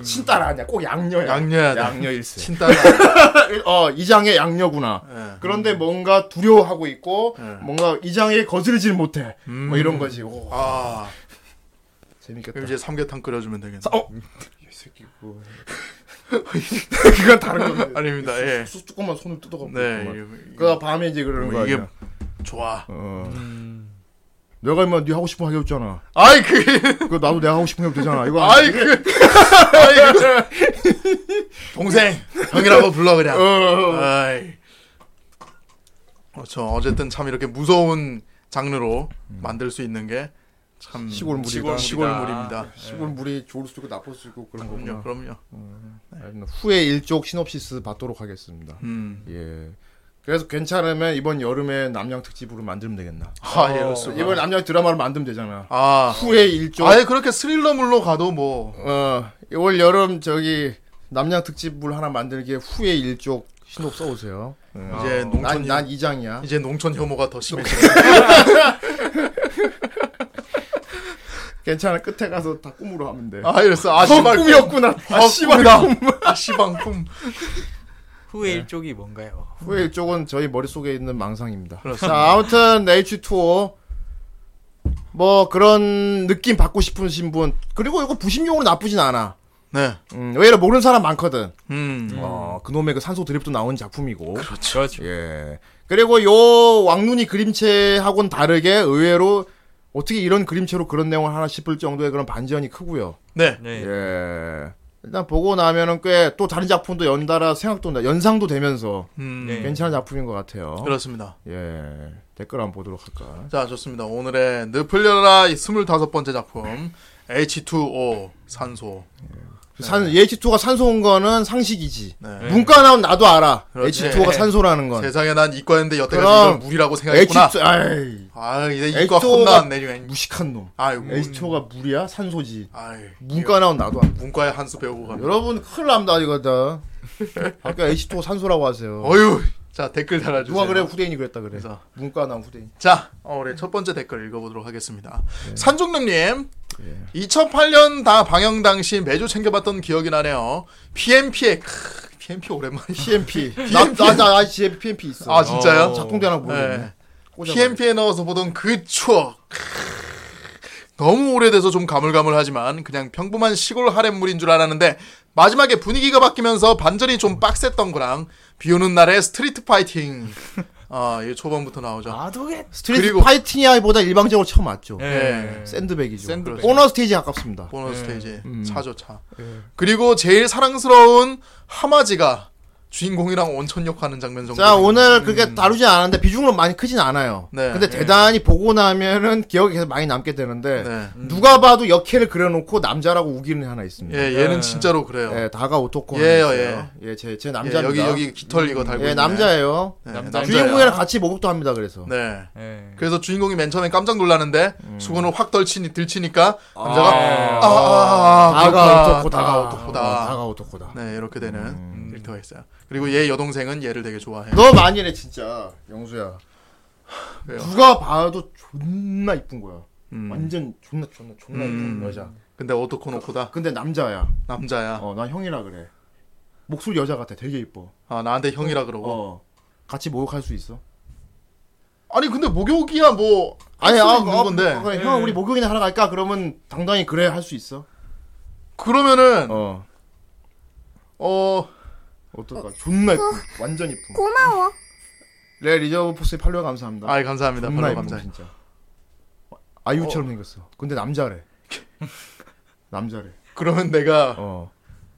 [SPEAKER 2] 친딸 아니야 꼭 양녀야
[SPEAKER 3] 양녀야.
[SPEAKER 2] 양녀 일세
[SPEAKER 3] 친딸.
[SPEAKER 2] 어 이장의 양녀구나
[SPEAKER 3] 예.
[SPEAKER 2] 그런데 뭔가 두려워하고 있고
[SPEAKER 3] 예.
[SPEAKER 2] 뭔가 이장의 거스르질 못해 뭐
[SPEAKER 3] 음.
[SPEAKER 2] 이런 거지 오,
[SPEAKER 3] 아.
[SPEAKER 2] 재밌겠다
[SPEAKER 3] 그럼 이제 삼계탕 끓여주면 되겠네.
[SPEAKER 2] 어? 이 새끼 그거 그건 다른 거
[SPEAKER 3] 아닙니다. 예.
[SPEAKER 2] 수 조금만 손을 뜯어갖고
[SPEAKER 3] 네.
[SPEAKER 2] 있구만.
[SPEAKER 3] 이게-
[SPEAKER 2] 그러다 밤에 이제 그러는
[SPEAKER 3] 뭐
[SPEAKER 2] 거야
[SPEAKER 3] 이게 좋아.
[SPEAKER 2] 어. 내가 임마 네 하고 싶은 거 하겠잖아.
[SPEAKER 3] 아이 그
[SPEAKER 2] 그거 나도 내가 하고 싶은 게 되잖아. 이거 안-
[SPEAKER 3] 아이 그 아이 그 동생 형이라고 불러 그냥.
[SPEAKER 2] 어,
[SPEAKER 3] 아이. 그렇죠. 어쨌든 참 이렇게 무서운 장르로 만들 수 있는 게 참
[SPEAKER 2] 시골물이다.
[SPEAKER 3] 시골물입니다.
[SPEAKER 2] 시골 물이 좋을 수도 있고 나쁠 수도 있고 그런
[SPEAKER 3] 네. 그럼요, 네.
[SPEAKER 2] 거구나.
[SPEAKER 3] 그럼요.
[SPEAKER 2] 알겠습니다. 후에 일족 시놉시스 받도록 하겠습니다.
[SPEAKER 3] 음.
[SPEAKER 2] 예. 그래서 괜찮으면 이번 여름에 남양 특집으로 만들면 되겠나.
[SPEAKER 3] 아, 예로써
[SPEAKER 2] 이번 남양 드라마로 만들면 되잖아.
[SPEAKER 3] 아,
[SPEAKER 2] 후에 일족.
[SPEAKER 3] 아예 그렇게 스릴러물로 가도 뭐
[SPEAKER 2] 어, 올 여름 저기 남양 특집물 하나 만들기에 후에 일족 신곡 써오세요.
[SPEAKER 3] 이제
[SPEAKER 2] 음. 아, 난,
[SPEAKER 3] 농촌
[SPEAKER 2] 난 이장이야.
[SPEAKER 3] 이제 농촌 혐오가 더 심해져.
[SPEAKER 2] 괜찮아. 끝에 가서 다 꿈으로 하면 돼.
[SPEAKER 3] 아, 이랬어. 아,
[SPEAKER 2] 더
[SPEAKER 3] 씨발.
[SPEAKER 2] 꿈이었구나.
[SPEAKER 3] 아,
[SPEAKER 2] 아,
[SPEAKER 3] 씨발.
[SPEAKER 2] 씨발.
[SPEAKER 3] 아, 씨발 꿈.
[SPEAKER 2] 네.
[SPEAKER 4] 후의 일족이 뭔가요?
[SPEAKER 2] 후에 일쪽은 저희 머릿속에 있는 망상입니다. 자, 아무튼 H2O 뭐 그런 느낌 받고 싶으신 분 그리고 이거 부심용으로 나쁘진 않아.
[SPEAKER 3] 네.
[SPEAKER 2] 음, 왜냐면 모르는 사람 많거든.
[SPEAKER 3] 음.
[SPEAKER 2] 어, 그놈의 그 산소 드립도 나온 작품이고.
[SPEAKER 4] 그렇죠. 그렇죠.
[SPEAKER 2] 예. 그리고 요 왕눈이 그림체하고는 다르게 의외로 어떻게 이런 그림체로 그런 내용을 하나 싶을 정도의 그런 반전이 크고요.
[SPEAKER 3] 네.
[SPEAKER 4] 네.
[SPEAKER 2] 예. 일단 보고 나면은 꽤 또 다른 작품도 연달아 생각도 나, 연상도 되면서
[SPEAKER 3] 음.
[SPEAKER 4] 네.
[SPEAKER 2] 괜찮은 작품인 것 같아요.
[SPEAKER 3] 그렇습니다.
[SPEAKER 2] 예. 댓글 한번 보도록 할까.
[SPEAKER 3] 자, 좋습니다. 오늘의 느플려라 이 25번째 작품 H2O 산소.
[SPEAKER 2] 그 산, H2가 산소 온 거는 상식이지.
[SPEAKER 3] 네.
[SPEAKER 2] 문과 나온 나도 알아.
[SPEAKER 3] 그렇지. 네.
[SPEAKER 2] H2가 산소라는 건.
[SPEAKER 3] 세상에 난 이과인데 여태까지
[SPEAKER 2] 그럼.
[SPEAKER 3] 이걸 물이라고 생각했구나.
[SPEAKER 2] H2, 아이,
[SPEAKER 3] 아, 이제 이과
[SPEAKER 2] H2O 가-
[SPEAKER 3] 혼나왔네 지금.
[SPEAKER 2] 무식한 놈.
[SPEAKER 3] 아이고.
[SPEAKER 2] H2가 물이야? 산소지.
[SPEAKER 3] 아이.
[SPEAKER 2] 문과 나온 나도 알아.
[SPEAKER 3] 문과의 한수 배우고 가.
[SPEAKER 2] 여러분, 큰일 납니다, 이거 다. 아까 H2 산소라고 하세요.
[SPEAKER 3] 어휴, 자 댓글 달아주세요.
[SPEAKER 2] 누가 그래 후대인이 그랬다 그래. 문과 나온 후대인.
[SPEAKER 3] 자, 어, 우리 첫 번째 댓글 읽어보도록 하겠습니다.
[SPEAKER 2] 네.
[SPEAKER 3] 산중님님,
[SPEAKER 2] 예.
[SPEAKER 3] 2008년 다 방영 당시 매주 챙겨봤던 기억이 나네요. PMP에 PMP 오랜만에
[SPEAKER 2] PMP. 나나 집에 PMP 있어.
[SPEAKER 3] 아 진짜요?
[SPEAKER 2] 어, 작동도 하나 모르겠네.
[SPEAKER 3] PMP에 넣어서 보던 그 추억. 크으. 너무 오래돼서 좀 가물가물하지만 그냥 평범한 시골 하렘물인 줄 알았는데 마지막에 분위기가 바뀌면서 반전이 좀 빡셌던 거랑 비오는 날의 스트리트 파이팅. 아, 이게 초반부터 나오죠.
[SPEAKER 2] 스트리트
[SPEAKER 3] 그리고-
[SPEAKER 2] 파이팅이보다 일방적으로 처음 맞죠.
[SPEAKER 4] 네.
[SPEAKER 3] 예.
[SPEAKER 2] 샌드백이죠.
[SPEAKER 3] 샌드백.
[SPEAKER 2] 보너 스테이지 가깝습니다.
[SPEAKER 3] 보너스 스테이지
[SPEAKER 2] 음.
[SPEAKER 3] 차죠 차.
[SPEAKER 2] 예.
[SPEAKER 3] 그리고 제일 사랑스러운 하마지가 주인공이랑 온천 욕하는 장면 정도.
[SPEAKER 2] 자 오늘 그렇게 다루지 않았는데 비중으로 많이 크진 않아요.
[SPEAKER 3] 음. 네.
[SPEAKER 2] 근데
[SPEAKER 3] 네.
[SPEAKER 2] 대단히 보고 나면은 기억이 계속 많이 남게 되는데 누가 봐도 역해를 그려놓고 남자라고 우기는 애 하나 있습니다.
[SPEAKER 3] 음. 예, 얘는 진짜로 그래요.
[SPEAKER 2] 예, 다가 오토코.
[SPEAKER 3] 예요,
[SPEAKER 2] 하나 있어요.
[SPEAKER 3] 예.
[SPEAKER 2] 예, 제, 제 남자입니다.
[SPEAKER 3] 예, 여기- 여기 깃털 이거 달고
[SPEAKER 2] 예,
[SPEAKER 3] 있네.
[SPEAKER 2] 남자예요.
[SPEAKER 3] 네, 남자예요.
[SPEAKER 2] 주인공이랑 같이 목욕도 합니다. 그래서.
[SPEAKER 3] 네.
[SPEAKER 4] 예.
[SPEAKER 3] 그래서 주인공이 맨 처음에 깜짝 놀라는데 수건을 확 덜치니 들치니까 남자가
[SPEAKER 2] 예.
[SPEAKER 3] 아, 아, 아, 아,
[SPEAKER 2] 다가
[SPEAKER 3] 그렇구나.
[SPEAKER 2] 오토코, 다가
[SPEAKER 3] 아,
[SPEAKER 2] 오토코다. 다가 오토코다.
[SPEAKER 3] 네, 이렇게 되는
[SPEAKER 2] 음.
[SPEAKER 3] 캐릭터가 있어요. 그리고 얘 여동생은 얘를 되게 좋아해요.
[SPEAKER 2] 너 많이 해 진짜 영수야.
[SPEAKER 3] 왜요?
[SPEAKER 2] 누가 봐도 존나 이쁜 거야.
[SPEAKER 3] 음.
[SPEAKER 2] 완전 존나 존나 존나 이쁜
[SPEAKER 3] 음.
[SPEAKER 2] 여자.
[SPEAKER 3] 근데 오토코 노코다.
[SPEAKER 2] 근데 남자야.
[SPEAKER 3] 남자야.
[SPEAKER 2] 어, 난 형이라 그래. 목소리 여자 같아. 되게 이뻐.
[SPEAKER 3] 아, 나한테 형이라 그러고.
[SPEAKER 2] 어. 같이 목욕할 수 있어.
[SPEAKER 3] 아니 근데 목욕이야 뭐
[SPEAKER 2] 아니,
[SPEAKER 3] 할
[SPEAKER 2] 아,
[SPEAKER 3] 수는
[SPEAKER 2] 아,
[SPEAKER 3] 있는 건데.
[SPEAKER 2] 그래, 형 우리 목욕이나 하러 갈까? 그러면 당당히 그래 할 수 있어.
[SPEAKER 3] 그러면은
[SPEAKER 2] 어.
[SPEAKER 3] 어
[SPEAKER 2] 어떨까? 존나 이쁨. 완전 이쁨.
[SPEAKER 6] 고마워.
[SPEAKER 2] 레 리저브 포스에 팔로워 감사합니다.
[SPEAKER 3] 아이, 감사합니다.
[SPEAKER 2] 존나
[SPEAKER 3] 팔로워
[SPEAKER 2] 이쁨,
[SPEAKER 3] 감사해요.
[SPEAKER 2] 진짜. 아이유처럼 생겼어. 근데 남자래. 남자래.
[SPEAKER 3] 그러면 내가
[SPEAKER 2] 어.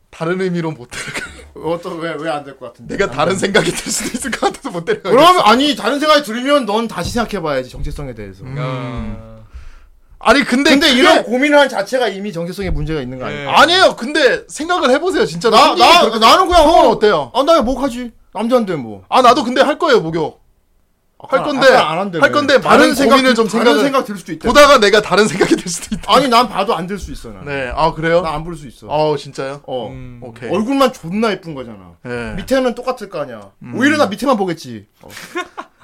[SPEAKER 3] 다른 의미로 못 데려가.
[SPEAKER 2] 어떤 왜왜 안 될 것 같은데?
[SPEAKER 3] 내가
[SPEAKER 2] 안
[SPEAKER 3] 다른
[SPEAKER 2] 돼.
[SPEAKER 3] 생각이 들 수도 있을 것 같아서 못 데려가.
[SPEAKER 2] 그럼 아니 다른 생각이 들면 넌 다시 생각해봐야지 정체성에 대해서.
[SPEAKER 4] 아.
[SPEAKER 3] 아니 근데
[SPEAKER 2] 근데
[SPEAKER 3] 음. 그게-
[SPEAKER 2] 이런 고민하는 자체가 이미 정체성에 문제가 있는 거 아니야?
[SPEAKER 3] 아니에요. 근데 생각을 해보세요. 진짜
[SPEAKER 2] 나, 나, 나는 그냥
[SPEAKER 3] 형은 어때요?
[SPEAKER 2] 아, 나 목하지. 남자인데 뭐.
[SPEAKER 3] 아 나도 근데 할 거예요 목욕. 할
[SPEAKER 2] 아,
[SPEAKER 3] 건데
[SPEAKER 2] 아까 안 한대,
[SPEAKER 3] 할
[SPEAKER 2] 왜?
[SPEAKER 3] 건데
[SPEAKER 2] 다른
[SPEAKER 3] 많은
[SPEAKER 2] 생각-
[SPEAKER 3] 고민을 좀
[SPEAKER 2] 다른
[SPEAKER 3] 생각을
[SPEAKER 2] 생각 들 수도 있다.
[SPEAKER 3] 보다가 내가 다른 생각이 들 수도 있다.
[SPEAKER 2] 아니 난 봐도 안 될 수 있어 난.
[SPEAKER 3] 네, 아 그래요?
[SPEAKER 2] 나 안 볼 수 있어.
[SPEAKER 3] 아 진짜요?
[SPEAKER 2] 어,
[SPEAKER 3] 오케이.
[SPEAKER 2] 얼굴만 존나 예쁜 거잖아.
[SPEAKER 3] 예.
[SPEAKER 2] 밑에는 똑같을 거 아니야. 오히려 나 밑에만 보겠지.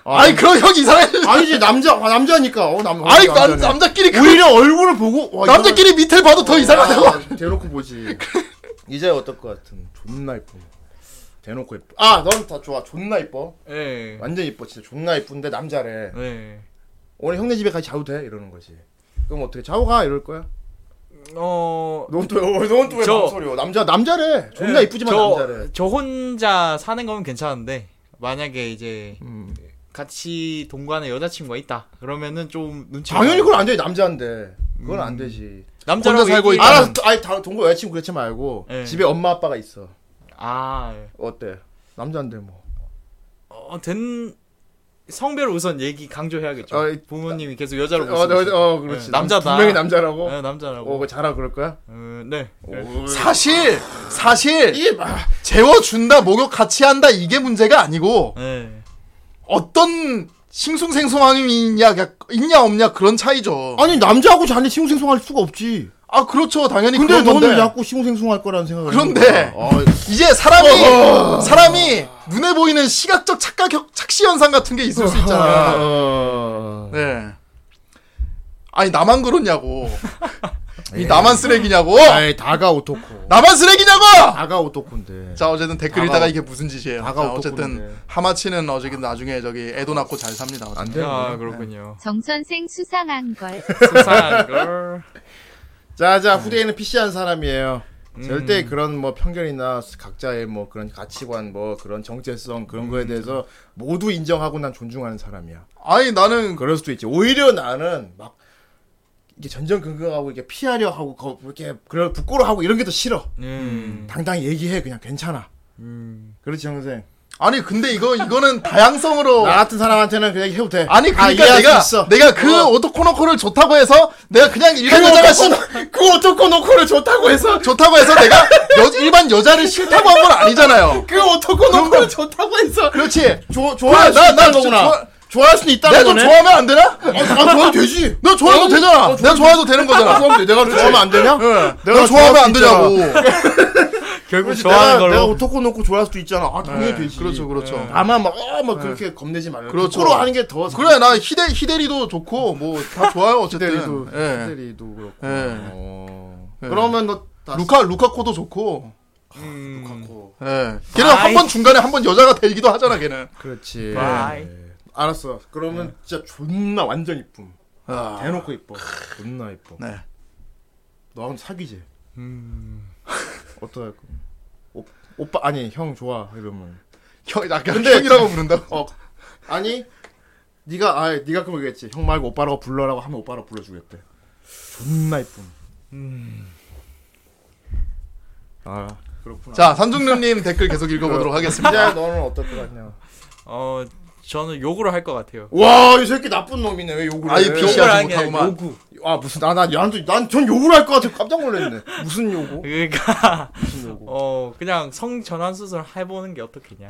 [SPEAKER 3] 아, 아니 그런 형 이상해.
[SPEAKER 2] 아니지 남자 아, 남자니까. 어, 남,
[SPEAKER 3] 아니
[SPEAKER 2] 남자네.
[SPEAKER 3] 남, 남자끼리 그-
[SPEAKER 2] 오히려 얼굴을 보고 와,
[SPEAKER 3] 남자끼리 밑을 봐도 더 이상하다고.
[SPEAKER 2] 아, 대놓고 보지. 이제 어떨 것 같은? 존나 예뻐. 대놓고 예뻐. 아, 넌 다 좋아. 존나 예뻐.
[SPEAKER 4] 예.
[SPEAKER 2] 완전 예뻐. 진짜 존나 예쁜데 남자래.
[SPEAKER 4] 네.
[SPEAKER 2] 오늘 형네 집에 같이 자도 돼 이러는 거지. 그럼 어떻게 자고 가 이럴 거야?
[SPEAKER 4] 어.
[SPEAKER 2] 넌또넌또왜
[SPEAKER 4] 저-
[SPEAKER 2] 소리야? 남자 남자래. 존나
[SPEAKER 3] 네,
[SPEAKER 4] 예,
[SPEAKER 2] 이쁘지만
[SPEAKER 4] 저-
[SPEAKER 2] 남자래.
[SPEAKER 4] 저 혼자 사는 거면 괜찮은데 만약에 이제
[SPEAKER 2] 음.
[SPEAKER 4] 같이 동거하는 여자친구가 있다 그러면은 좀 눈치.
[SPEAKER 2] 당연히 그건 안 되지 남자인데 그건
[SPEAKER 3] 음.
[SPEAKER 2] 안 되지.
[SPEAKER 4] 남자라고 혼자 살고 얘기하면-
[SPEAKER 2] 알아서 아니 다 동거 여자친구 그렇지 말고
[SPEAKER 3] 네.
[SPEAKER 4] 예.
[SPEAKER 2] 집에 엄마 아빠가 있어.
[SPEAKER 4] 아.
[SPEAKER 2] 어때? 남자인데 뭐.
[SPEAKER 4] 어된 성별 우선 얘기 강조해야겠죠.
[SPEAKER 2] 어,
[SPEAKER 4] 부모님이 계속 여자로
[SPEAKER 2] 어, 어,
[SPEAKER 4] 보시고. 예,
[SPEAKER 2] 어, 그렇지. 남-
[SPEAKER 4] 남자다.
[SPEAKER 2] 분명히 남자라고?
[SPEAKER 4] 네, 남자라고.
[SPEAKER 2] 어, 그거 자라 그럴 거야?
[SPEAKER 4] 어, 네.
[SPEAKER 3] 사실 사실 재워준다 목욕 같이 한다 이게 문제가 아니고
[SPEAKER 4] 네.
[SPEAKER 3] 어떤 싱숭생숭함이 있냐 야, 있냐 없냐 그런 차이죠.
[SPEAKER 2] 아니 남자하고 자네 싱숭생숭할 수가 없지.
[SPEAKER 3] 아 그렇죠 당연히
[SPEAKER 2] 근데
[SPEAKER 3] 그런 건데.
[SPEAKER 2] 너는 아, 자꾸 싱숭생숭할 거라는 생각을.
[SPEAKER 3] 그런데 이제
[SPEAKER 2] 어,
[SPEAKER 3] 사람이 사람이 눈에 보이는 시각적 착각 격- 착시 현상 같은 게 있을 수
[SPEAKER 2] 어,
[SPEAKER 3] 있잖아. 네. 아니 나만 그러냐고. 이 나만 쓰레기냐고.
[SPEAKER 2] 예. 아이 예. 다가 오토코.
[SPEAKER 3] 나만 쓰레기냐고.
[SPEAKER 2] 다가 오토코인데.
[SPEAKER 3] 자 어쨌든 댓글
[SPEAKER 2] 다가-
[SPEAKER 3] 읽다가 이게 무슨 짓이에요.
[SPEAKER 2] 다가
[SPEAKER 3] 자, 어쨌든
[SPEAKER 2] 오토코인데.
[SPEAKER 3] 하마치는 어저긴 나중에 저기 애도 낳고 잘 삽니다. 안
[SPEAKER 2] 되는 거야.
[SPEAKER 4] 아, 그렇군요.
[SPEAKER 13] 정 선생 수상한 걸.
[SPEAKER 4] 수상한 걸.
[SPEAKER 2] 자자 후대에는 PC한 사람이에요. 절대 그런 뭐 편견이나 각자의 뭐 그런 가치관 뭐 그런 정체성 그런 거에 대해서 모두 인정하고 난 존중하는 사람이야.
[SPEAKER 3] 아니 나는
[SPEAKER 2] 그럴 수도 있지. 오히려 나는 막 이게 전전긍긍하고 이게 피하려 하고 거- 이렇게 그런 부끄러 하고 이런 게 더 싫어.
[SPEAKER 4] 음.
[SPEAKER 2] 당당히 얘기해 그냥 괜찮아.
[SPEAKER 4] 음.
[SPEAKER 2] 그렇지 형생.
[SPEAKER 3] 아니 근데 이거 이거는 다양성으로
[SPEAKER 2] 나 같은 사람한테는 그냥 해도 돼.
[SPEAKER 3] 아니
[SPEAKER 2] 아,
[SPEAKER 3] 그러니까
[SPEAKER 2] 이해할 수
[SPEAKER 3] 내가
[SPEAKER 2] 있어.
[SPEAKER 3] 내가 그 오토코노코를 좋다고 해서 내가 그냥 일반
[SPEAKER 2] 그
[SPEAKER 3] 여자가 싫
[SPEAKER 2] 오토코노- 그 오토코노코를 좋다고 해서
[SPEAKER 3] 좋다고 해서 내가 여, 일반 여자를 싫다고 한 건 아니잖아요.
[SPEAKER 2] 그 오토코노코를 좋다고 해서
[SPEAKER 3] 그렇지.
[SPEAKER 2] 좋아 좋아할
[SPEAKER 3] 그래,
[SPEAKER 2] 수
[SPEAKER 3] 나- 나
[SPEAKER 2] 있다는 거구나.
[SPEAKER 3] 좋아-
[SPEAKER 2] 좋아할 수는 있다는
[SPEAKER 3] 내가 좀
[SPEAKER 2] 거네.
[SPEAKER 3] 좋아하면 안 되나?
[SPEAKER 2] 아, 나 좋아도 되지.
[SPEAKER 3] 너 좋아해도
[SPEAKER 2] 어,
[SPEAKER 3] 되잖아.
[SPEAKER 2] 어,
[SPEAKER 3] 내가 좋아해도 네. 되는 거잖아.
[SPEAKER 2] 좋아하면 돼. 내가 좋아하면 안 되냐?
[SPEAKER 3] 내가 좋아하면 안 되냐고.
[SPEAKER 4] 결국
[SPEAKER 2] 그렇지,
[SPEAKER 4] 좋아하는
[SPEAKER 2] 내가,
[SPEAKER 4] 걸로.
[SPEAKER 2] 내가 오토코 놓고 좋아할 수도 있잖아. 아, 당연히
[SPEAKER 3] 네,
[SPEAKER 2] 되지.
[SPEAKER 3] 그렇죠, 그렇죠.
[SPEAKER 2] 네. 다만 막, 어, 막 그렇게 겁내지 말라.
[SPEAKER 3] 그렇죠.
[SPEAKER 2] 토코로 하는 게 더.
[SPEAKER 3] 그래 나 히데 히데리도 좋고 뭐 다 좋아요 어쨌든.
[SPEAKER 2] 히데리도,
[SPEAKER 3] 예.
[SPEAKER 2] 히데리도 그렇고.
[SPEAKER 3] 예.
[SPEAKER 4] 어.
[SPEAKER 2] 예.
[SPEAKER 3] 그러면
[SPEAKER 2] 너 다시- 아,
[SPEAKER 3] 루카 루카코도 좋고.
[SPEAKER 2] 루카코.
[SPEAKER 3] 예. 걔는 한 번 중간에 한 번 여자가 되기도 하잖아 걔는.
[SPEAKER 2] 그렇지.
[SPEAKER 3] 바이.
[SPEAKER 2] 예. 알았어. 그러면 진짜 존나 완전 이쁨.
[SPEAKER 3] 아.
[SPEAKER 2] 대놓고 이뻐. 존나 이뻐.
[SPEAKER 3] 네.
[SPEAKER 2] 너하고 사귀지. 음. 어떡할 거? 오, 오빠 아니 형 좋아 이러면.
[SPEAKER 3] 형 약간 형이라고 부른다고?
[SPEAKER 2] 어. 아니 네가 아 네가 그러겠지. 형 말고 오빠라고 불러라고 하면 오빠라고 불러주겠대. 존나 이쁨. 아 그렇구나.
[SPEAKER 3] 자 산중님님 댓글 계속 읽어보도록 하겠습니다.
[SPEAKER 2] 야 너는 어떨 것 같냐?
[SPEAKER 4] 어 저는 욕을 할 것 같아요.
[SPEAKER 2] 와, 이 새끼 나쁜 놈이네. 왜그 욕을
[SPEAKER 4] 아이,
[SPEAKER 2] 해?
[SPEAKER 4] 비시하지 욕을 하는 게 못하구만. 아니라
[SPEAKER 2] 요구. 아, 무슨 나 난난전 욕을 할 것 같아. 깜짝 놀랐네. 무슨 요구?
[SPEAKER 4] 그러니까 어 그냥 성 전환 수술 해보는 게 어떻겠냐.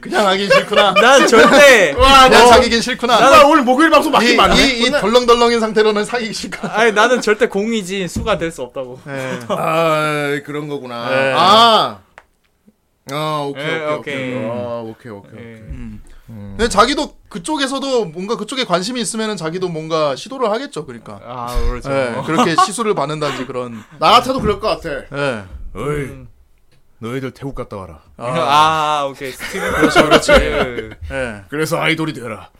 [SPEAKER 3] 그냥 하긴 싫구나.
[SPEAKER 4] 난 절대
[SPEAKER 3] 와, 난
[SPEAKER 4] 어,
[SPEAKER 3] 사귀긴 싫구나.
[SPEAKER 4] 나는-
[SPEAKER 3] 이- 이, 이 덜렁덜렁인 상태로는 사귀기 싫구나.
[SPEAKER 4] 아니 나는 절대 공이지 수가 될 수 없다고.
[SPEAKER 3] 네.
[SPEAKER 2] 아, 그런 거구나.
[SPEAKER 4] 네.
[SPEAKER 2] 아.
[SPEAKER 3] 어,
[SPEAKER 2] 아, 오케이,
[SPEAKER 4] 네,
[SPEAKER 2] 오케이,
[SPEAKER 4] 오케이.
[SPEAKER 2] 오케이. 아, 오케이, 오케이.
[SPEAKER 4] 예.
[SPEAKER 2] 오케이.
[SPEAKER 3] 음. 근데 네, 자기도 그쪽에서도 뭔가 그쪽에 관심이 있으면은 자기도 뭔가 시도를 하겠죠. 그러니까.
[SPEAKER 4] 아 그렇죠.
[SPEAKER 3] 예, 그렇게 시술을 받는다든지 그런.
[SPEAKER 2] 나 같아도 그럴 것 같아. 음.
[SPEAKER 3] 예.
[SPEAKER 2] 어이. 너희들 태국 갔다 와라.
[SPEAKER 4] 아, 오케이. 스티븐
[SPEAKER 3] 그렇죠, 그렇죠.
[SPEAKER 4] 예.
[SPEAKER 3] 예.
[SPEAKER 2] 그래서 아이돌이 되라.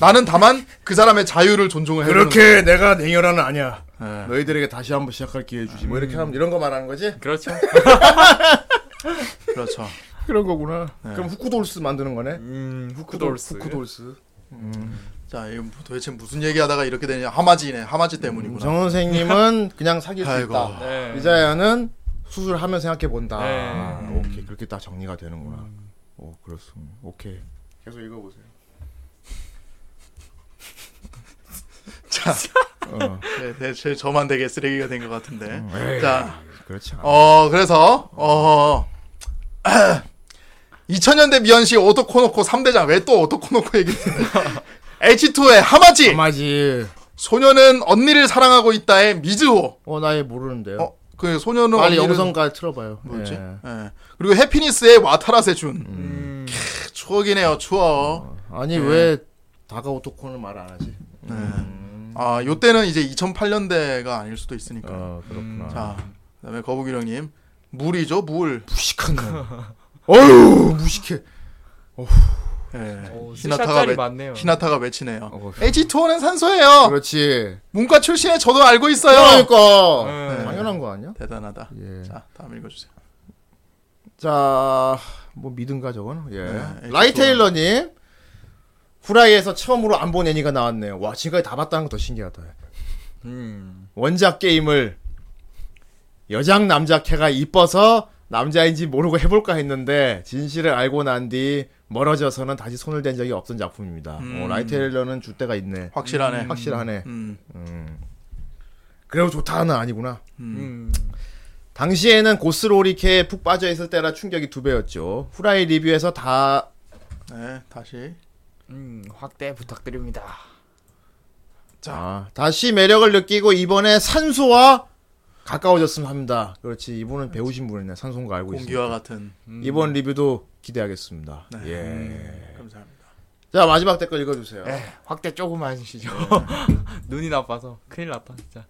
[SPEAKER 3] 나는 다만 그 사람의 자유를 존중을 해.
[SPEAKER 2] 그렇게 내가 냉혈한 아니야. 너희들에게 다시 한번 시작할 기회 주지. 뭐 이렇게 하면 이런 거 말하는 거지?
[SPEAKER 4] 그렇죠.
[SPEAKER 3] 그렇죠.
[SPEAKER 2] 그런 거구나.
[SPEAKER 3] 네.
[SPEAKER 2] 그럼 후쿠돌스 만드는 거네.
[SPEAKER 4] 음, 후쿠돌스.
[SPEAKER 2] 후쿠돌스. 음.
[SPEAKER 3] 자, 이거 뭐 도대체 무슨 얘기하다가 이렇게 되냐? 하마지네. 하마지 때문이구나.
[SPEAKER 2] 정 선생님은 그냥 사귈 수
[SPEAKER 3] 아이고.
[SPEAKER 2] 있다.
[SPEAKER 3] 네.
[SPEAKER 2] 이자야는 수술하면 생각해 본다.
[SPEAKER 4] 네.
[SPEAKER 2] 아, 오케이 그렇게 딱 정리가 되는구나. 오 그렇습니다. 오케이. 음. 계속 읽어보세요.
[SPEAKER 3] 자.
[SPEAKER 2] 어.
[SPEAKER 3] 네, 대체 저만 되게 쓰레기가 된 것 같은데.
[SPEAKER 2] 에이,
[SPEAKER 3] 자.
[SPEAKER 2] 그렇지 않아.
[SPEAKER 3] 어, 그래서, 어, 2000년대 미연시 오토코노코 3대장. 왜 또 오토코노코 얘기 H2의 하마지.
[SPEAKER 2] 하마지.
[SPEAKER 3] 소녀는 언니를 사랑하고 있다의 미즈호.
[SPEAKER 2] 어 나의 모르는데요.
[SPEAKER 3] 어, 그 소녀는
[SPEAKER 2] 빨리
[SPEAKER 3] 언니를-
[SPEAKER 2] 영성가 틀어봐요.
[SPEAKER 3] 뭐지?
[SPEAKER 2] 예.
[SPEAKER 3] 예. 그리고 해피니스의 와타라세 준.
[SPEAKER 2] 음.
[SPEAKER 3] 캬, 추억이네요, 추억.
[SPEAKER 2] 아니
[SPEAKER 3] 예.
[SPEAKER 2] 왜 다가 오토콘을 말 안 하지?
[SPEAKER 3] 아, 요때는 이제 2008년대가 아닐 수도 있으니까.
[SPEAKER 2] 어 그렇구나.
[SPEAKER 3] 자, 그다음에 거북이령님 물이죠 물.
[SPEAKER 2] 무식한 놈. 어휴 무식해. 어휴.
[SPEAKER 3] 예. 히나타가
[SPEAKER 4] 어, 실샷짜리
[SPEAKER 3] 외,
[SPEAKER 4] 많네요.
[SPEAKER 3] 히나타가 외치네요.
[SPEAKER 2] 어,
[SPEAKER 3] H2O는 산소예요.
[SPEAKER 2] 그렇지.
[SPEAKER 3] 문과 출신에 저도 알고 있어요.
[SPEAKER 2] 그러니까 당연한 거 아니야?
[SPEAKER 3] 대단하다.
[SPEAKER 2] 예.
[SPEAKER 3] 자, 다음 읽어주세요.
[SPEAKER 2] 자, 뭐 믿은가 저건? 예.
[SPEAKER 3] 네,
[SPEAKER 2] 라이
[SPEAKER 3] 좋아.
[SPEAKER 2] 테일러님. 후라이에서 처음으로 안 본 애니가 나왔네요. 와, 지금까지 다 봤다는 거 더 신기하다. 음. 원작 게임을 여장 남자 캐가 이뻐서 남자인지 모르고 해볼까 했는데 진실을 알고 난 뒤 멀어져서는 다시 손을 댄 적이 없던 작품입니다.
[SPEAKER 3] 음.
[SPEAKER 2] 어, 라이 테일러는 줄 데가 있네.
[SPEAKER 3] 확실하네.
[SPEAKER 2] 음, 확실하네.
[SPEAKER 3] 음.
[SPEAKER 2] 음. 그래도 좋다는 아니구나.
[SPEAKER 4] 음.
[SPEAKER 2] 당시에는 고스로리케에 푹 빠져 있을 때라 충격이 두 배였죠. 후라이 리뷰에서 다
[SPEAKER 3] 네, 다시.
[SPEAKER 4] 음, 확대 부탁드립니다.
[SPEAKER 2] 아, 다시 매력을 느끼고 이번에 산소와 가까워졌으면 합니다. 그렇지 이분은 배우신 분이네. 산소인 거 알고 있습니다.
[SPEAKER 3] 공기와 같은.
[SPEAKER 2] 이번 리뷰도 기대하겠습니다.
[SPEAKER 3] 네.
[SPEAKER 2] 예.
[SPEAKER 3] 감사합니다.
[SPEAKER 2] 자 마지막 댓글 읽어주세요. 네.
[SPEAKER 4] 에 예, 확대 조금만 해주시죠. 눈이 나빠서 큰일 났다 진짜.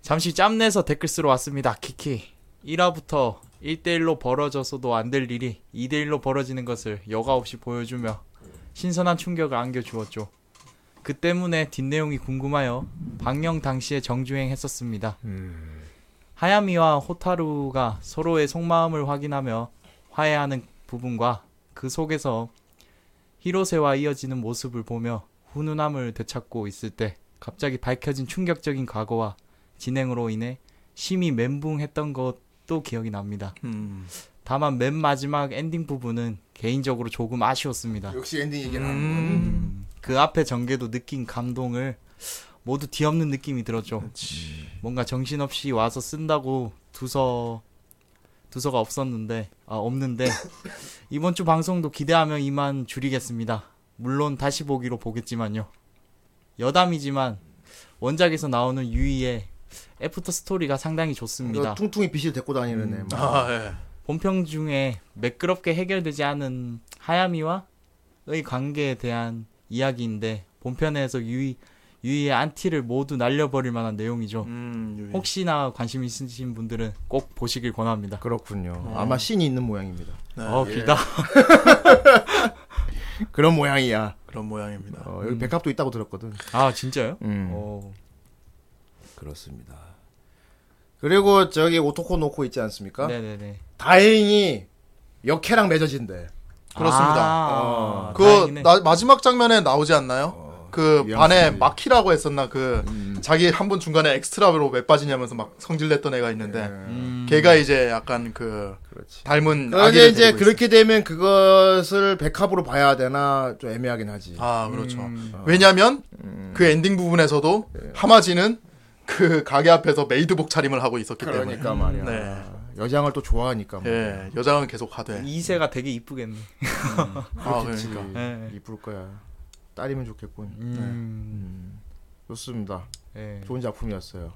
[SPEAKER 4] 잠시 짬내서 댓글 쓰러 왔습니다. 키키. 1화부터 1대1로 벌어져서도 안 될 일이 2대1로 벌어지는 것을 여과 없이 보여주며 신선한 충격을 안겨주었죠. 그 때문에 뒷내용이 궁금하여 방영 당시에 정주행했었습니다.
[SPEAKER 2] 음.
[SPEAKER 4] 하야미와 호타루가 서로의 속마음을 확인하며 화해하는 부분과 그 속에서 히로세와 이어지는 모습을 보며 훈훈함을 되찾고 있을 때 갑자기 밝혀진 충격적인 과거와 진행으로 인해 심히 멘붕했던 것도 기억이 납니다.
[SPEAKER 3] 음.
[SPEAKER 4] 다만 맨 마지막 엔딩 부분은 개인적으로 조금 아쉬웠습니다.
[SPEAKER 2] 역시 엔딩 얘기는
[SPEAKER 4] 그 앞에 전개도 느낀 감동을 모두 뒤엎는 느낌이 들었죠. 뭔가 정신없이 와서 쓴다고 두서 두서가 없었는데 아 없는데 이번 주 방송도 기대하며 이만 줄이겠습니다. 물론 다시 보기로 보겠지만요. 여담이지만 원작에서 나오는 유이의 애프터 스토리가 상당히 좋습니다.
[SPEAKER 2] 이거 퉁퉁이 빛을 데리고 다니는 애. 막.
[SPEAKER 3] 아, 예.
[SPEAKER 4] 본평 중에 매끄럽게 해결되지 않은 하야미와 의 관계에 대한 이야기인데 본편에서 유이 유이의 안티를 모두 날려버릴 만한
[SPEAKER 3] 음,
[SPEAKER 4] 내용이죠.
[SPEAKER 2] 음,
[SPEAKER 3] 네.
[SPEAKER 4] 혹시나 관심 있으신 분들은 꼭 보시길 권합니다.
[SPEAKER 2] 그렇군요. 아마 신이 있는 모양입니다.
[SPEAKER 3] 그,
[SPEAKER 4] 어
[SPEAKER 2] 예.
[SPEAKER 4] 길다.
[SPEAKER 2] 그런 모양이야.
[SPEAKER 3] 그런 모양입니다.
[SPEAKER 2] 어, 여기
[SPEAKER 4] 음.
[SPEAKER 2] 백합도 있다고 들었거든.
[SPEAKER 4] 아 진짜요?
[SPEAKER 2] 음.
[SPEAKER 4] 어.
[SPEAKER 2] 그렇습니다. 그리고 저기 오토코 놓고 있지
[SPEAKER 3] 아?
[SPEAKER 2] 않습니까?
[SPEAKER 4] 네네네.
[SPEAKER 2] 다행히 역해랑 맺어진대.
[SPEAKER 3] 아, 그렇습니다.
[SPEAKER 4] 아,
[SPEAKER 2] 어.
[SPEAKER 3] 그 나- 마지막 장면에 나오지 않나요? 그 반에 마키라고 했었나 그
[SPEAKER 2] 음,
[SPEAKER 3] 자기 한 번 중간에 엑스트라로 왜 빠지냐면서 막 성질냈던 애가 있는데
[SPEAKER 2] 예.
[SPEAKER 3] 걔가 이제 약간 그 닮은
[SPEAKER 2] 그런데
[SPEAKER 3] 아기를 이제
[SPEAKER 2] 이제
[SPEAKER 3] 데리고
[SPEAKER 2] 그렇게 되면 그것을 백합으로 봐야 되나 좀 애매하긴 하지.
[SPEAKER 3] 아 그렇죠.
[SPEAKER 4] 음,
[SPEAKER 2] 어.
[SPEAKER 3] 왜냐면
[SPEAKER 2] 음.
[SPEAKER 3] 그 엔딩 부분에서도
[SPEAKER 2] 예.
[SPEAKER 3] 하마지는 그 가게 앞에서 메이드복 차림을 하고 있었기 때문에
[SPEAKER 2] 그러니까 말이야.
[SPEAKER 3] 네.
[SPEAKER 2] 여장을 또 좋아하니까. 뭐.
[SPEAKER 3] 예, 여장은 계속 하되.
[SPEAKER 4] 그 이세가 되게 이쁘겠네.
[SPEAKER 3] 음. 아,
[SPEAKER 2] 그렇겠지.
[SPEAKER 3] 그러니까.
[SPEAKER 4] 네.
[SPEAKER 2] 이쁠 거야. 딸이면 좋겠군.
[SPEAKER 4] 음.
[SPEAKER 2] 네. 음. 좋습니다.
[SPEAKER 3] 네.
[SPEAKER 4] 예.
[SPEAKER 2] 좋은 작품이었어요.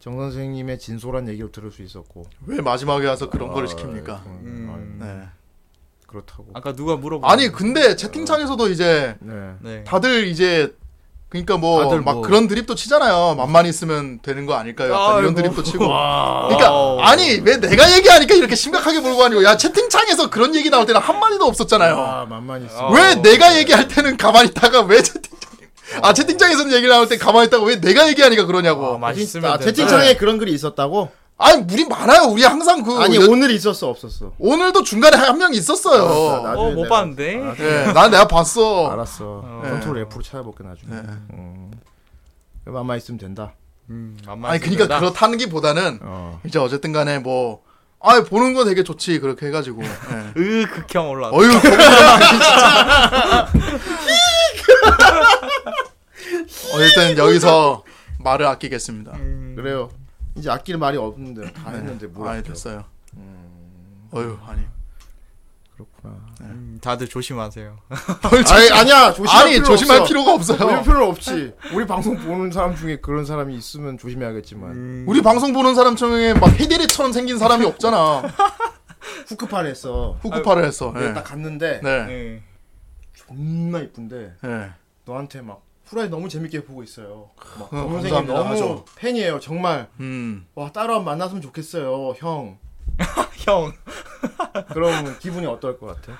[SPEAKER 2] 정 선생님의 진솔한 얘기를 들을 수 있었고.
[SPEAKER 3] 왜 마지막에 와서 그런 걸
[SPEAKER 2] 아,
[SPEAKER 3] 시킵니까?
[SPEAKER 2] 음.
[SPEAKER 3] 네.
[SPEAKER 2] 예. 그렇다고.
[SPEAKER 4] 아까 누가 물어보
[SPEAKER 3] 아니 근데 채팅창에서도 이제
[SPEAKER 2] 네.
[SPEAKER 4] 네.
[SPEAKER 3] 다들 이제 그러니까 뭐
[SPEAKER 2] 다들
[SPEAKER 3] 막
[SPEAKER 2] 뭐.
[SPEAKER 3] 그런 드립도 치잖아요. 맘만 있으면 되는 거 아닐까요? 약간 이런
[SPEAKER 2] 아이고.
[SPEAKER 3] 드립도 치고.
[SPEAKER 2] 와.
[SPEAKER 3] 그러니까 아니 왜 내가 얘기하니까 이렇게 심각하게 몰고 아니고 야 채팅창에서 그런 얘기 나올 때는 한 마디도 없었잖아요.
[SPEAKER 2] 아, 만만 있어.
[SPEAKER 3] 왜 내가 얘기할 때는 가만히 있다가 왜 채팅창 아 채팅창에서는 얘기 나올 때 가만히 있다가 왜 내가 얘기하니까 그러냐고.
[SPEAKER 2] 아, 채팅창에
[SPEAKER 3] 네.
[SPEAKER 2] 그런 글이 있었다고?
[SPEAKER 3] 아니 우리 많아요. 우리 항상 그
[SPEAKER 2] 아니
[SPEAKER 3] 여-
[SPEAKER 2] 오늘 있었어 없었어?
[SPEAKER 3] 오늘도 중간에 한 명 있었어요.
[SPEAKER 2] 알았어, 나중에
[SPEAKER 4] 어, 못
[SPEAKER 3] 네.
[SPEAKER 2] 내가-
[SPEAKER 4] 봤는데.
[SPEAKER 2] 아, 그래.
[SPEAKER 3] 예, 난 내가 봤어.
[SPEAKER 2] 아,
[SPEAKER 3] 네.
[SPEAKER 2] 알았어. 컨트롤 F로 찾아볼게 나중에. 음. 그럼 아마 있으면 된다.
[SPEAKER 4] 음, 만만
[SPEAKER 3] 아니 그러니까
[SPEAKER 4] 있으면은-
[SPEAKER 3] 그렇다는 게보다는
[SPEAKER 2] 어.
[SPEAKER 3] 이제 어쨌든 간에 뭐 아, 보는 거 되게 좋지 그렇게 해 가지고. 예.
[SPEAKER 4] 으 극혐 올라.
[SPEAKER 3] 어휴, 어쨌든 여기서 말을 아끼겠습니다.
[SPEAKER 4] 음,
[SPEAKER 2] 그래요. 이제 아끼는 말이 없는데 다 했는데 뭘 음.
[SPEAKER 3] 아,
[SPEAKER 2] 아껴.
[SPEAKER 3] 됐어요. 어휴, 아니.
[SPEAKER 2] 그렇구나.
[SPEAKER 4] 음, 다들 조심하세요.
[SPEAKER 2] 아니 아니야 조심할
[SPEAKER 3] 아니,
[SPEAKER 2] 필요
[SPEAKER 3] 조심할
[SPEAKER 2] 없어.
[SPEAKER 3] 필요가 없어요.
[SPEAKER 2] 조심할 필요 없지. 우리 방송 보는 사람 중에 그런 사람이 있으면 조심해야겠지만
[SPEAKER 3] 우리 방송 보는 사람 중에 막 헤데레처럼 생긴 사람이 없잖아.
[SPEAKER 2] 후크파를 했어.
[SPEAKER 3] 후크파를 했어.
[SPEAKER 2] 내가
[SPEAKER 3] 예.
[SPEAKER 2] 아, 네, 딱 갔는데
[SPEAKER 3] 네.
[SPEAKER 2] 존나 이쁜데
[SPEAKER 3] 예.
[SPEAKER 2] 너한테 막 후라이 너무 재밌게 보고 있어요. 막
[SPEAKER 3] 어,
[SPEAKER 2] 동생이
[SPEAKER 3] 감사합니다.
[SPEAKER 2] 너무
[SPEAKER 3] 하죠.
[SPEAKER 2] 팬이에요 정말.
[SPEAKER 3] 음.
[SPEAKER 2] 와 따로 한번 만났으면 좋겠어요 형.
[SPEAKER 4] 형.
[SPEAKER 2] 그럼 기분이 어떨 것 같아?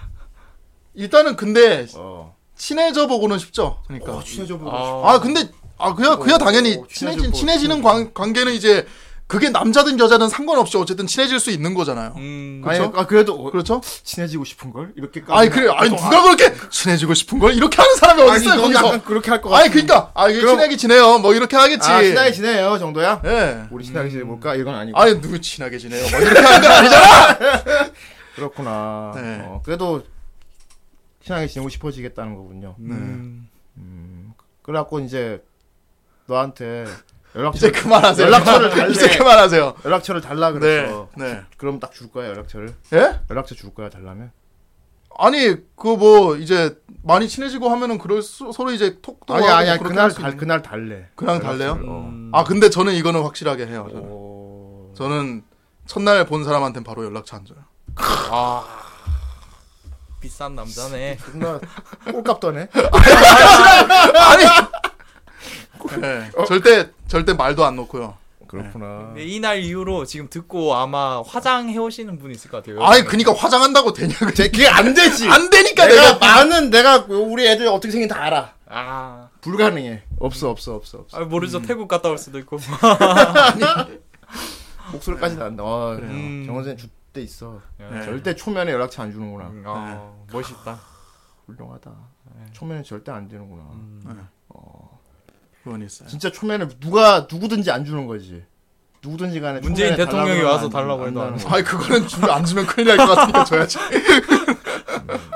[SPEAKER 3] 일단은 근데
[SPEAKER 2] 어.
[SPEAKER 3] 친해져 보고는 싶죠. 그러니까.
[SPEAKER 2] 어, 친해져 보고
[SPEAKER 3] 아 근데 아 그야 그야 당연히
[SPEAKER 2] 어, 친해져
[SPEAKER 3] 친해진
[SPEAKER 2] 보고
[SPEAKER 3] 친해지는 관, 관계는 이제 그게 남자든 여자든 상관없이 어쨌든 친해질 수 있는 거잖아요.
[SPEAKER 4] 음.
[SPEAKER 2] 아니,
[SPEAKER 3] 그렇죠?
[SPEAKER 2] 아 그래도 어,
[SPEAKER 3] 그렇죠?
[SPEAKER 2] 친해지고 싶은 걸 이렇게.
[SPEAKER 3] 아니 그래 아니 누가 그렇게 친해지고 싶은 걸 이렇게 하는 사람이 어디 있어요
[SPEAKER 2] 넌
[SPEAKER 3] 거기서?
[SPEAKER 2] 약간 그렇게 할 것 같아.
[SPEAKER 3] 아니 그러니까 아 이게
[SPEAKER 2] 그럼-
[SPEAKER 3] 친하게 지내요 뭐 이렇게 하겠지.
[SPEAKER 2] 아, 친하게 지내요 정도야?
[SPEAKER 3] 예.
[SPEAKER 2] 우리 친하게 지내볼까? 이건 아니고.
[SPEAKER 3] 아니 누구 친하게 지내요? 뭐 이렇게 하는 거 아니잖아.
[SPEAKER 2] 그렇구나.
[SPEAKER 3] 네.
[SPEAKER 2] 어, 그래도 친하게 지내고 싶어지겠다는 거군요.
[SPEAKER 4] 음.
[SPEAKER 2] 그래갖고 이제 너한테 연락처
[SPEAKER 3] 이제 그만하세요.
[SPEAKER 2] 연락처를 달래. 그렇죠.
[SPEAKER 3] 이제 그만하세요.
[SPEAKER 2] 연락처를 달라
[SPEAKER 3] 네.
[SPEAKER 2] 그랬어.
[SPEAKER 3] 네.
[SPEAKER 2] 그럼 딱 줄 거야 연락처를.
[SPEAKER 3] 예?
[SPEAKER 2] 연락처 줄 거야 달라면.
[SPEAKER 3] 아니 그 뭐 이제 많이 친해지고 하면은 그럴 수, 서로 이제 톡
[SPEAKER 2] 아니
[SPEAKER 3] 통화하고 뭐
[SPEAKER 2] 아니야
[SPEAKER 3] 그렇게
[SPEAKER 2] 그날
[SPEAKER 3] 할수
[SPEAKER 2] 달
[SPEAKER 3] 있는-
[SPEAKER 2] 그날 달래.
[SPEAKER 3] 그냥 달래요?
[SPEAKER 2] 연락처를, 어.
[SPEAKER 3] 아 근데 저는 이거는 확실하게 해요. 저는.
[SPEAKER 2] 어.
[SPEAKER 3] 저는 첫날 본 사람한테는 바로 연락처 안 줘요.
[SPEAKER 4] 아. 비싼 남자네.
[SPEAKER 2] 존나 꼴값 떠네.
[SPEAKER 3] 아니. 네,
[SPEAKER 2] 어.
[SPEAKER 3] 절대 절대 말도 안 놓고요.
[SPEAKER 2] 그렇구나.
[SPEAKER 4] 네, 이날 이후로 지금 듣고 아마 화장해 오시는 분 있을 것 같아요.
[SPEAKER 3] 아니 그니까 화장한다고 되냐 그게
[SPEAKER 2] 그게 안 되지.
[SPEAKER 3] 안 되니까
[SPEAKER 2] 내가
[SPEAKER 3] 내가
[SPEAKER 2] 많은 내가 우리 애들 어떻게 생긴 다 알아.
[SPEAKER 4] 아,
[SPEAKER 2] 불가능해. 없어 없어 없어 없어.
[SPEAKER 4] 아, 모르죠. 태국 갔다 올 수도 있고.
[SPEAKER 2] 목소리까지 난다. 어,
[SPEAKER 4] 아, 음.
[SPEAKER 2] 정원생 줄때 있어.
[SPEAKER 4] 네.
[SPEAKER 2] 절대 초면에 연락처 안 주는구나. 네.
[SPEAKER 4] 아, 멋있다.
[SPEAKER 2] 훌륭하다. 초면에 절대 안 되는구나.
[SPEAKER 4] 음.
[SPEAKER 3] 그건 있어요.
[SPEAKER 2] 진짜 초면에 누가 누구든지 안 주는 거지. 누구든지 간에
[SPEAKER 4] 문재인
[SPEAKER 2] 초면에
[SPEAKER 4] 대통령이
[SPEAKER 2] 달라고
[SPEAKER 4] 와서
[SPEAKER 2] 하면
[SPEAKER 4] 달라고 해도
[SPEAKER 2] 나는
[SPEAKER 4] 안
[SPEAKER 2] 거야.
[SPEAKER 3] 아니 그거는 주- 안 주면 큰일 날 것 같으니까 줘야지.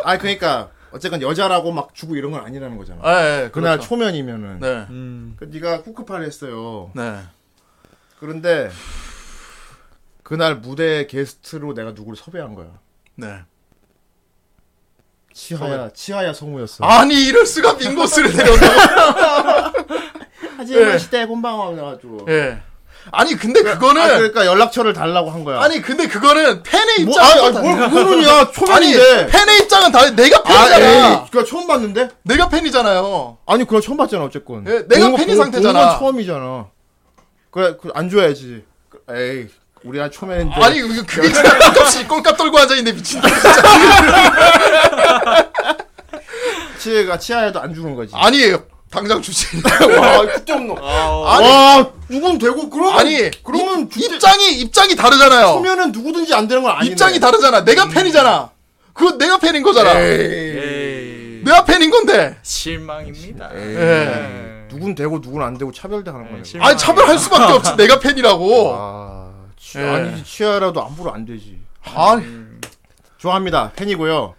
[SPEAKER 2] 아니 그러니까 어쨌건 여자라고 막 주고 이런 건 아니라는 거잖아.
[SPEAKER 3] 예, 예,
[SPEAKER 2] 그날
[SPEAKER 3] 그렇죠.
[SPEAKER 2] 초면이면은
[SPEAKER 3] 네,
[SPEAKER 4] 음.
[SPEAKER 2] 그 네가 후크파를 했어요.
[SPEAKER 3] 네.
[SPEAKER 2] 그런데 그날 무대 게스트로 내가 누구를 섭외한 거야.
[SPEAKER 3] 네.
[SPEAKER 2] 치하야 치하야 성우였어.
[SPEAKER 3] 아니 이럴 수가 민고스를 데려온다고.
[SPEAKER 2] 예. 하지마 시대 본방하고 나가지고
[SPEAKER 3] 예. 아니 근데 그거는
[SPEAKER 2] 아, 그러니까 연락처를 달라고 한 거야.
[SPEAKER 3] 아니 근데 그거는 팬의
[SPEAKER 2] 뭐,
[SPEAKER 3] 입장은
[SPEAKER 2] 아니, 아니, 뭘 그거는요. 초면인데.
[SPEAKER 3] 아니 팬의 입장은 다 내가
[SPEAKER 2] 아,
[SPEAKER 3] 팬이잖아
[SPEAKER 2] 에이, 그거 처음 봤는데?
[SPEAKER 3] 내가 팬이잖아요
[SPEAKER 2] 아니 그걸 처음 봤잖아 어쨌건.
[SPEAKER 3] 예, 내가 팬인 상태잖아.
[SPEAKER 2] 건 처음이잖아. 그래 그안 줘야지. 그- 에이 우리가 초면인데.
[SPEAKER 3] 아니 이거 그게 진짜 꼴값이 꼴값 떨고 앉아있는데 미친다 진짜
[SPEAKER 2] 치아가 치아에도 안 주는 거지.
[SPEAKER 3] 아니 당장 주지
[SPEAKER 2] 와 국정농.
[SPEAKER 3] 아니.
[SPEAKER 2] 와 누군 되고 그럼
[SPEAKER 3] 아니
[SPEAKER 2] 그러면
[SPEAKER 3] 이- 입장이 입장이 다르잖아요
[SPEAKER 2] 초면은 누구든지 안 되는 건 아닌데.
[SPEAKER 3] 입장이 다르잖아
[SPEAKER 2] 음.
[SPEAKER 3] 내가 팬이잖아 그거 내가 팬인 거잖아 내가 팬인 건데
[SPEAKER 4] 실망입니다. 네.
[SPEAKER 3] 예.
[SPEAKER 2] 누군 되고 누군 안 되고 차별당하는 거네.
[SPEAKER 4] 실망.
[SPEAKER 3] 아니 차별할 수밖에 없지 내가 팬이라고
[SPEAKER 2] 예. 아, 치,
[SPEAKER 3] 예.
[SPEAKER 2] 아니지 치아라도 안부로 안 되지.
[SPEAKER 3] 아니
[SPEAKER 2] 음, 좋아합니다 팬이고요.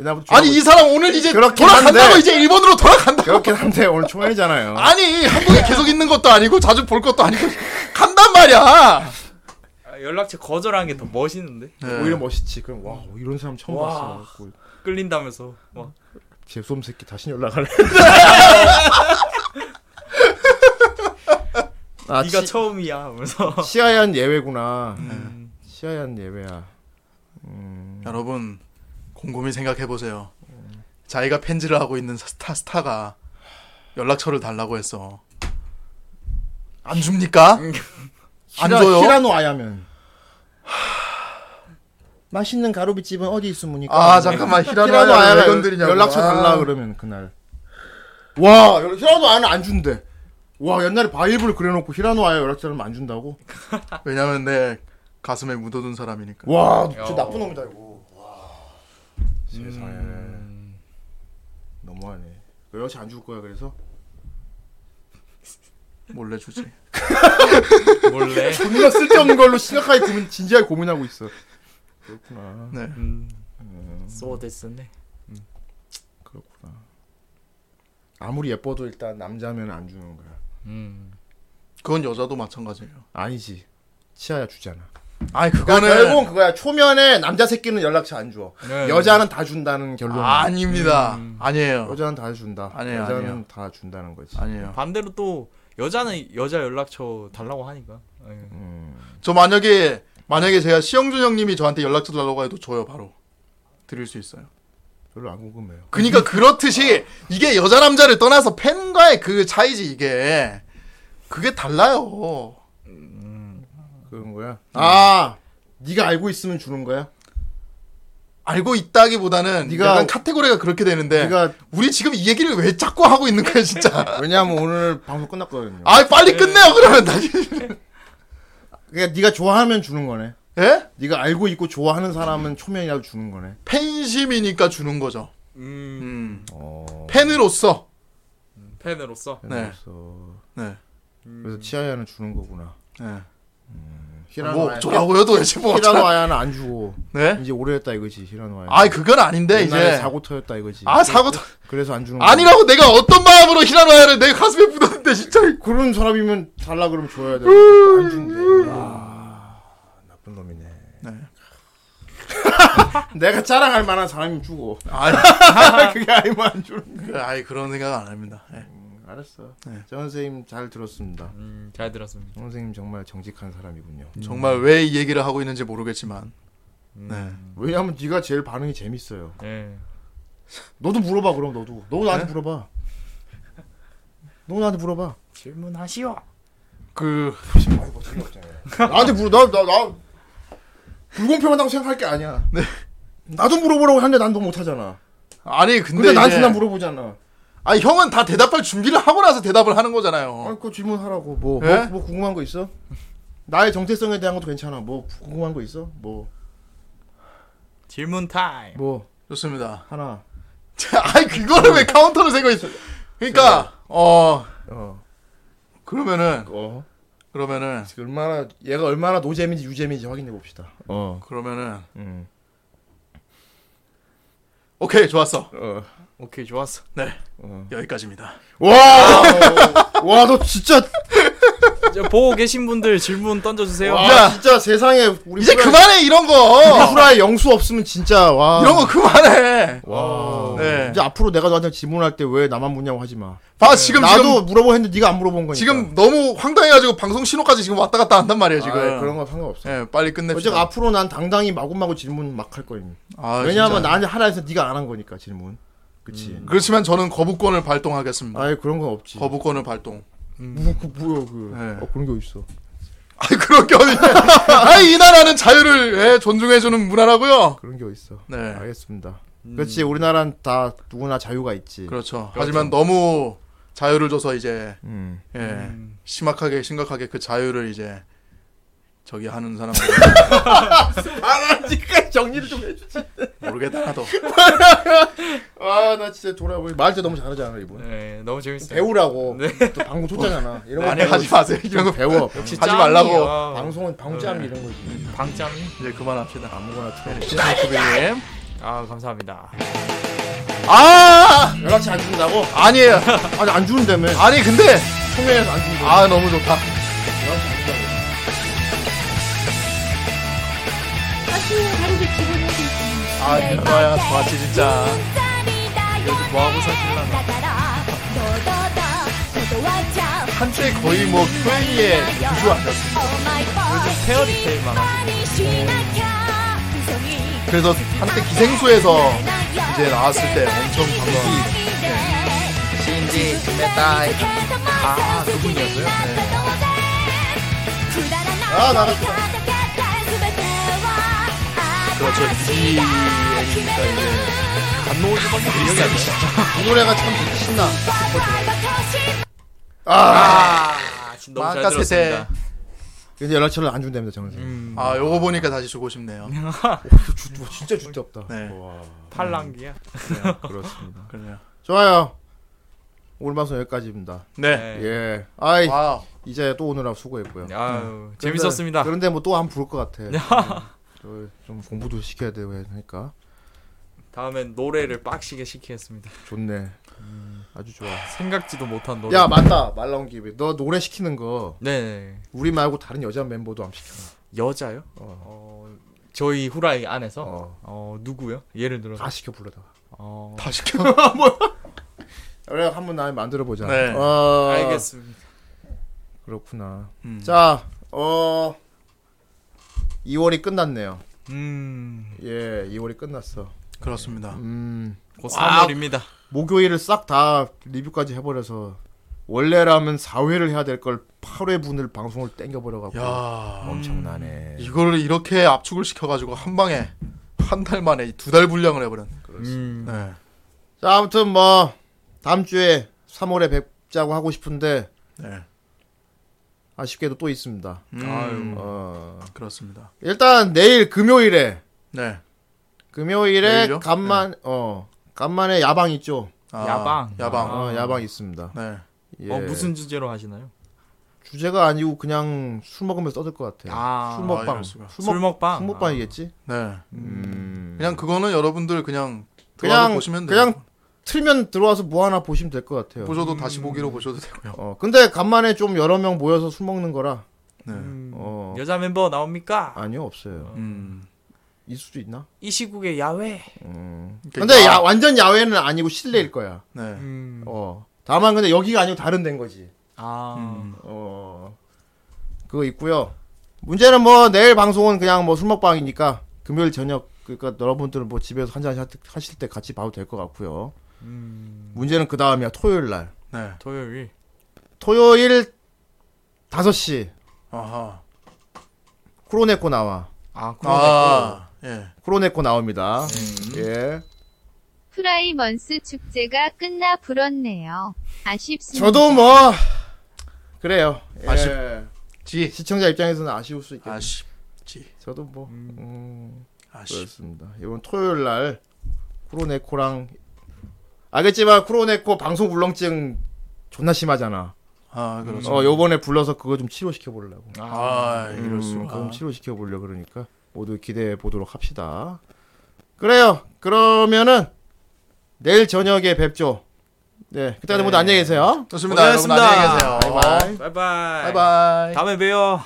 [SPEAKER 2] 옛날부터
[SPEAKER 3] 아니 이
[SPEAKER 2] 좋아하고-
[SPEAKER 3] 사람 오늘 이제
[SPEAKER 2] 그렇긴
[SPEAKER 3] 돌아간다고
[SPEAKER 2] 한데.
[SPEAKER 3] 이제 일본으로 돌아간다.
[SPEAKER 2] 그렇긴 한데 오늘 총알이잖아요.
[SPEAKER 3] 아니 한국에 계속 있는 것도 아니고 자주 볼 것도 아니고 간단 말이야.
[SPEAKER 4] 아, 연락처 거절한 게 더 멋있는데
[SPEAKER 2] 오히려 멋있지. 그럼 와뭐 이런 사람 처음
[SPEAKER 4] 와.
[SPEAKER 2] 봤어. 그
[SPEAKER 4] 끌린다면서 막
[SPEAKER 2] 재수없는 새끼 다시 연락할래. 아,
[SPEAKER 4] 네가
[SPEAKER 2] 치-
[SPEAKER 4] 처음이야 하면서
[SPEAKER 2] 시아얀 예외구나. 네. 시아얀 예외야.
[SPEAKER 3] 여러분 곰곰이 생각해 보세요. 자기가 팬질을 하고 있는 스타 스타가 연락처를 달라고 했어. 안 줍니까? 안
[SPEAKER 2] 히라-
[SPEAKER 3] 줘요?
[SPEAKER 2] 히라노 아야면. 맛있는 가루비집은 어디 있습니까?
[SPEAKER 3] 아 잠깐만 히라노
[SPEAKER 2] 히라노
[SPEAKER 3] 아야
[SPEAKER 2] 아야가
[SPEAKER 3] 왜 건드리냐고.
[SPEAKER 2] 연락처 달라
[SPEAKER 3] 아.
[SPEAKER 2] 그러면 그날. 와 히라노 아야는 안 준대. 와 옛날에 바이블 그려놓고 히라노 아야 연락처는 안 준다고?
[SPEAKER 3] 왜냐면 내 가슴에 묻어둔 사람이니까.
[SPEAKER 2] 와 진짜 나쁜 놈이다 이거. 세상에. 음. 너무하네. 연락처 안 줄 거야 그래서?
[SPEAKER 3] 몰래 주지.
[SPEAKER 4] 몰래
[SPEAKER 2] 존나 쓸데없는 걸로 심각하게 고민, 진지하게 고민하고 있어. 그렇구나.
[SPEAKER 3] 네.
[SPEAKER 4] 소데스네
[SPEAKER 2] 그렇구나. 아무리 예뻐도 일단 남자면 안 주는 거야.
[SPEAKER 3] 그건 여자도 마찬가지예요.
[SPEAKER 2] 아니지. 치아야 주잖아.
[SPEAKER 3] 아니
[SPEAKER 2] 그러니까 결국은
[SPEAKER 3] 그거는
[SPEAKER 2] 그거야. 초면에 남자 새끼는 연락처 안 줘.
[SPEAKER 3] 네.
[SPEAKER 2] 여자는 다 준다는
[SPEAKER 3] 음.
[SPEAKER 2] 결론.
[SPEAKER 3] 아닙니다. 아니에요.
[SPEAKER 2] 여자는 다 준다.
[SPEAKER 3] 아니에요,
[SPEAKER 2] 여자는
[SPEAKER 3] 아니에요.
[SPEAKER 2] 다 준다는 거지.
[SPEAKER 3] 아니에요.
[SPEAKER 4] 반대로 또 여자는 여자 연락처 달라고 하니까 예.
[SPEAKER 3] 저 만약에 만약에 제가 시영준 형님이 저한테 연락처 달라고 해도 줘요 바로 드릴 수 있어요.
[SPEAKER 2] 별로 안 궁금해요.
[SPEAKER 3] 그러니까 그렇듯이 이게 여자 남자를 떠나서 팬과의 그 차이지 이게 그게 달라요.
[SPEAKER 2] 그런 거야. 아, 네가 알고 있으면 주는 거야.
[SPEAKER 3] 알고 있다기보다는
[SPEAKER 2] 네가-
[SPEAKER 3] 약간 카테고리가 그렇게 되는데
[SPEAKER 2] 네가 네.
[SPEAKER 3] 우리 지금 이 얘기를 왜 자꾸 하고 있는 거야 진짜.
[SPEAKER 2] 왜냐하면 오늘 방송 끝났거든요.
[SPEAKER 3] 아 빨리 끝내요 그러면 나.
[SPEAKER 2] 그러니까 네가 좋아하면 주는 거네.
[SPEAKER 3] 예?
[SPEAKER 2] 네가 알고 있고 좋아하는 사람은 초면이라도 주는 거네.
[SPEAKER 3] 팬심이니까 주는 거죠.
[SPEAKER 4] 음,
[SPEAKER 3] 음.
[SPEAKER 2] 어.
[SPEAKER 3] 팬으로서.
[SPEAKER 4] 팬으로서
[SPEAKER 3] 네.
[SPEAKER 2] 그래서
[SPEAKER 3] 네.
[SPEAKER 2] 그래서 치아야는 주는 거구나.
[SPEAKER 3] 네.
[SPEAKER 2] 히라노
[SPEAKER 3] 뭐
[SPEAKER 2] 아야-
[SPEAKER 3] 어쩌라고요 도대체 뭐
[SPEAKER 2] 히라노
[SPEAKER 3] 어쩌라.
[SPEAKER 2] 아야는 안 주고
[SPEAKER 3] 네.
[SPEAKER 2] 이제 오래됐다 이거지 히라노 아야.
[SPEAKER 3] 아 그건 아닌데
[SPEAKER 2] 음. 옛날에
[SPEAKER 3] 이제
[SPEAKER 2] 사고 터였다 이거지.
[SPEAKER 3] 아 사고 터-
[SPEAKER 2] 그래서 안 주는 거야.
[SPEAKER 3] 아니라고 내가 어떤 마음으로 히라노야를 내 가슴에 묻었는데 진짜
[SPEAKER 2] 그런 사람이면 달라 그러면 줘야 돼. 안 준대. 아, 나쁜 놈이네.
[SPEAKER 3] 음. 네.
[SPEAKER 2] 내가 자랑할 만한 사람이 주고.
[SPEAKER 3] 아니,
[SPEAKER 2] 그게 아니면 안 주는 거야.
[SPEAKER 3] 그- 아니 그런 생각 안 합니다 예.
[SPEAKER 2] 알았어.
[SPEAKER 3] 네.
[SPEAKER 2] 정 선생님 잘 들었습니다.
[SPEAKER 4] 음, 잘 들었습니다
[SPEAKER 2] 정 선생님 정말 정직한 사람이군요.
[SPEAKER 3] 정말 왜 이 얘기를 하고 있는지 모르겠지만 네.
[SPEAKER 2] 왜냐하면 네가 제일 반응이 재밌어요.
[SPEAKER 4] 예.
[SPEAKER 2] 너도 물어봐 그럼 너도. 너도 나한테 물어봐. 너도 나한테 물어봐.
[SPEAKER 4] 질문하시오
[SPEAKER 3] 그
[SPEAKER 2] 뭐 나한테 물어. 나나 나, 불공평하다고 생각할 게 아니야. 네. 나도 물어보라고 하는데 난 너 못하잖아.
[SPEAKER 3] 아니 근데
[SPEAKER 2] 근데 난
[SPEAKER 3] 이제-
[SPEAKER 2] 그냥 물어보잖아.
[SPEAKER 3] 아 형은 다 대답할 준비를 하고 나서 대답을 하는 거잖아요
[SPEAKER 2] 아니 그 질문하라고 뭐,
[SPEAKER 3] 예?
[SPEAKER 2] 뭐, 뭐 궁금한 거 있어? 나의 정체성에 대한 것도 괜찮아. 뭐 궁금한 거 있어? 뭐 뭐
[SPEAKER 4] 질문 타임
[SPEAKER 3] 좋습니다
[SPEAKER 2] 하나
[SPEAKER 3] 아니 그거를 왜 카운터로 세고 있어 그러니까 어
[SPEAKER 2] 어.
[SPEAKER 3] 그러면은
[SPEAKER 2] 어
[SPEAKER 3] 그러면은
[SPEAKER 2] 지금 얼마나 얘가 얼마나 노잼인지 유잼인지 확인해 봅시다. 어.
[SPEAKER 3] 그러면은
[SPEAKER 2] 음.
[SPEAKER 3] 오케이 좋았어
[SPEAKER 2] 어.
[SPEAKER 4] 오케이 좋았어
[SPEAKER 3] 네
[SPEAKER 2] 어.
[SPEAKER 3] 여기까지입니다
[SPEAKER 2] 와! 와, 너 진짜
[SPEAKER 4] 저 보고 계신 분들 질문 던져주세요.
[SPEAKER 2] 와, 진짜 세상에 우리
[SPEAKER 4] 이제 그만해,
[SPEAKER 3] 이런 거.
[SPEAKER 2] 우리 후라이 영수 없으면 진짜 와.
[SPEAKER 3] 이런 거 그만해.
[SPEAKER 2] 어. 와. 이제 앞으로 내가 너한테 질문할 때 왜 나만 묻냐고 하지 마.
[SPEAKER 3] 봐, 지금-
[SPEAKER 2] 나도
[SPEAKER 3] 지금-
[SPEAKER 2] 물어보 했는데 네가 안 물어본 거니까.
[SPEAKER 3] 지금 너무 황당해가지고 방송 신호까지 지금 왔다 갔다 한단 말이에요 지금.
[SPEAKER 2] 아, 그런 거 상관없어.
[SPEAKER 3] 예, 빨리 끝냅시다.
[SPEAKER 2] 어쨌든 앞으로 난 당당히 마구마구 질문 막 할 거입니다.
[SPEAKER 3] 아,
[SPEAKER 2] 왜냐하면
[SPEAKER 3] 진짜.
[SPEAKER 2] 나한테 하라 해서 네가 안 한 거니까 질문. 그치.
[SPEAKER 3] 그렇지만 저는 거부권을 발동하겠습니다.
[SPEAKER 2] 아예 그런 건 없지.
[SPEAKER 3] 음, 거부권을 발동.
[SPEAKER 2] 뭐, 그 뭐야 그. 어, 그런 게 어딨어.
[SPEAKER 3] 그런 게 어디? 아이 이 나라는 자유를 예, 존중해주는 문화라고요.
[SPEAKER 2] 그런 게 어딨어.
[SPEAKER 3] 네.
[SPEAKER 2] 알겠습니다. 그렇지 우리나라는 다 누구나 자유가 있지.
[SPEAKER 3] 그렇죠. 하지만 너무 자유를 줘서 이제
[SPEAKER 2] 음.
[SPEAKER 3] 예 심각하게 심각하게 그 자유를 이제 저기 하는 사람들
[SPEAKER 2] 아, 아나니까 정리를 좀 해주지.
[SPEAKER 3] 모르겠다 나도.
[SPEAKER 2] 아나 진짜 돌아보니 말할 때 너무 잘하지 않아 이분.
[SPEAKER 4] 네, 너무 재밌어요.
[SPEAKER 2] 배우라고. 또 방송 쳤잖아. 이런 거
[SPEAKER 3] 아니, 하지 마세요. 이런 거
[SPEAKER 2] 배워.
[SPEAKER 3] 역시 하지 짬이에요. 말라고.
[SPEAKER 2] 방송은 방짬 이런 거지.
[SPEAKER 4] 아, 방짬.
[SPEAKER 3] 이제 그만합시다.
[SPEAKER 2] 아무거나 틀어.
[SPEAKER 3] 네.
[SPEAKER 4] 시사님. 아 감사합니다.
[SPEAKER 3] 아
[SPEAKER 2] 연락처 안 준다고?
[SPEAKER 3] 아니에요.
[SPEAKER 2] 아니 안 주는다며.
[SPEAKER 3] 아니 근데
[SPEAKER 2] 통해서 안 준다.
[SPEAKER 3] 아 너무 좋다.
[SPEAKER 1] 사실 다르게 기분을
[SPEAKER 3] 아 이거야 좋았지 진짜. 요즘 뭐 하고 살길라나. 한때 거의 뭐 큐에이의 유주 아니었습니까?
[SPEAKER 4] 요즘 페어리테일만 하고.
[SPEAKER 3] 그래서 한때 기생수에서 이제 나왔을 때 엄청 반가워. 신지 메타이. 아 그분이었어요. 네.
[SPEAKER 2] 아 나는
[SPEAKER 3] 그렇죠. 이 애니니까 이제 간노우즈밖에 기억이 안 나.
[SPEAKER 2] 이 노래가 참 신나.
[SPEAKER 3] 아,
[SPEAKER 4] 너무 잘
[SPEAKER 3] 마가세세.
[SPEAKER 4] 들었습니다. 음.
[SPEAKER 2] 그래서 연락처를 안 준답니다 정선.
[SPEAKER 3] 아 요거 보니까 다시 주고 싶네요.
[SPEAKER 2] 진짜 아, 주대 없다.
[SPEAKER 3] 네.
[SPEAKER 4] 팔랑귀야.
[SPEAKER 2] 그렇습니다.
[SPEAKER 3] 그래요.
[SPEAKER 2] 좋아요. 오늘 방송 여기까지입니다.
[SPEAKER 3] 네.
[SPEAKER 2] 예. 아이
[SPEAKER 3] 와우.
[SPEAKER 2] 이제 또 오느라 수고했고요.
[SPEAKER 4] 아유,
[SPEAKER 2] 음.
[SPEAKER 4] 재밌었습니다.
[SPEAKER 2] 그런데 뭐 또 한 부를 것 같아. 음, 좀 공부도 시켜야 되고 하니까
[SPEAKER 4] 다음엔 노래를 빡시게 시키겠습니다.
[SPEAKER 2] 좋네. 음, 아주 좋아.
[SPEAKER 4] 생각지도 못한 노래.
[SPEAKER 2] 야 맞다 말 나온 김에 너 노래 시키는 거
[SPEAKER 4] 네.
[SPEAKER 2] 우리 말고 다른 여자 멤버도 안 시켜.
[SPEAKER 4] 여자요? 어. 저희 후라이 안에서 어, 누구요? 예를 들어서
[SPEAKER 2] 다 시켜 불러다가.
[SPEAKER 4] 어.
[SPEAKER 2] 아, 다 시켜. 뭐야? 그래 한번 나 만들어 보자.
[SPEAKER 4] 네.
[SPEAKER 2] 어...
[SPEAKER 4] 알겠습니다.
[SPEAKER 2] 그렇구나.
[SPEAKER 3] 음.
[SPEAKER 2] 자, 어 2월이 끝났네요.
[SPEAKER 4] 음.
[SPEAKER 2] 예, 2월이 끝났어.
[SPEAKER 3] 그렇습니다.
[SPEAKER 2] 음.
[SPEAKER 4] 곧 3월입니다.
[SPEAKER 2] 와, 목요일을 싹 다 리뷰까지 해버려서 원래라면 4회를 해야 될 걸 8회 분을 방송을 땡겨버려 갖고
[SPEAKER 3] 야.
[SPEAKER 2] 엄청나네.
[SPEAKER 3] 이거를 이렇게 압축을 시켜가지고 한 방에 한 달 만에 두 달 분량을 해버린. 네.
[SPEAKER 2] 자, 아무튼 뭐 다음 주에 3월에 뵙자고 하고 싶은데
[SPEAKER 3] 네.
[SPEAKER 2] 아쉽게도 또 있습니다.
[SPEAKER 4] 음.
[SPEAKER 3] 아유.
[SPEAKER 2] 어.
[SPEAKER 3] 그렇습니다.
[SPEAKER 2] 일단 내일 금요일에
[SPEAKER 3] 네.
[SPEAKER 2] 금요일에
[SPEAKER 3] 내일요?
[SPEAKER 2] 간만 어 간만에 야방 있죠.
[SPEAKER 3] 아, 야방. 야방.
[SPEAKER 2] 어, 야방 있습니다.
[SPEAKER 3] 네.
[SPEAKER 2] 예.
[SPEAKER 4] 어 무슨 주제로 하시나요?
[SPEAKER 2] 주제가 아니고 그냥 술 먹으면 써들 것 같아요.
[SPEAKER 4] 아.
[SPEAKER 2] 네. 술
[SPEAKER 3] 아,
[SPEAKER 2] 먹방.
[SPEAKER 3] 이럴 수가.
[SPEAKER 4] 술 먹방? 아,
[SPEAKER 2] 술 먹방이겠지.
[SPEAKER 3] 네.
[SPEAKER 2] 음.
[SPEAKER 3] 그냥 그거는 여러분들 그냥 들어와서
[SPEAKER 2] 그냥
[SPEAKER 3] 보시면 돼요. 네.
[SPEAKER 2] 그냥 틀면 들어와서 뭐 하나 보시면 될 것 같아요.
[SPEAKER 3] 보셔도 다시 보기로 보셔도 되고요.
[SPEAKER 2] 어 근데 간만에 좀 여러 명 모여서 술 먹는 거라.
[SPEAKER 3] 네.
[SPEAKER 2] 어
[SPEAKER 4] 음, 여자 멤버 나옵니까?
[SPEAKER 2] 아니요 없어요.
[SPEAKER 3] 음.
[SPEAKER 2] 있을 수도 있나?
[SPEAKER 4] 이 시국의 야외.
[SPEAKER 2] 음.
[SPEAKER 3] 그러니까
[SPEAKER 2] 근데
[SPEAKER 3] 아.
[SPEAKER 2] 야, 완전 야외는 아니고 실내일 거야.
[SPEAKER 3] 네.
[SPEAKER 4] 음.
[SPEAKER 2] 어 다만 근데 여기가 아니고 다른 데인 거지.
[SPEAKER 3] 음.
[SPEAKER 4] 아.
[SPEAKER 2] 어 그거 있고요. 문제는 뭐 내일 방송은 그냥 뭐 술 먹방이니까 금요일 저녁 그러니까 여러분들은 뭐 집에서 한잔 하실 때 같이 봐도 될 것 같고요.
[SPEAKER 3] 음.
[SPEAKER 2] 문제는 그 다음이야 토요일 날.
[SPEAKER 3] 네.
[SPEAKER 4] 토요일.
[SPEAKER 2] 토요일 5시
[SPEAKER 3] 아하.
[SPEAKER 2] 쿠로네코 나와.
[SPEAKER 4] 아,
[SPEAKER 3] 아. 예.
[SPEAKER 2] 쿠로네코 나옵니다.
[SPEAKER 3] 음.
[SPEAKER 2] 예.
[SPEAKER 13] 프라이먼스 축제가 끝나 불었네요. 아쉽습니다.
[SPEAKER 2] 저도 뭐 그래요. 예.
[SPEAKER 3] 아쉽지.
[SPEAKER 2] 시청자 입장에서는 아쉬울 수 있겠네요.
[SPEAKER 3] 아쉽지.
[SPEAKER 2] 저도 뭐 음,
[SPEAKER 3] 아쉽.
[SPEAKER 2] 그렇습니다. 이번 토요일 날 쿠로네코랑 알겠지만 쿠로네코 방송 울렁증 존나 심하잖아.
[SPEAKER 3] 아 그렇죠.
[SPEAKER 2] 어 요번에 불러서 그거 좀 치료시켜 보려고.
[SPEAKER 3] 아 이럴 수가.
[SPEAKER 2] 그좀 치료시켜 보려 그러니까 모두 기대해 보도록 합시다. 그래요. 그러면은 내일 저녁에 뵙죠. 네, 그때까지 모두 안녕히 계세요.
[SPEAKER 3] 좋습니다. 여러분 안녕히 계세요.
[SPEAKER 2] 바이바이.
[SPEAKER 4] 바이바이.
[SPEAKER 3] 바이바이.
[SPEAKER 4] 다음에 봬요.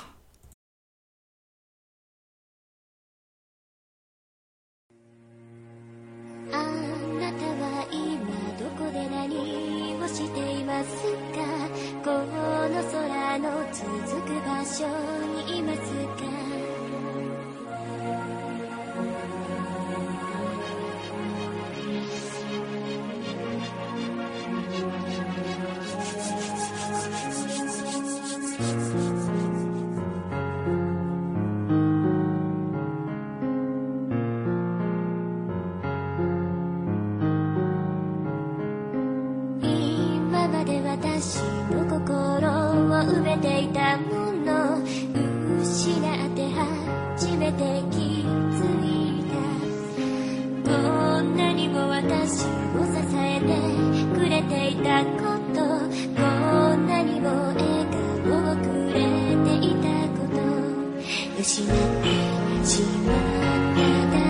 [SPEAKER 6] 「あなたは今どこで何をしていますか」「この空の続く場所にいますか」今まで私の心を埋めていたもの失って初めて気づいたこんなにも私を支えてくれていたことこんなにも笑顔をくれていたこと失ってしまっただ